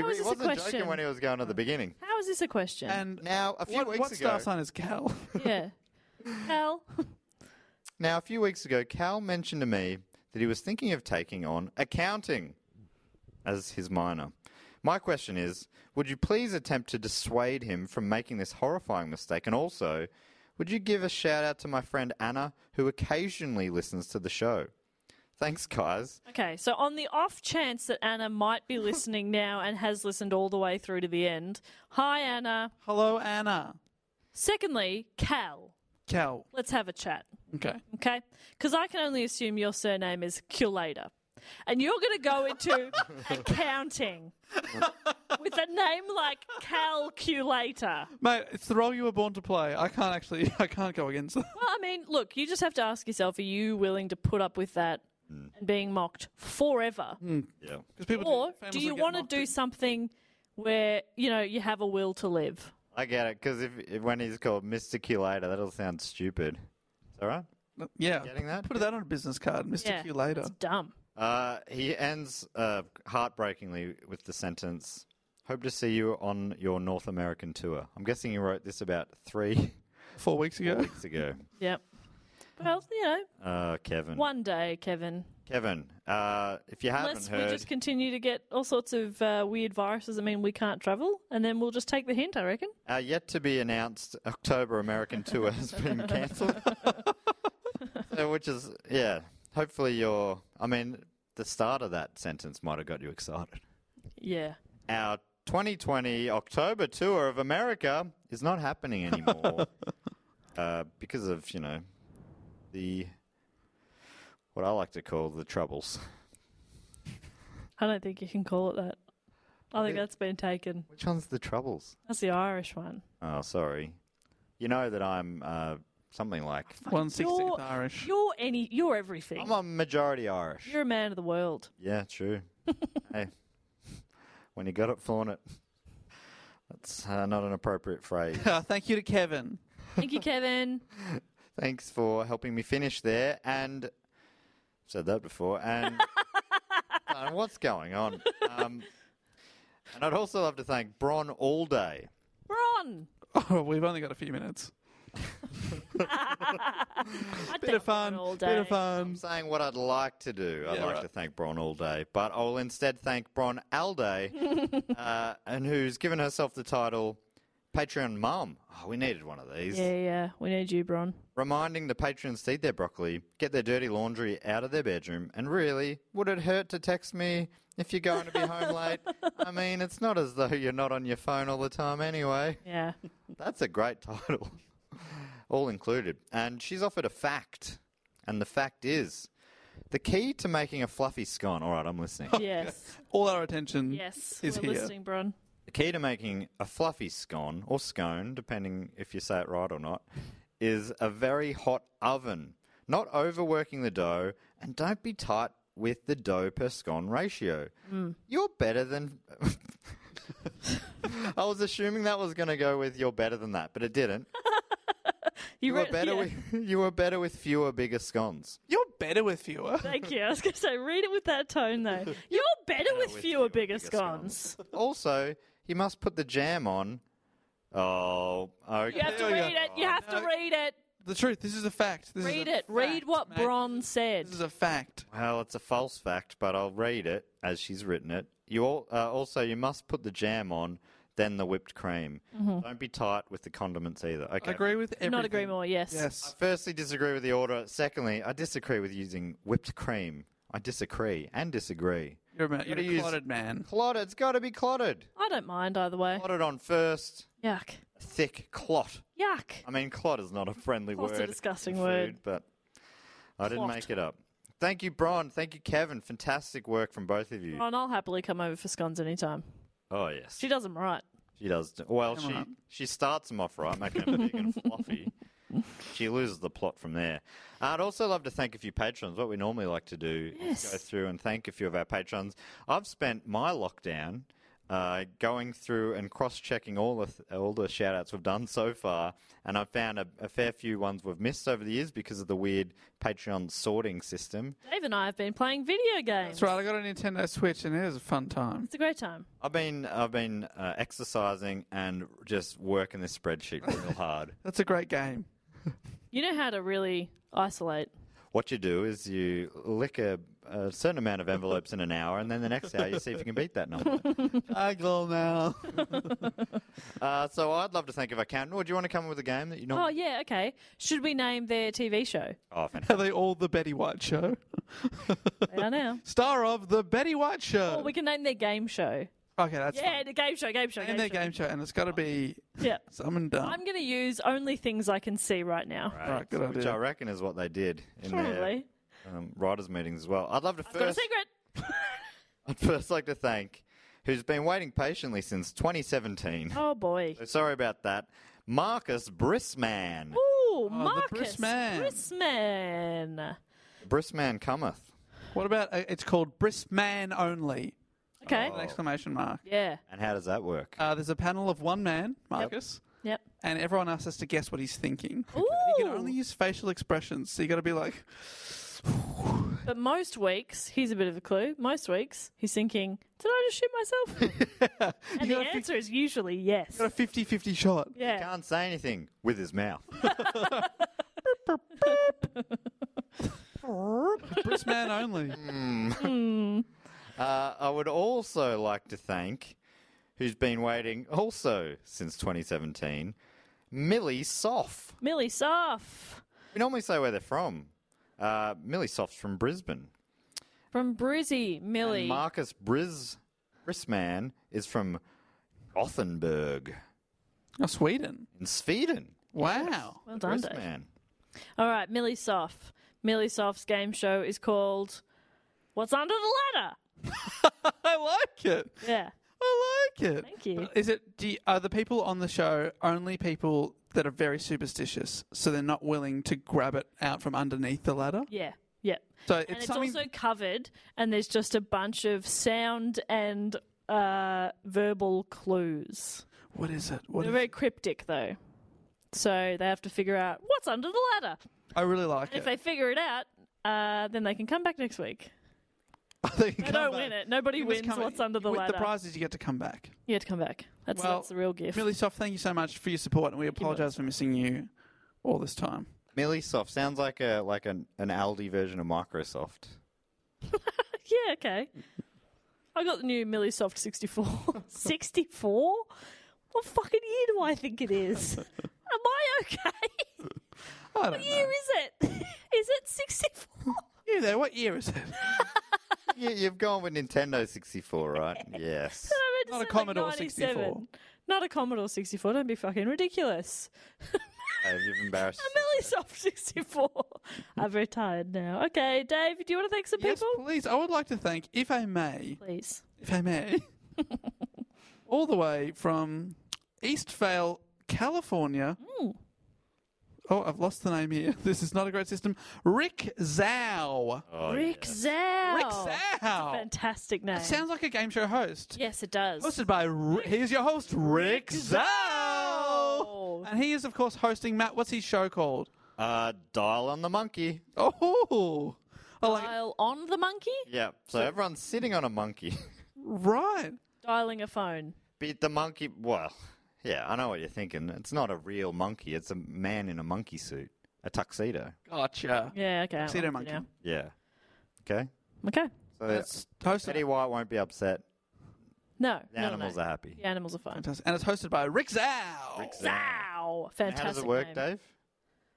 [SPEAKER 1] How
[SPEAKER 2] re-
[SPEAKER 1] is Oh, this a
[SPEAKER 2] wasn't
[SPEAKER 1] question?
[SPEAKER 2] joking when he was going at the beginning.
[SPEAKER 1] How is this a question?
[SPEAKER 3] And
[SPEAKER 2] Now, a few
[SPEAKER 3] what,
[SPEAKER 2] weeks
[SPEAKER 3] what
[SPEAKER 2] ago,
[SPEAKER 3] star sign is Cal?
[SPEAKER 1] yeah. Hell.
[SPEAKER 2] now a few weeks ago, Cal mentioned to me that he was thinking of taking on accounting as his minor. My question is, would you please attempt to dissuade him from making this horrifying mistake? And also, would you give a shout out to my friend Anna, who occasionally listens to the show? Thanks, guys.
[SPEAKER 1] Okay, so on the off chance that Anna might be listening now and has listened all the way through to the end, hi Anna.
[SPEAKER 3] Hello, Anna.
[SPEAKER 1] Secondly, Cal.
[SPEAKER 3] Cal.
[SPEAKER 1] Let's have a chat,
[SPEAKER 3] Okay.
[SPEAKER 1] okay? Because I can only assume your surname is Culator. And you're going to go into accounting with a name like Calculator.
[SPEAKER 3] Mate, it's the role you were born to play. I can't actually, I can't go against that.
[SPEAKER 1] Well, I mean, look, you just have to ask yourself are you willing to put up with that and being mocked forever?
[SPEAKER 2] Yeah.
[SPEAKER 3] Because people
[SPEAKER 1] or
[SPEAKER 3] families
[SPEAKER 1] do you
[SPEAKER 3] will get
[SPEAKER 1] want to
[SPEAKER 3] mocked
[SPEAKER 1] do
[SPEAKER 3] at.
[SPEAKER 1] something where you know you have a will to live?
[SPEAKER 2] I get it, because if, if when he's called Mr. Culator, that'll sound stupid. Is that right?
[SPEAKER 3] Yeah.
[SPEAKER 2] Getting that?
[SPEAKER 3] Put that on a business card, Mr. Q later.
[SPEAKER 1] It's dumb.
[SPEAKER 2] Uh, he ends uh, heartbreakingly with the sentence Hope to see you on your North American tour. I'm guessing you wrote this about three
[SPEAKER 3] Four weeks ago.
[SPEAKER 2] weeks ago.
[SPEAKER 1] Yep. Well, you know,
[SPEAKER 2] Uh, Kevin.
[SPEAKER 1] one day, Kevin.
[SPEAKER 2] Kevin, uh, if you haven't
[SPEAKER 1] Unless we
[SPEAKER 2] heard.
[SPEAKER 1] just continue to get all sorts of uh, weird viruses that mean we can't travel, and then we'll just take the hint, I reckon.
[SPEAKER 2] Our yet to be announced October American tour has been cancelled. so, which is, yeah. Hopefully, you're. I mean, the start of that sentence might have got you excited.
[SPEAKER 1] Yeah.
[SPEAKER 2] Our 2020 October tour of America is not happening anymore uh, because of, you know, the. What I like to call the troubles.
[SPEAKER 1] I don't think you can call it that. I think that's been taken.
[SPEAKER 2] Which one's the troubles?
[SPEAKER 1] That's the Irish one.
[SPEAKER 2] Oh, sorry. You know that I'm uh, something like.
[SPEAKER 3] One sixteenth
[SPEAKER 1] You're-
[SPEAKER 3] Irish.
[SPEAKER 1] You're any, you're everything.
[SPEAKER 2] I'm a majority Irish.
[SPEAKER 1] You're a man of the world.
[SPEAKER 2] Yeah, true. hey, when you got it, flaunt it. That's uh, not an appropriate phrase.
[SPEAKER 3] Uh, thank you to Kevin.
[SPEAKER 1] Thank you, Kevin.
[SPEAKER 2] Thanks for helping me finish there. And said that before. And Uh, what's going on? Um, and I'd also love to thank Bron Allday.
[SPEAKER 1] Ron.
[SPEAKER 3] Oh, we've only got a few minutes.
[SPEAKER 1] I'd
[SPEAKER 3] Bit of
[SPEAKER 1] date
[SPEAKER 3] fun.
[SPEAKER 1] Ron all day.
[SPEAKER 3] Bit of fun.
[SPEAKER 2] I'm saying what I'd like to do. I'd
[SPEAKER 3] Yeah,
[SPEAKER 2] like
[SPEAKER 3] right.
[SPEAKER 2] to thank Bron all day, but I'll instead thank Bron Alday, uh, and who's given herself the title Patreon Mum. Oh, we needed one of these.
[SPEAKER 1] Yeah, yeah. We need you, Bron.
[SPEAKER 2] reminding the patrons to eat their broccoli, get their dirty laundry out of their bedroom, and really, would it hurt to text me if you're going to be home late? I mean, it's not as though you're not on your phone all the time anyway.
[SPEAKER 1] Yeah.
[SPEAKER 2] That's a great title, all included. And she's offered a fact, and the fact is. The key to making a fluffy scone, all right, I'm listening.
[SPEAKER 1] Yes.
[SPEAKER 3] All our attention
[SPEAKER 1] Yes.
[SPEAKER 3] is uh,
[SPEAKER 1] We're
[SPEAKER 3] here.
[SPEAKER 1] listening, Bron.
[SPEAKER 2] The key to making a fluffy scone, or scone, depending if you say it right or not, is a very hot oven. Not overworking the dough, and don't be tight with the dough per scone ratio.
[SPEAKER 1] Mm.
[SPEAKER 2] You're better than. I was assuming that was going to go with you're better than that, but it didn't. You were
[SPEAKER 1] re-
[SPEAKER 2] better
[SPEAKER 1] yeah.
[SPEAKER 2] with you were better with fewer, bigger scones.
[SPEAKER 3] You're better with fewer.
[SPEAKER 1] Thank you. I was going to say, read it with that tone, though. You're better with fewer, bigger scones.
[SPEAKER 2] Also, you must put the jam on. Oh, okay.
[SPEAKER 1] You have to
[SPEAKER 3] There we
[SPEAKER 1] read
[SPEAKER 3] go.
[SPEAKER 1] it. You have to
[SPEAKER 3] No.
[SPEAKER 1] read it.
[SPEAKER 3] The truth. This is a fact. This is
[SPEAKER 1] Read
[SPEAKER 3] a
[SPEAKER 1] it. Read
[SPEAKER 3] fact,
[SPEAKER 1] what
[SPEAKER 3] mate.
[SPEAKER 1] Bron said.
[SPEAKER 3] This is a fact.
[SPEAKER 2] Well, it's a false fact, but I'll read it as she's written it. You all, uh, also you must put the jam on, then the whipped cream.
[SPEAKER 1] Mm-hmm.
[SPEAKER 2] Don't be tight with the condiments either. Okay.
[SPEAKER 3] I agree with everything.
[SPEAKER 1] Not agree more. Yes.
[SPEAKER 3] Yes.
[SPEAKER 2] Firstly, disagree with the order. Secondly, I disagree with using whipped cream. I disagree and disagree.
[SPEAKER 3] You're a, ma- you're
[SPEAKER 2] Gotta
[SPEAKER 3] a
[SPEAKER 2] use-
[SPEAKER 3] clotted man.
[SPEAKER 2] Clotted. It's got to be clotted.
[SPEAKER 1] I don't mind either way.
[SPEAKER 2] Clotted on first.
[SPEAKER 1] Yuck.
[SPEAKER 2] Thick clot.
[SPEAKER 1] Yuck.
[SPEAKER 2] I mean, clot is not a friendly
[SPEAKER 1] Clot's a
[SPEAKER 2] word.
[SPEAKER 1] disgusting
[SPEAKER 2] in
[SPEAKER 1] word.
[SPEAKER 2] food, But I didn't
[SPEAKER 1] Clot.
[SPEAKER 2] make it up. Thank you, Bron. Thank you, Kevin. Fantastic work from both of you.
[SPEAKER 1] Bron, I'll happily come over for scones anytime.
[SPEAKER 2] Oh yes.
[SPEAKER 1] She does them right.
[SPEAKER 2] She does. do- Well,
[SPEAKER 3] Come
[SPEAKER 2] she
[SPEAKER 3] on.
[SPEAKER 2] she starts them off right, making them big and fluffy. She loses the plot from there. Uh, I'd also love to thank a few patrons. What we normally like to do is go through and thank a few of our patrons. I've spent my lockdown uh, going through and cross-checking all the th- all the shout-outs we've done so far, and I found a, a fair few ones we've missed over the years because of the weird Patreon sorting system.
[SPEAKER 1] Dave and I have been playing video games.
[SPEAKER 3] That's right. I got a Nintendo Switch, and it was a fun time.
[SPEAKER 1] It's a great time.
[SPEAKER 2] I've been I've been uh, exercising and just working this spreadsheet real hard.
[SPEAKER 3] That's a great game.
[SPEAKER 1] You know how to really isolate.
[SPEAKER 2] What you do is you lick a, a certain amount of envelopes in an hour, and then the next hour you see if you can beat that number.
[SPEAKER 3] I go now.
[SPEAKER 2] Uh, so I'd love to think if I can. Or do you want to come up with a game that you know?
[SPEAKER 1] Oh yeah, okay. Should we name their TV show?
[SPEAKER 2] Oh,
[SPEAKER 3] Are
[SPEAKER 2] fantastic.
[SPEAKER 3] they all the Betty White Show?
[SPEAKER 1] They are now.
[SPEAKER 3] Star of the Betty White Show.
[SPEAKER 1] Or Oh, we can name their game show.
[SPEAKER 3] okay, that's
[SPEAKER 1] yeah,
[SPEAKER 3] fine.
[SPEAKER 1] the game show, game show,
[SPEAKER 3] And their game show, and it's got to be
[SPEAKER 1] Yeah.
[SPEAKER 3] summoned done.
[SPEAKER 1] I'm going to use only things I can see right now.
[SPEAKER 3] All Oh. right, good
[SPEAKER 2] Which I
[SPEAKER 3] idea.
[SPEAKER 2] reckon is what they did in
[SPEAKER 1] Probably.
[SPEAKER 2] their um, writers' meetings as well. I'd love to
[SPEAKER 1] I've got a
[SPEAKER 2] first.
[SPEAKER 1] secret.
[SPEAKER 2] I'd first like to thank who's been waiting patiently since 2017.
[SPEAKER 1] Oh boy.
[SPEAKER 2] So Sorry about that, Marcus Brisman. oh,
[SPEAKER 1] Ooh,
[SPEAKER 3] the
[SPEAKER 1] Marcus
[SPEAKER 3] Brisman.
[SPEAKER 1] Brisman.
[SPEAKER 2] Brisman cometh.
[SPEAKER 3] What about uh, it's called Brisman Only?
[SPEAKER 1] Okay.
[SPEAKER 3] An exclamation mark.
[SPEAKER 1] Yeah.
[SPEAKER 2] And how does that work?
[SPEAKER 3] Uh, there's a panel of one man, Marcus,
[SPEAKER 1] Yep.
[SPEAKER 3] and everyone else has to guess what he's thinking.
[SPEAKER 1] Ooh.
[SPEAKER 3] You can only use facial expressions, so you got to be like,
[SPEAKER 1] But most weeks, here's a bit of a clue. Most weeks, he's thinking, "Did I just shoot myself?" and the
[SPEAKER 3] gotta
[SPEAKER 1] answer is usually yes.
[SPEAKER 3] got a 50 50 shot.
[SPEAKER 1] Yeah.
[SPEAKER 2] Can't say anything with his mouth.
[SPEAKER 3] Brisman Only.
[SPEAKER 2] Uh, I would also like to thank who's been waiting also since 2017, Millie Soff.
[SPEAKER 1] Millie Soff
[SPEAKER 2] We normally say where they're from. Uh, Millie Soff's from Brisbane.
[SPEAKER 1] from Brizzy. Millie.
[SPEAKER 2] And Marcus Bris Brisman is from Gothenburg
[SPEAKER 3] Oh, Sweden.
[SPEAKER 2] in Sweden.
[SPEAKER 3] Wow.
[SPEAKER 1] well done, Dave.
[SPEAKER 2] Brisman.
[SPEAKER 1] All right, Millie Soff. Millie Soff's game show is called "What's Under the Ladder."
[SPEAKER 3] I like it.
[SPEAKER 1] Yeah.
[SPEAKER 3] I like it.
[SPEAKER 1] Thank you.
[SPEAKER 3] But is it? Do you- are the people on the show only people that are very superstitious, so they're not willing to grab it out from underneath the ladder?
[SPEAKER 1] Yeah. Yep.
[SPEAKER 3] So
[SPEAKER 1] and
[SPEAKER 3] it's
[SPEAKER 1] it's
[SPEAKER 3] something.
[SPEAKER 1] also covered, and there's just a bunch of sound and uh, verbal clues.
[SPEAKER 3] what is it? What
[SPEAKER 1] They're
[SPEAKER 3] is
[SPEAKER 1] very
[SPEAKER 3] it?
[SPEAKER 1] cryptic, though. So they have to figure out what's under the ladder.
[SPEAKER 3] I really like
[SPEAKER 1] And if
[SPEAKER 3] it.
[SPEAKER 1] they figure it out, uh, then they can come back next week.
[SPEAKER 3] they
[SPEAKER 1] They don't win it. Nobody wins what's under the
[SPEAKER 3] with
[SPEAKER 1] ladder.
[SPEAKER 3] The prize is you get to come back.
[SPEAKER 1] You have to come back. That's,
[SPEAKER 3] Well,
[SPEAKER 1] that's the real gift.
[SPEAKER 3] Millie Soft, thank you so much for your support, and we
[SPEAKER 1] you, Millie
[SPEAKER 3] apologise for missing you all this time.
[SPEAKER 2] Millie Soft sounds like a like an, an Aldi version of Microsoft.
[SPEAKER 1] yeah, okay. I got the new Millisoft 64. 64? What fucking year do I think it is? Am I okay?
[SPEAKER 3] I don't
[SPEAKER 1] What year
[SPEAKER 3] know.
[SPEAKER 1] is it? Is it 64?
[SPEAKER 3] You there? What year is it?
[SPEAKER 2] you, you've gone with Nintendo 64, right? Yes.
[SPEAKER 1] I meant to
[SPEAKER 3] Not a
[SPEAKER 1] say, like,
[SPEAKER 3] Commodore
[SPEAKER 1] 97.
[SPEAKER 3] 64.
[SPEAKER 1] Not a Commodore 64. Don't be fucking ridiculous.
[SPEAKER 2] Uh, you've embarrassed.
[SPEAKER 1] A Millisoft 64. I'm very tired now. Okay, Dave, do you want to thank some
[SPEAKER 3] yes,
[SPEAKER 1] people?
[SPEAKER 3] please. I would like to thank, if I may,
[SPEAKER 1] Please.
[SPEAKER 3] if I may, all the way from Eastvale, California. Oh, I've lost the name here. This is not a great system. Rick Zhao.
[SPEAKER 1] Rick Zao.
[SPEAKER 3] Rick Zhao.
[SPEAKER 1] Oh. Fantastic name.
[SPEAKER 3] Sounds like a game show host.
[SPEAKER 1] yes, it does.
[SPEAKER 3] Hosted by, R- here's your host, Rick Zhao.
[SPEAKER 1] Zhao.
[SPEAKER 3] And he is, of course, hosting Matt. What's his show called?
[SPEAKER 2] Uh, dial on the monkey.
[SPEAKER 3] Oh, I like it.
[SPEAKER 1] Dial on the monkey?
[SPEAKER 2] Yeah. So everyone's sitting on a monkey.
[SPEAKER 3] right.
[SPEAKER 1] Dialing a phone.
[SPEAKER 2] Beat the monkey. Well, yeah, I know what you're thinking. It's not a real monkey. It's a man in a monkey suit, a tuxedo.
[SPEAKER 3] Gotcha.
[SPEAKER 1] Yeah, okay.
[SPEAKER 3] Tuxedo
[SPEAKER 1] I'll
[SPEAKER 3] monkey.
[SPEAKER 1] do now.
[SPEAKER 2] Yeah. Okay.
[SPEAKER 1] Okay.
[SPEAKER 2] So
[SPEAKER 3] That's hosted.
[SPEAKER 2] Eddie White won't be upset.
[SPEAKER 1] No.
[SPEAKER 2] The animals are happy.
[SPEAKER 1] The animals are fine.
[SPEAKER 3] Fantastic. And it's hosted by Rick Zhao.
[SPEAKER 2] Rick Zhao.
[SPEAKER 1] Wow.
[SPEAKER 2] And
[SPEAKER 1] Fantastic.
[SPEAKER 2] How does it work,
[SPEAKER 1] name.
[SPEAKER 2] Dave?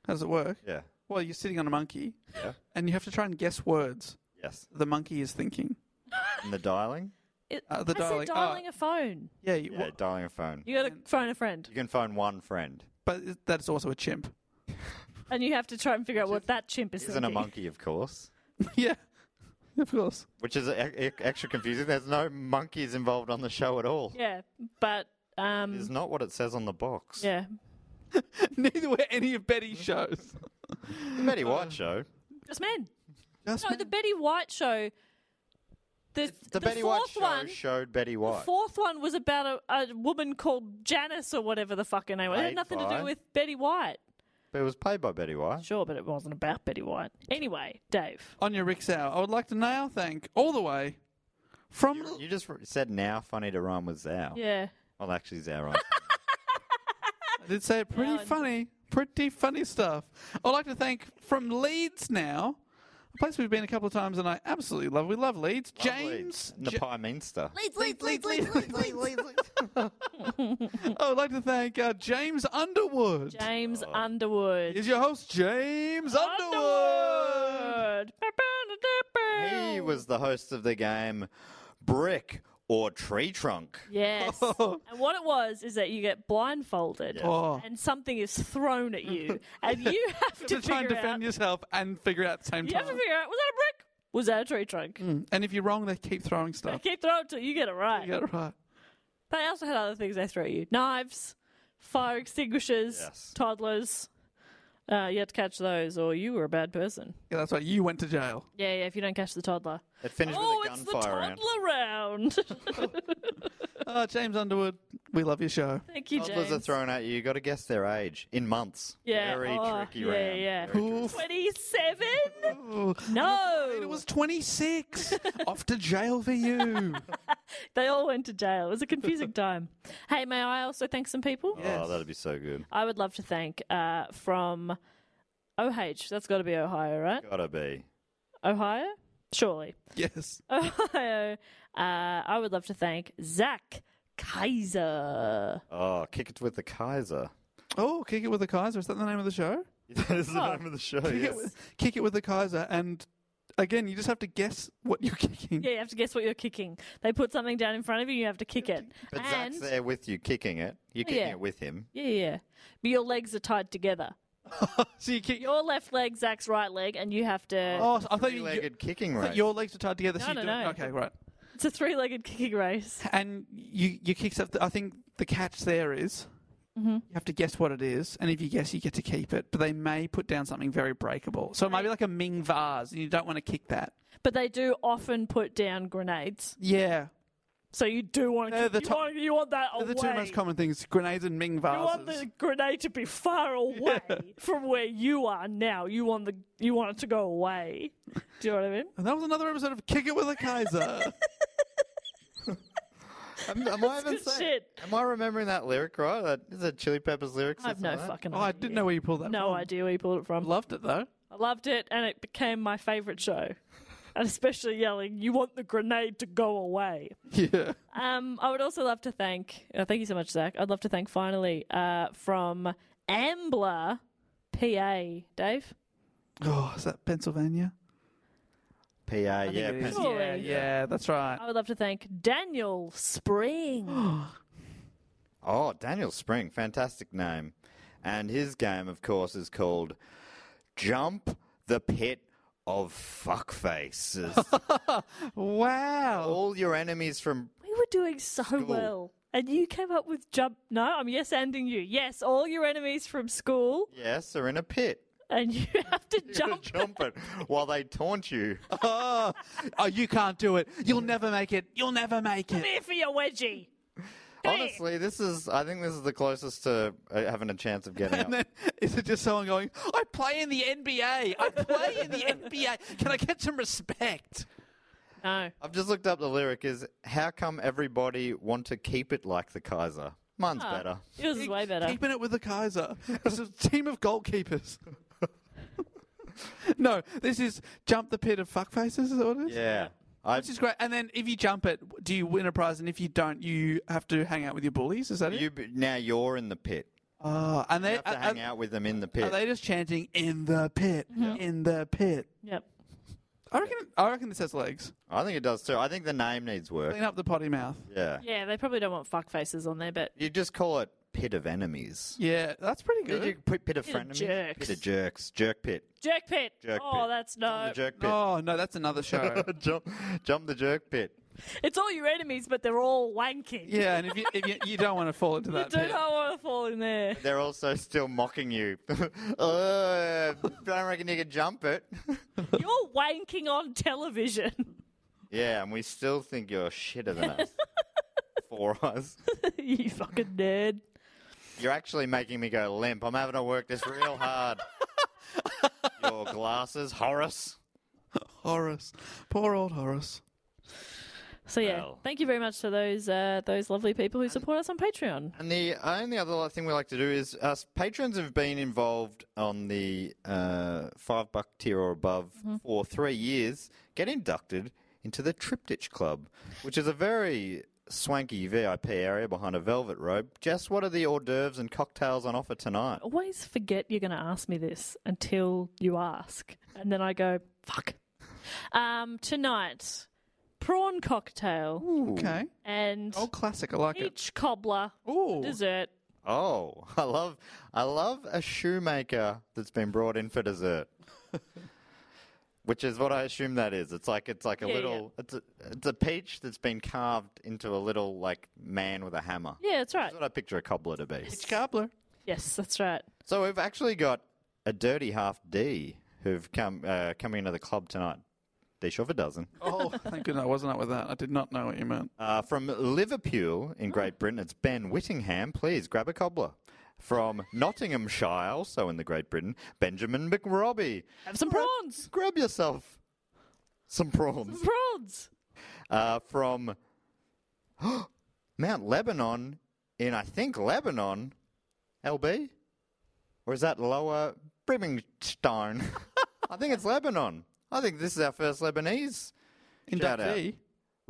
[SPEAKER 3] How does it work?
[SPEAKER 2] Yeah.
[SPEAKER 3] Well, you're sitting on a monkey,
[SPEAKER 2] Yeah.
[SPEAKER 3] and you have to try and guess words
[SPEAKER 2] Yes.
[SPEAKER 3] the monkey is thinking.
[SPEAKER 2] And the dialing?
[SPEAKER 1] It-
[SPEAKER 3] Uh, the
[SPEAKER 1] I
[SPEAKER 3] dialing-
[SPEAKER 1] said dialing
[SPEAKER 3] oh.
[SPEAKER 1] a phone.
[SPEAKER 3] Yeah, you,
[SPEAKER 2] Yeah,
[SPEAKER 3] well,
[SPEAKER 2] dialing a phone.
[SPEAKER 1] You got to phone a friend,
[SPEAKER 2] You can phone one friend.
[SPEAKER 3] but it- that's also a chimp.
[SPEAKER 1] and you have to try and figure out what that chimp is
[SPEAKER 2] Isn't a
[SPEAKER 1] thinking.
[SPEAKER 2] monkey, of course.
[SPEAKER 3] yeah, of course.
[SPEAKER 2] Which is e- e- extra confusing. There's no monkeys involved on the show at all.
[SPEAKER 1] Yeah, but um,
[SPEAKER 2] It's not what it says on the box.
[SPEAKER 1] yeah,
[SPEAKER 3] Neither were any of Betty's shows.
[SPEAKER 2] The Betty White show.
[SPEAKER 1] just men.
[SPEAKER 3] Just
[SPEAKER 1] No, the Betty White show The,
[SPEAKER 2] The, Betty White
[SPEAKER 1] fourth
[SPEAKER 2] show
[SPEAKER 1] one,
[SPEAKER 2] showed Betty White.
[SPEAKER 1] The fourth one was about a, a woman called Janice or whatever the fuck her name was. It had
[SPEAKER 2] Paid
[SPEAKER 1] nothing to
[SPEAKER 2] by-
[SPEAKER 1] do with Betty White.
[SPEAKER 2] But it was paid by Betty White.
[SPEAKER 1] Sure, but it wasn't about Betty White. Anyway, Dave.
[SPEAKER 3] On your Rick's hour, I would like to now thank all the way from
[SPEAKER 2] You just r- said now funny to rhyme with Zao.
[SPEAKER 1] Yeah.
[SPEAKER 2] Well, actually, Zao rhymes.
[SPEAKER 3] I did say pretty funny, pretty funny stuff. I'd like to thank from Leeds now, a place we've been a couple of times and I absolutely love. We love Leeds. James.
[SPEAKER 2] with Napai Minster.
[SPEAKER 3] Leeds, Leeds, Leeds, Leeds, Leeds, Leeds, I would like to thank uh, James Underwood.
[SPEAKER 1] James
[SPEAKER 2] Oh.
[SPEAKER 1] Underwood.
[SPEAKER 3] Is your host James Underwood?
[SPEAKER 2] He was the host of the game Brick or Tree Trunk.
[SPEAKER 1] Yes. and what it was is that you get blindfolded
[SPEAKER 2] Yeah. Oh.
[SPEAKER 1] and something is thrown at you and you have to
[SPEAKER 3] to try and
[SPEAKER 1] figure out.
[SPEAKER 3] defend yourself and figure out at the same
[SPEAKER 1] You
[SPEAKER 3] time.
[SPEAKER 1] have to figure out was that a brick? Was that a tree trunk?
[SPEAKER 3] Mm. And if you're wrong, they keep throwing
[SPEAKER 1] They
[SPEAKER 3] stuff.
[SPEAKER 1] keep throwing it till you get it right.
[SPEAKER 3] You got it right.
[SPEAKER 1] But They also had other things they threw at you: knives, fire extinguishers,
[SPEAKER 3] Yes.
[SPEAKER 1] toddlers. Uh, you had to catch those, or you were a bad person.
[SPEAKER 3] Yeah, that's right. You went to jail.
[SPEAKER 1] Yeah, yeah. If you don't catch the toddler,
[SPEAKER 2] It finished
[SPEAKER 1] oh,
[SPEAKER 2] with a
[SPEAKER 1] it's the
[SPEAKER 2] gunfire round.
[SPEAKER 1] toddler round.
[SPEAKER 3] Uh, James Underwood, we love your show.
[SPEAKER 1] Thank you,
[SPEAKER 2] Toddlers are
[SPEAKER 1] James.
[SPEAKER 2] thrown at you. You've got to guess their age in months.
[SPEAKER 1] Yeah,
[SPEAKER 2] Very
[SPEAKER 1] oh,
[SPEAKER 2] tricky
[SPEAKER 1] yeah,
[SPEAKER 2] round.
[SPEAKER 1] yeah.
[SPEAKER 2] Very tricky.
[SPEAKER 1] Twenty-seven.
[SPEAKER 3] No, it was 26. Off to jail for you.
[SPEAKER 1] They all went to jail. It was a confusing time. Hey, may I also thank some people?
[SPEAKER 2] Oh, that'd be so good.
[SPEAKER 1] I would love to thank uh, from OH. That's got to be Ohio, right?
[SPEAKER 2] Gotta be.
[SPEAKER 1] Ohio? Surely.
[SPEAKER 3] Yes.
[SPEAKER 1] Ohio. Uh, I would love to thank Zach Kaiser.
[SPEAKER 2] Oh, kick it with the Kaiser.
[SPEAKER 3] Oh, Kick It With the Kaiser. Is that the name of the show?
[SPEAKER 2] that is
[SPEAKER 1] Oh.
[SPEAKER 2] the name of the show.
[SPEAKER 3] Kick,
[SPEAKER 2] yes.
[SPEAKER 3] it with, kick It With the Kaiser. And again, you just have to guess what you're kicking.
[SPEAKER 1] Yeah, you have to guess what you're kicking. They put something down in front of you, you have to kick it.
[SPEAKER 2] But
[SPEAKER 1] and
[SPEAKER 2] Zach's there with you, kicking it. You're kicking
[SPEAKER 1] Yeah.
[SPEAKER 2] it with him.
[SPEAKER 1] yeah, yeah. But your legs are tied together.
[SPEAKER 3] so you kick.
[SPEAKER 1] Your left leg, Zach's right leg, and you have to.
[SPEAKER 3] Oh, I thought you
[SPEAKER 2] Three-legged kicking
[SPEAKER 3] I thought
[SPEAKER 2] race.
[SPEAKER 3] your legs are tied together. so
[SPEAKER 1] No,
[SPEAKER 3] you
[SPEAKER 1] no,
[SPEAKER 3] do
[SPEAKER 1] no.
[SPEAKER 3] Okay, right.
[SPEAKER 1] It's a three-legged kicking race.
[SPEAKER 3] And you, you kick up. The, I think the catch there is
[SPEAKER 1] Mhm.
[SPEAKER 3] you have to guess what it is. And if you guess, you get to keep it. But they may put down something very breakable. So it might be like a Ming vase, and you don't want to kick that.
[SPEAKER 1] But they do often put down grenades.
[SPEAKER 3] Yeah.
[SPEAKER 1] So you do want
[SPEAKER 3] They're
[SPEAKER 1] to.
[SPEAKER 3] the
[SPEAKER 1] you,
[SPEAKER 3] top-
[SPEAKER 1] want, you want that
[SPEAKER 3] They're
[SPEAKER 1] away.
[SPEAKER 3] the two most common things grenades and Ming
[SPEAKER 1] you
[SPEAKER 3] vases.
[SPEAKER 1] want the grenade to be far away from where you are now. You want the you want it to go away. Do you know what I mean?
[SPEAKER 3] And that was another episode of Kick It With a Kaiser.
[SPEAKER 2] Am, am I even
[SPEAKER 1] good
[SPEAKER 2] saying?
[SPEAKER 1] shit.
[SPEAKER 2] Am I remembering that lyric right? That- Is that Chili Peppers lyrics?
[SPEAKER 1] I have no fucking
[SPEAKER 3] oh, I didn't know where you pulled that
[SPEAKER 1] no
[SPEAKER 3] from.
[SPEAKER 1] idea where you pulled it from.
[SPEAKER 3] Loved it, though.
[SPEAKER 1] I loved it, and it became my favorite show. And especially yelling, "You want the grenade to go away."
[SPEAKER 3] Yeah.
[SPEAKER 1] Um, I would also love to thank. Uh, thank you so much, Zach. I'd love to thank finally uh, from Ambler, PA, Dave.
[SPEAKER 3] Oh, is that Pennsylvania?
[SPEAKER 2] PA, yeah.
[SPEAKER 3] It is.
[SPEAKER 2] Pen-
[SPEAKER 3] Yeah, yeah, that's right.
[SPEAKER 1] I would love to thank Daniel Spring.
[SPEAKER 2] Oh, Daniel Spring, fantastic name. And his game, of course, is called Jump the Pit of Fuckfaces.
[SPEAKER 3] Wow.
[SPEAKER 2] All your enemies from
[SPEAKER 1] we were doing so well. And you came up with jump. No, I'm yes ending you. Yes, all your enemies from school,
[SPEAKER 2] yes are in a pit.
[SPEAKER 1] and you have to
[SPEAKER 2] You're gonna
[SPEAKER 1] jump.
[SPEAKER 2] jump it while they taunt you.
[SPEAKER 3] Oh, oh, you can't do it. You'll never make it. You'll never make it.
[SPEAKER 1] Here for your wedgie.
[SPEAKER 2] Honestly, this is. I think this is the closest to uh, having a chance of getting
[SPEAKER 3] And
[SPEAKER 2] up.
[SPEAKER 3] then is it just someone going, I play in the NBA. I play in the NBA. Can I get some respect?
[SPEAKER 1] No.
[SPEAKER 2] I've just looked up the lyric. Is how come everybody want to keep it like the Kaiser? Mine's
[SPEAKER 1] Ah.
[SPEAKER 2] better.
[SPEAKER 1] Yours is way better.
[SPEAKER 3] Keeping it with the Kaiser. It's a team of goalkeepers. no, this is jump the pit of fuckfaces, is that what it is?
[SPEAKER 2] Yeah. I,
[SPEAKER 3] Which is great. And then if you jump it, do you win a prize? And if you don't, you have to hang out with your bullies. Is that it?
[SPEAKER 2] you be- now you're in the pit.
[SPEAKER 3] oh, and
[SPEAKER 2] You
[SPEAKER 3] they
[SPEAKER 2] have to
[SPEAKER 3] are-
[SPEAKER 2] hang
[SPEAKER 3] are-
[SPEAKER 2] out with them in the
[SPEAKER 3] Are
[SPEAKER 2] pit.
[SPEAKER 3] they just chanting in the pit,
[SPEAKER 1] Mm-hmm.
[SPEAKER 3] in the pit?
[SPEAKER 1] Yep.
[SPEAKER 3] I reckon. I reckon this has legs.
[SPEAKER 2] I think it does too. I think the name needs work.
[SPEAKER 3] Clean up the potty mouth.
[SPEAKER 2] Yeah.
[SPEAKER 1] Yeah, they probably don't want fuck faces on there, but
[SPEAKER 2] You just call it pit of enemies.
[SPEAKER 3] Yeah, that's pretty
[SPEAKER 2] Did
[SPEAKER 3] good.
[SPEAKER 2] you put pit of
[SPEAKER 1] Pit of
[SPEAKER 2] frenemies?
[SPEAKER 1] jerks.
[SPEAKER 2] Pit of jerks. Jerk pit.
[SPEAKER 1] jerk pit.
[SPEAKER 2] Jerk
[SPEAKER 1] oh,
[SPEAKER 2] pit.
[SPEAKER 1] that's
[SPEAKER 2] Jump
[SPEAKER 1] no.
[SPEAKER 2] the jerk pit.
[SPEAKER 3] Oh no, that's another show.
[SPEAKER 2] jump, jump the jerk pit.
[SPEAKER 1] It's all your enemies, but they're all wanking.
[SPEAKER 3] yeah, and if you if you, you don't want to fall into
[SPEAKER 1] You
[SPEAKER 3] that
[SPEAKER 1] do
[SPEAKER 3] pit,
[SPEAKER 1] not want to fall in there.
[SPEAKER 2] They're also still mocking you. Oh, uh, don't reckon you can jump it.
[SPEAKER 1] You're wanking on television.
[SPEAKER 2] Yeah, and we still think you're shitter than us. Four eyes.
[SPEAKER 1] you fucking nerd.
[SPEAKER 2] You're actually making me go limp. I'm having to work this real hard. Your glasses, Horace.
[SPEAKER 3] Horace. Poor old Horace.
[SPEAKER 1] So yeah, thank you very much to those uh, those lovely people who support us on Patreon.
[SPEAKER 2] And the only other li- thing we like to do is us patrons have been involved on the uh, five buck tier or above for three years. Get inducted into the Triptych Club, which is a very swanky VIP area behind a velvet rope. Jess, what are the hors d'oeuvres and cocktails on offer tonight?
[SPEAKER 1] Always forget you're going to ask me this until you ask, and then I go fuck. Um, tonight, prawn cocktail.
[SPEAKER 3] okay.
[SPEAKER 1] And
[SPEAKER 3] Old classic. I like it.
[SPEAKER 1] peach cobbler.
[SPEAKER 3] Ooh.
[SPEAKER 1] Dessert.
[SPEAKER 2] Oh, I love I love a shoemaker that's been brought in for dessert. Which is what I assume that is. It's like it's like a
[SPEAKER 1] Yeah, yeah.
[SPEAKER 2] little it's a it's a peach that's been carved into a little like man with a hammer.
[SPEAKER 1] Yeah, that's right.
[SPEAKER 2] That's what I picture a cobbler to be.
[SPEAKER 3] Cobbler.
[SPEAKER 1] Yes, that's right.
[SPEAKER 2] So we've actually got a dirty half D who've come uh, coming into the club tonight. D shove a dozen.
[SPEAKER 3] Oh, thank goodness I wasn't up with that. I did not know what you meant.
[SPEAKER 2] Uh, from Liverpool in
[SPEAKER 1] Oh.
[SPEAKER 2] Great Britain, it's Ben Whittingham. Please grab a cobbler. From Nottinghamshire, also in the Great Britain, Benjamin McRobbie.
[SPEAKER 1] Have some prawns.
[SPEAKER 2] Grab yourself some prawns.
[SPEAKER 1] Prawns.
[SPEAKER 2] Uh, from Mount Lebanon in, I think, Lebanon, LB? Or is that lower Brimmingstone? I think it's Lebanon. I think this is our first Lebanese. shout out.
[SPEAKER 3] Inductee.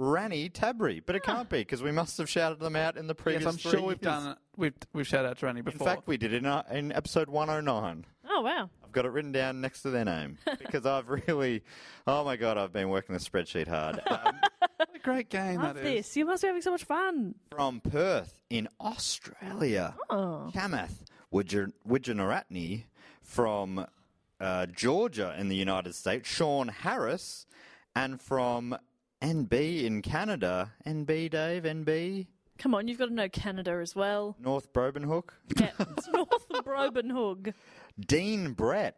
[SPEAKER 2] Rani Tabri, but it can't be because we must have shouted them out in the previous.
[SPEAKER 3] Yes, I'm
[SPEAKER 2] three
[SPEAKER 3] sure we've
[SPEAKER 2] years.
[SPEAKER 3] done it. We've we've shout out to Annie
[SPEAKER 2] In
[SPEAKER 3] before.
[SPEAKER 2] fact, we did in uh, in episode 109.
[SPEAKER 1] Oh wow.
[SPEAKER 2] I've got it written down next to their name because I've really, oh my god, I've been working the spreadsheet hard. Um,
[SPEAKER 3] what a great game
[SPEAKER 1] Love
[SPEAKER 3] that is.
[SPEAKER 1] this. You must be having so much fun.
[SPEAKER 2] from Perth in Australia,
[SPEAKER 3] Oh.
[SPEAKER 2] Kamath Widger- Widjanaratne from uh, Georgia in the United States, Sean Harris, and from NB in Canada, NB Dave, NB
[SPEAKER 1] Come on, you've got to know Canada as well.
[SPEAKER 2] North Brobenhook,
[SPEAKER 1] Yeah, it's North Brobenhoog.
[SPEAKER 2] Dean Brett.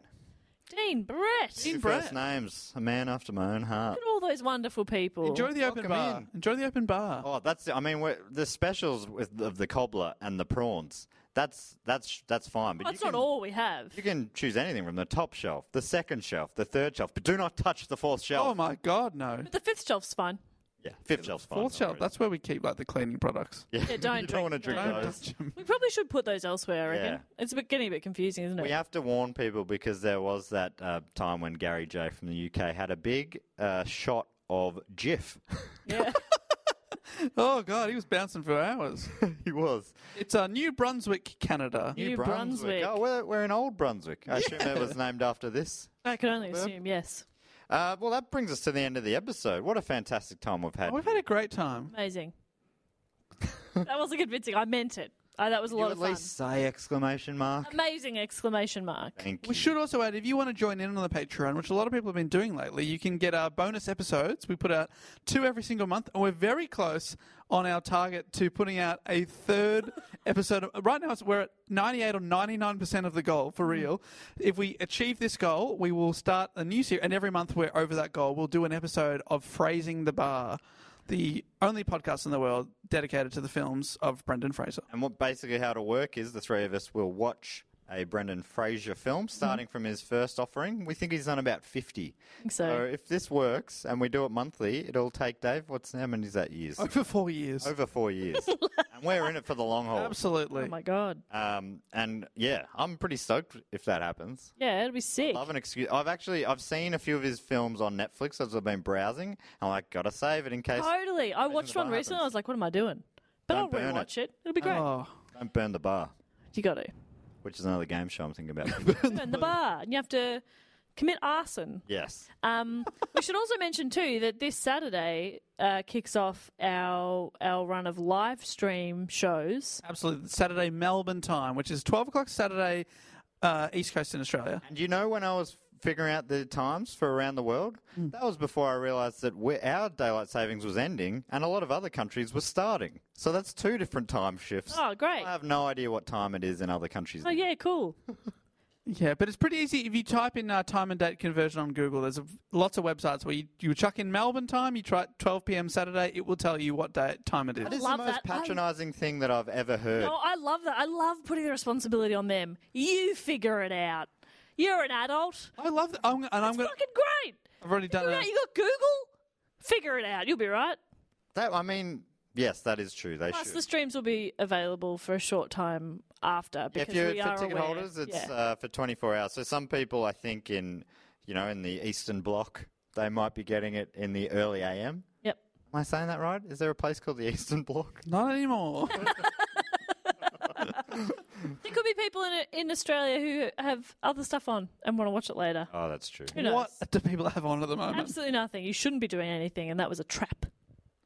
[SPEAKER 1] Dean Brett.
[SPEAKER 2] Two
[SPEAKER 1] Look
[SPEAKER 2] First names, a man after my own heart.
[SPEAKER 1] at all those wonderful people.
[SPEAKER 3] Enjoy the open
[SPEAKER 2] Welcome
[SPEAKER 3] bar.
[SPEAKER 2] in.
[SPEAKER 3] Enjoy the open bar.
[SPEAKER 2] Oh, that's. I mean, we're, the specials with of the cobbler and the prawns. That's that's that's fine. But
[SPEAKER 1] That's
[SPEAKER 2] you
[SPEAKER 1] not
[SPEAKER 2] can,
[SPEAKER 1] all we have.
[SPEAKER 2] You can choose anything from the top shelf, the second shelf, the third shelf, but do not touch the fourth shelf.
[SPEAKER 3] Oh my God, no.
[SPEAKER 1] But the fifth shelf's fine.
[SPEAKER 2] Yeah, fifth shelf's fine.
[SPEAKER 3] Fourth
[SPEAKER 2] no
[SPEAKER 3] shelf.
[SPEAKER 2] worries.
[SPEAKER 3] That's where we keep like the cleaning products.
[SPEAKER 2] yeah.
[SPEAKER 1] Yeah, don't
[SPEAKER 2] you
[SPEAKER 1] drink
[SPEAKER 2] don't want to drink
[SPEAKER 3] Don't
[SPEAKER 2] those.
[SPEAKER 3] touch 'em.
[SPEAKER 1] We probably should put those elsewhere, I reckon.
[SPEAKER 2] Yeah.
[SPEAKER 1] It's a bit, getting a bit confusing, isn't it?
[SPEAKER 2] We have to warn people because there was that uh, time when Gary J from the UK had a big uh, shot of Jif.
[SPEAKER 1] Yeah.
[SPEAKER 3] Oh God, he was bouncing for hours.
[SPEAKER 2] he was.
[SPEAKER 3] it's uh, New Brunswick, Canada.
[SPEAKER 1] New Brunswick.
[SPEAKER 2] Oh, we're, we're in Old Brunswick. I assume that was named after this.
[SPEAKER 1] I can only assume, yes.
[SPEAKER 2] Uh, well, that brings us to the end of the episode. What a fantastic time we've had.
[SPEAKER 3] Oh, we've had a great time.
[SPEAKER 1] Amazing. that wasn't convincing. I meant it. I, that was a
[SPEAKER 2] you
[SPEAKER 1] lot
[SPEAKER 2] at
[SPEAKER 1] of fun.
[SPEAKER 2] least say exclamation mark.
[SPEAKER 1] Amazing exclamation mark.
[SPEAKER 2] Thank
[SPEAKER 3] We
[SPEAKER 2] you.
[SPEAKER 3] should also add, if you want to join in on the Patreon, which a lot of people have been doing lately, you can get our bonus episodes. We put out two every single month, and we're very close on our target to putting out a third episode. Right now, it's- we're at 98 or 99% of the goal
[SPEAKER 1] Mm.
[SPEAKER 3] for real. If we achieve this goal, we will start a new series, and every month we're over that goal. We'll do an episode of Phrasing the Bar, the only podcast in the world dedicated to the films of Brendan Fraser.
[SPEAKER 2] And what basically how it'll work is the three of us will watch a Brendan Fraser film, starting from his first offering. We think he's done about fifty.
[SPEAKER 1] so.
[SPEAKER 2] if this works and we do it monthly, it'll take Dave. What's how many is that years?
[SPEAKER 3] Over four years.
[SPEAKER 2] Over four years, and we're in it for the long haul.
[SPEAKER 3] Absolutely.
[SPEAKER 1] Oh my god.
[SPEAKER 2] Um, and yeah, I'm pretty stoked if that happens.
[SPEAKER 1] Yeah, it'll be sick.
[SPEAKER 2] Love an excuse. I've actually I've seen a few of his films on Netflix as I've been browsing. I'm like, gotta save it in case.
[SPEAKER 1] Totally. I watched
[SPEAKER 2] the
[SPEAKER 1] one
[SPEAKER 2] bar
[SPEAKER 1] recently. I
[SPEAKER 2] happens.
[SPEAKER 1] was like, what am I doing? But
[SPEAKER 2] Don't
[SPEAKER 1] I'll
[SPEAKER 2] burn
[SPEAKER 1] rewatch it. It'll be great.
[SPEAKER 3] Oh.
[SPEAKER 2] Don't burn the bar,
[SPEAKER 1] You got to.
[SPEAKER 2] which is another game show I'm thinking about.
[SPEAKER 1] Burn the bar. And you have to commit arson.
[SPEAKER 2] yes.
[SPEAKER 1] Um, we should also mention too that this Saturday uh, kicks off our our run of live stream shows.
[SPEAKER 3] Absolutely. Saturday Melbourne time, which is 12 o'clock Saturday, uh, East Coast in Australia.
[SPEAKER 2] And you know when I was figuring out the times for around the world,
[SPEAKER 1] Mm.
[SPEAKER 2] that was before I realised that we our daylight savings was ending, and a lot of other countries were starting. So that's two different time shifts.
[SPEAKER 1] Oh, great!
[SPEAKER 2] I have no idea what time it is in other countries.
[SPEAKER 1] Oh yeah, cool.
[SPEAKER 3] Yeah, but it's pretty easy if you type in uh, time and date conversion on Google. There's a, lots of websites where you, you chuck in Melbourne time, you try 12 p.m. Saturday, it will tell you what day time it is.
[SPEAKER 2] That is the most
[SPEAKER 1] Um,
[SPEAKER 2] patronising thing that I've ever heard.
[SPEAKER 1] Oh, I love that. I love putting the responsibility on them. You figure it out. You're an adult.
[SPEAKER 3] I love that. I'm, and I'm gonna,
[SPEAKER 1] fucking great.
[SPEAKER 3] I've already done
[SPEAKER 1] Figure it
[SPEAKER 3] it.
[SPEAKER 1] out. You got Google? Figure it out. You'll be right.
[SPEAKER 2] That I mean, yes, that is true. They
[SPEAKER 1] Plus,
[SPEAKER 2] should.
[SPEAKER 1] the streams will be available for a short time after
[SPEAKER 2] if
[SPEAKER 1] because
[SPEAKER 2] you're
[SPEAKER 1] we
[SPEAKER 2] for
[SPEAKER 1] are
[SPEAKER 2] ticket
[SPEAKER 1] aware.
[SPEAKER 2] holders, it's
[SPEAKER 1] Yeah.
[SPEAKER 2] uh, for 24 hours. So some people, I think, in you know, in the Eastern Bloc, they might be getting it in the early AM.
[SPEAKER 1] Yep.
[SPEAKER 2] Am I saying that right? Is there a place called the Eastern Bloc?
[SPEAKER 3] Not anymore.
[SPEAKER 1] there could be people in in Australia who have other stuff on and want to watch it later.
[SPEAKER 2] oh, that's true.
[SPEAKER 1] Who knows?
[SPEAKER 3] What do people have on at the moment?
[SPEAKER 1] Absolutely nothing. You shouldn't be doing anything, and that was a trap.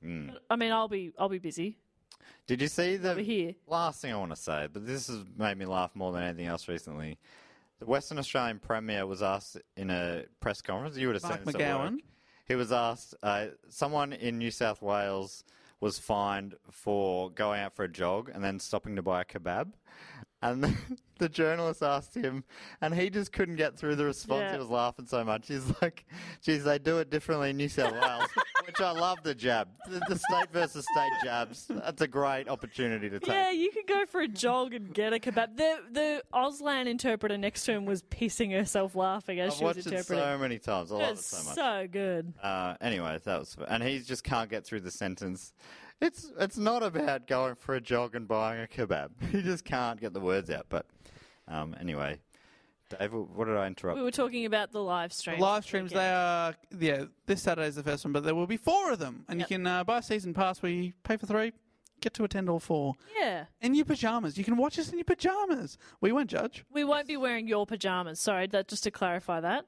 [SPEAKER 3] Mm.
[SPEAKER 1] I mean, I'll be I'll be busy.
[SPEAKER 2] Did you see the
[SPEAKER 1] Over here.
[SPEAKER 2] last thing I want to say? But this has made me laugh more than anything else recently. The Western Australian Premier was asked in a press conference. You would have
[SPEAKER 3] Mark
[SPEAKER 2] seen this at work.
[SPEAKER 3] McGowan.
[SPEAKER 2] He was asked. Uh, someone in New South Wales was fined for going out for a jog and then stopping to buy a kebab. And the, the journalist asked him, and he just couldn't get through the response.
[SPEAKER 1] Yeah.
[SPEAKER 2] He was laughing so much. He's like, "Geez, they do it differently in New South Wales." Which I love the jab, the, the state versus state jabs. That's a great opportunity to take.
[SPEAKER 1] Yeah, you could go for a jog and get a kebab. The the Auslan interpreter next to him was pissing herself laughing as
[SPEAKER 2] I've
[SPEAKER 1] she was
[SPEAKER 2] watched it
[SPEAKER 1] interpreting.
[SPEAKER 2] so many times. I
[SPEAKER 1] It
[SPEAKER 2] love it
[SPEAKER 1] was
[SPEAKER 2] so much.
[SPEAKER 1] so good.
[SPEAKER 2] Uh, anyway, that was, and he just can't get through the sentence. It's it's not about going for a jog and buying a kebab. He just can't get the words out. But um, anyway, Dave, what did I interrupt?
[SPEAKER 1] We were talking about the live stream.
[SPEAKER 3] Live streams, they are, yeah, this Saturday's the first one, but there will be four of them. And
[SPEAKER 1] Yep.
[SPEAKER 3] you can uh, buy a season pass where you pay for three, get to attend all four.
[SPEAKER 1] Yeah.
[SPEAKER 3] In your pajamas. You can watch us in your pajamas. We won't judge.
[SPEAKER 1] We won't be wearing your pajamas. Sorry, that just to clarify that.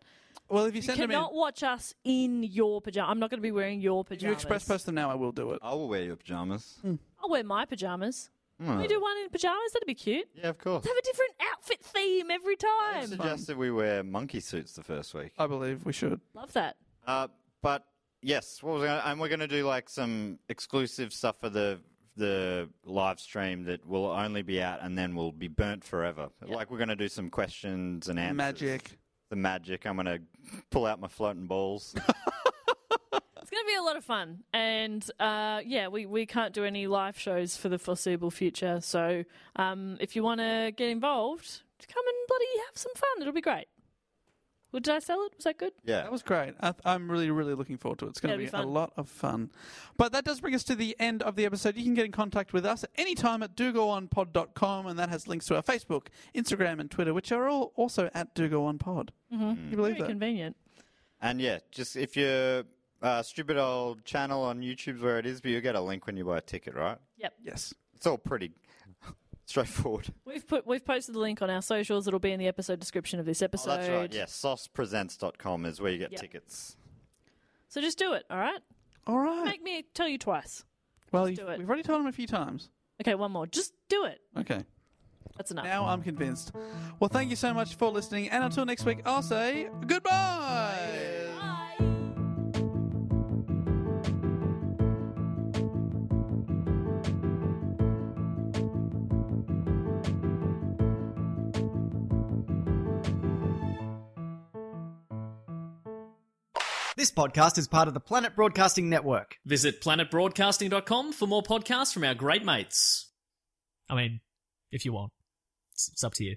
[SPEAKER 3] Well, if you,
[SPEAKER 1] You
[SPEAKER 3] send them in,
[SPEAKER 1] cannot watch us in your pajamas. I'm not going to be wearing your
[SPEAKER 3] if you
[SPEAKER 1] pajamas.
[SPEAKER 3] express post them now, I will do it.
[SPEAKER 2] I will wear your pajamas.
[SPEAKER 1] I'll wear my pajamas. Can We do one in pajamas. That'd be cute.
[SPEAKER 2] Yeah, of course.
[SPEAKER 1] Have a different outfit theme every
[SPEAKER 2] I
[SPEAKER 1] time.
[SPEAKER 2] suggested we wear monkey suits the first week.
[SPEAKER 3] I believe we should.
[SPEAKER 1] Love that.
[SPEAKER 2] Uh, but yes, what was I gonna, and we're going to do like some exclusive stuff for the the live stream that will only be out and then will be burnt forever. Like we're going to do some questions and answers.
[SPEAKER 3] Magic.
[SPEAKER 2] The magic. I'm going to pull out my floating balls.
[SPEAKER 1] It's going to be a lot of fun. And uh, yeah, we, we can't do any live shows for the foreseeable future. So um, if you want to get involved, come and bloody have some fun. It'll be great. Well, did I sell it? Was that good?
[SPEAKER 2] yeah.
[SPEAKER 3] That was great. I, I'm really, really looking forward to it. It's going
[SPEAKER 1] Yeah,
[SPEAKER 3] to
[SPEAKER 1] it'll
[SPEAKER 3] be,
[SPEAKER 1] be
[SPEAKER 3] a
[SPEAKER 1] fun.
[SPEAKER 3] lot of fun. But that does bring us to the end of the episode. You can get in contact with us at any time at dogoonpod.com, and that has links to our Facebook, Instagram, and Twitter, which are all also at dogoonpod. Mm-hmm. You believe
[SPEAKER 1] Very
[SPEAKER 3] that?
[SPEAKER 1] convenient.
[SPEAKER 2] and yeah, just if your uh, stupid old channel on YouTube's where it is, but you get a link when you buy a ticket, right?
[SPEAKER 1] Yep.
[SPEAKER 3] yes.
[SPEAKER 2] It's all pretty straightforward.
[SPEAKER 1] We've put we've posted the link on our socials. It'll be in the episode description of this
[SPEAKER 2] Oh,
[SPEAKER 1] episode.
[SPEAKER 2] that's right. Yeah, saucepresents.com is where you get
[SPEAKER 1] Yep.
[SPEAKER 2] tickets.
[SPEAKER 1] So just do it, all right?
[SPEAKER 3] All right.
[SPEAKER 1] Make me tell you twice.
[SPEAKER 3] well,
[SPEAKER 1] do
[SPEAKER 3] you've-
[SPEAKER 1] it.
[SPEAKER 3] we've already told him a few times.
[SPEAKER 1] Okay, one more. Just do it.
[SPEAKER 3] Okay.
[SPEAKER 1] That's enough.
[SPEAKER 3] Now I'm convinced. Well, thank you so much for listening, and until next week, I'll say goodbye.
[SPEAKER 8] This podcast is part of the Planet Broadcasting Network.
[SPEAKER 5] Visit planetbroadcasting.com for more podcasts from our great mates. I mean, if you want, it's, it's up to you.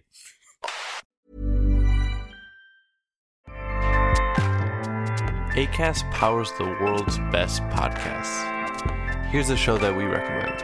[SPEAKER 9] ACAST powers the world's best podcasts. Here's a show that we recommend.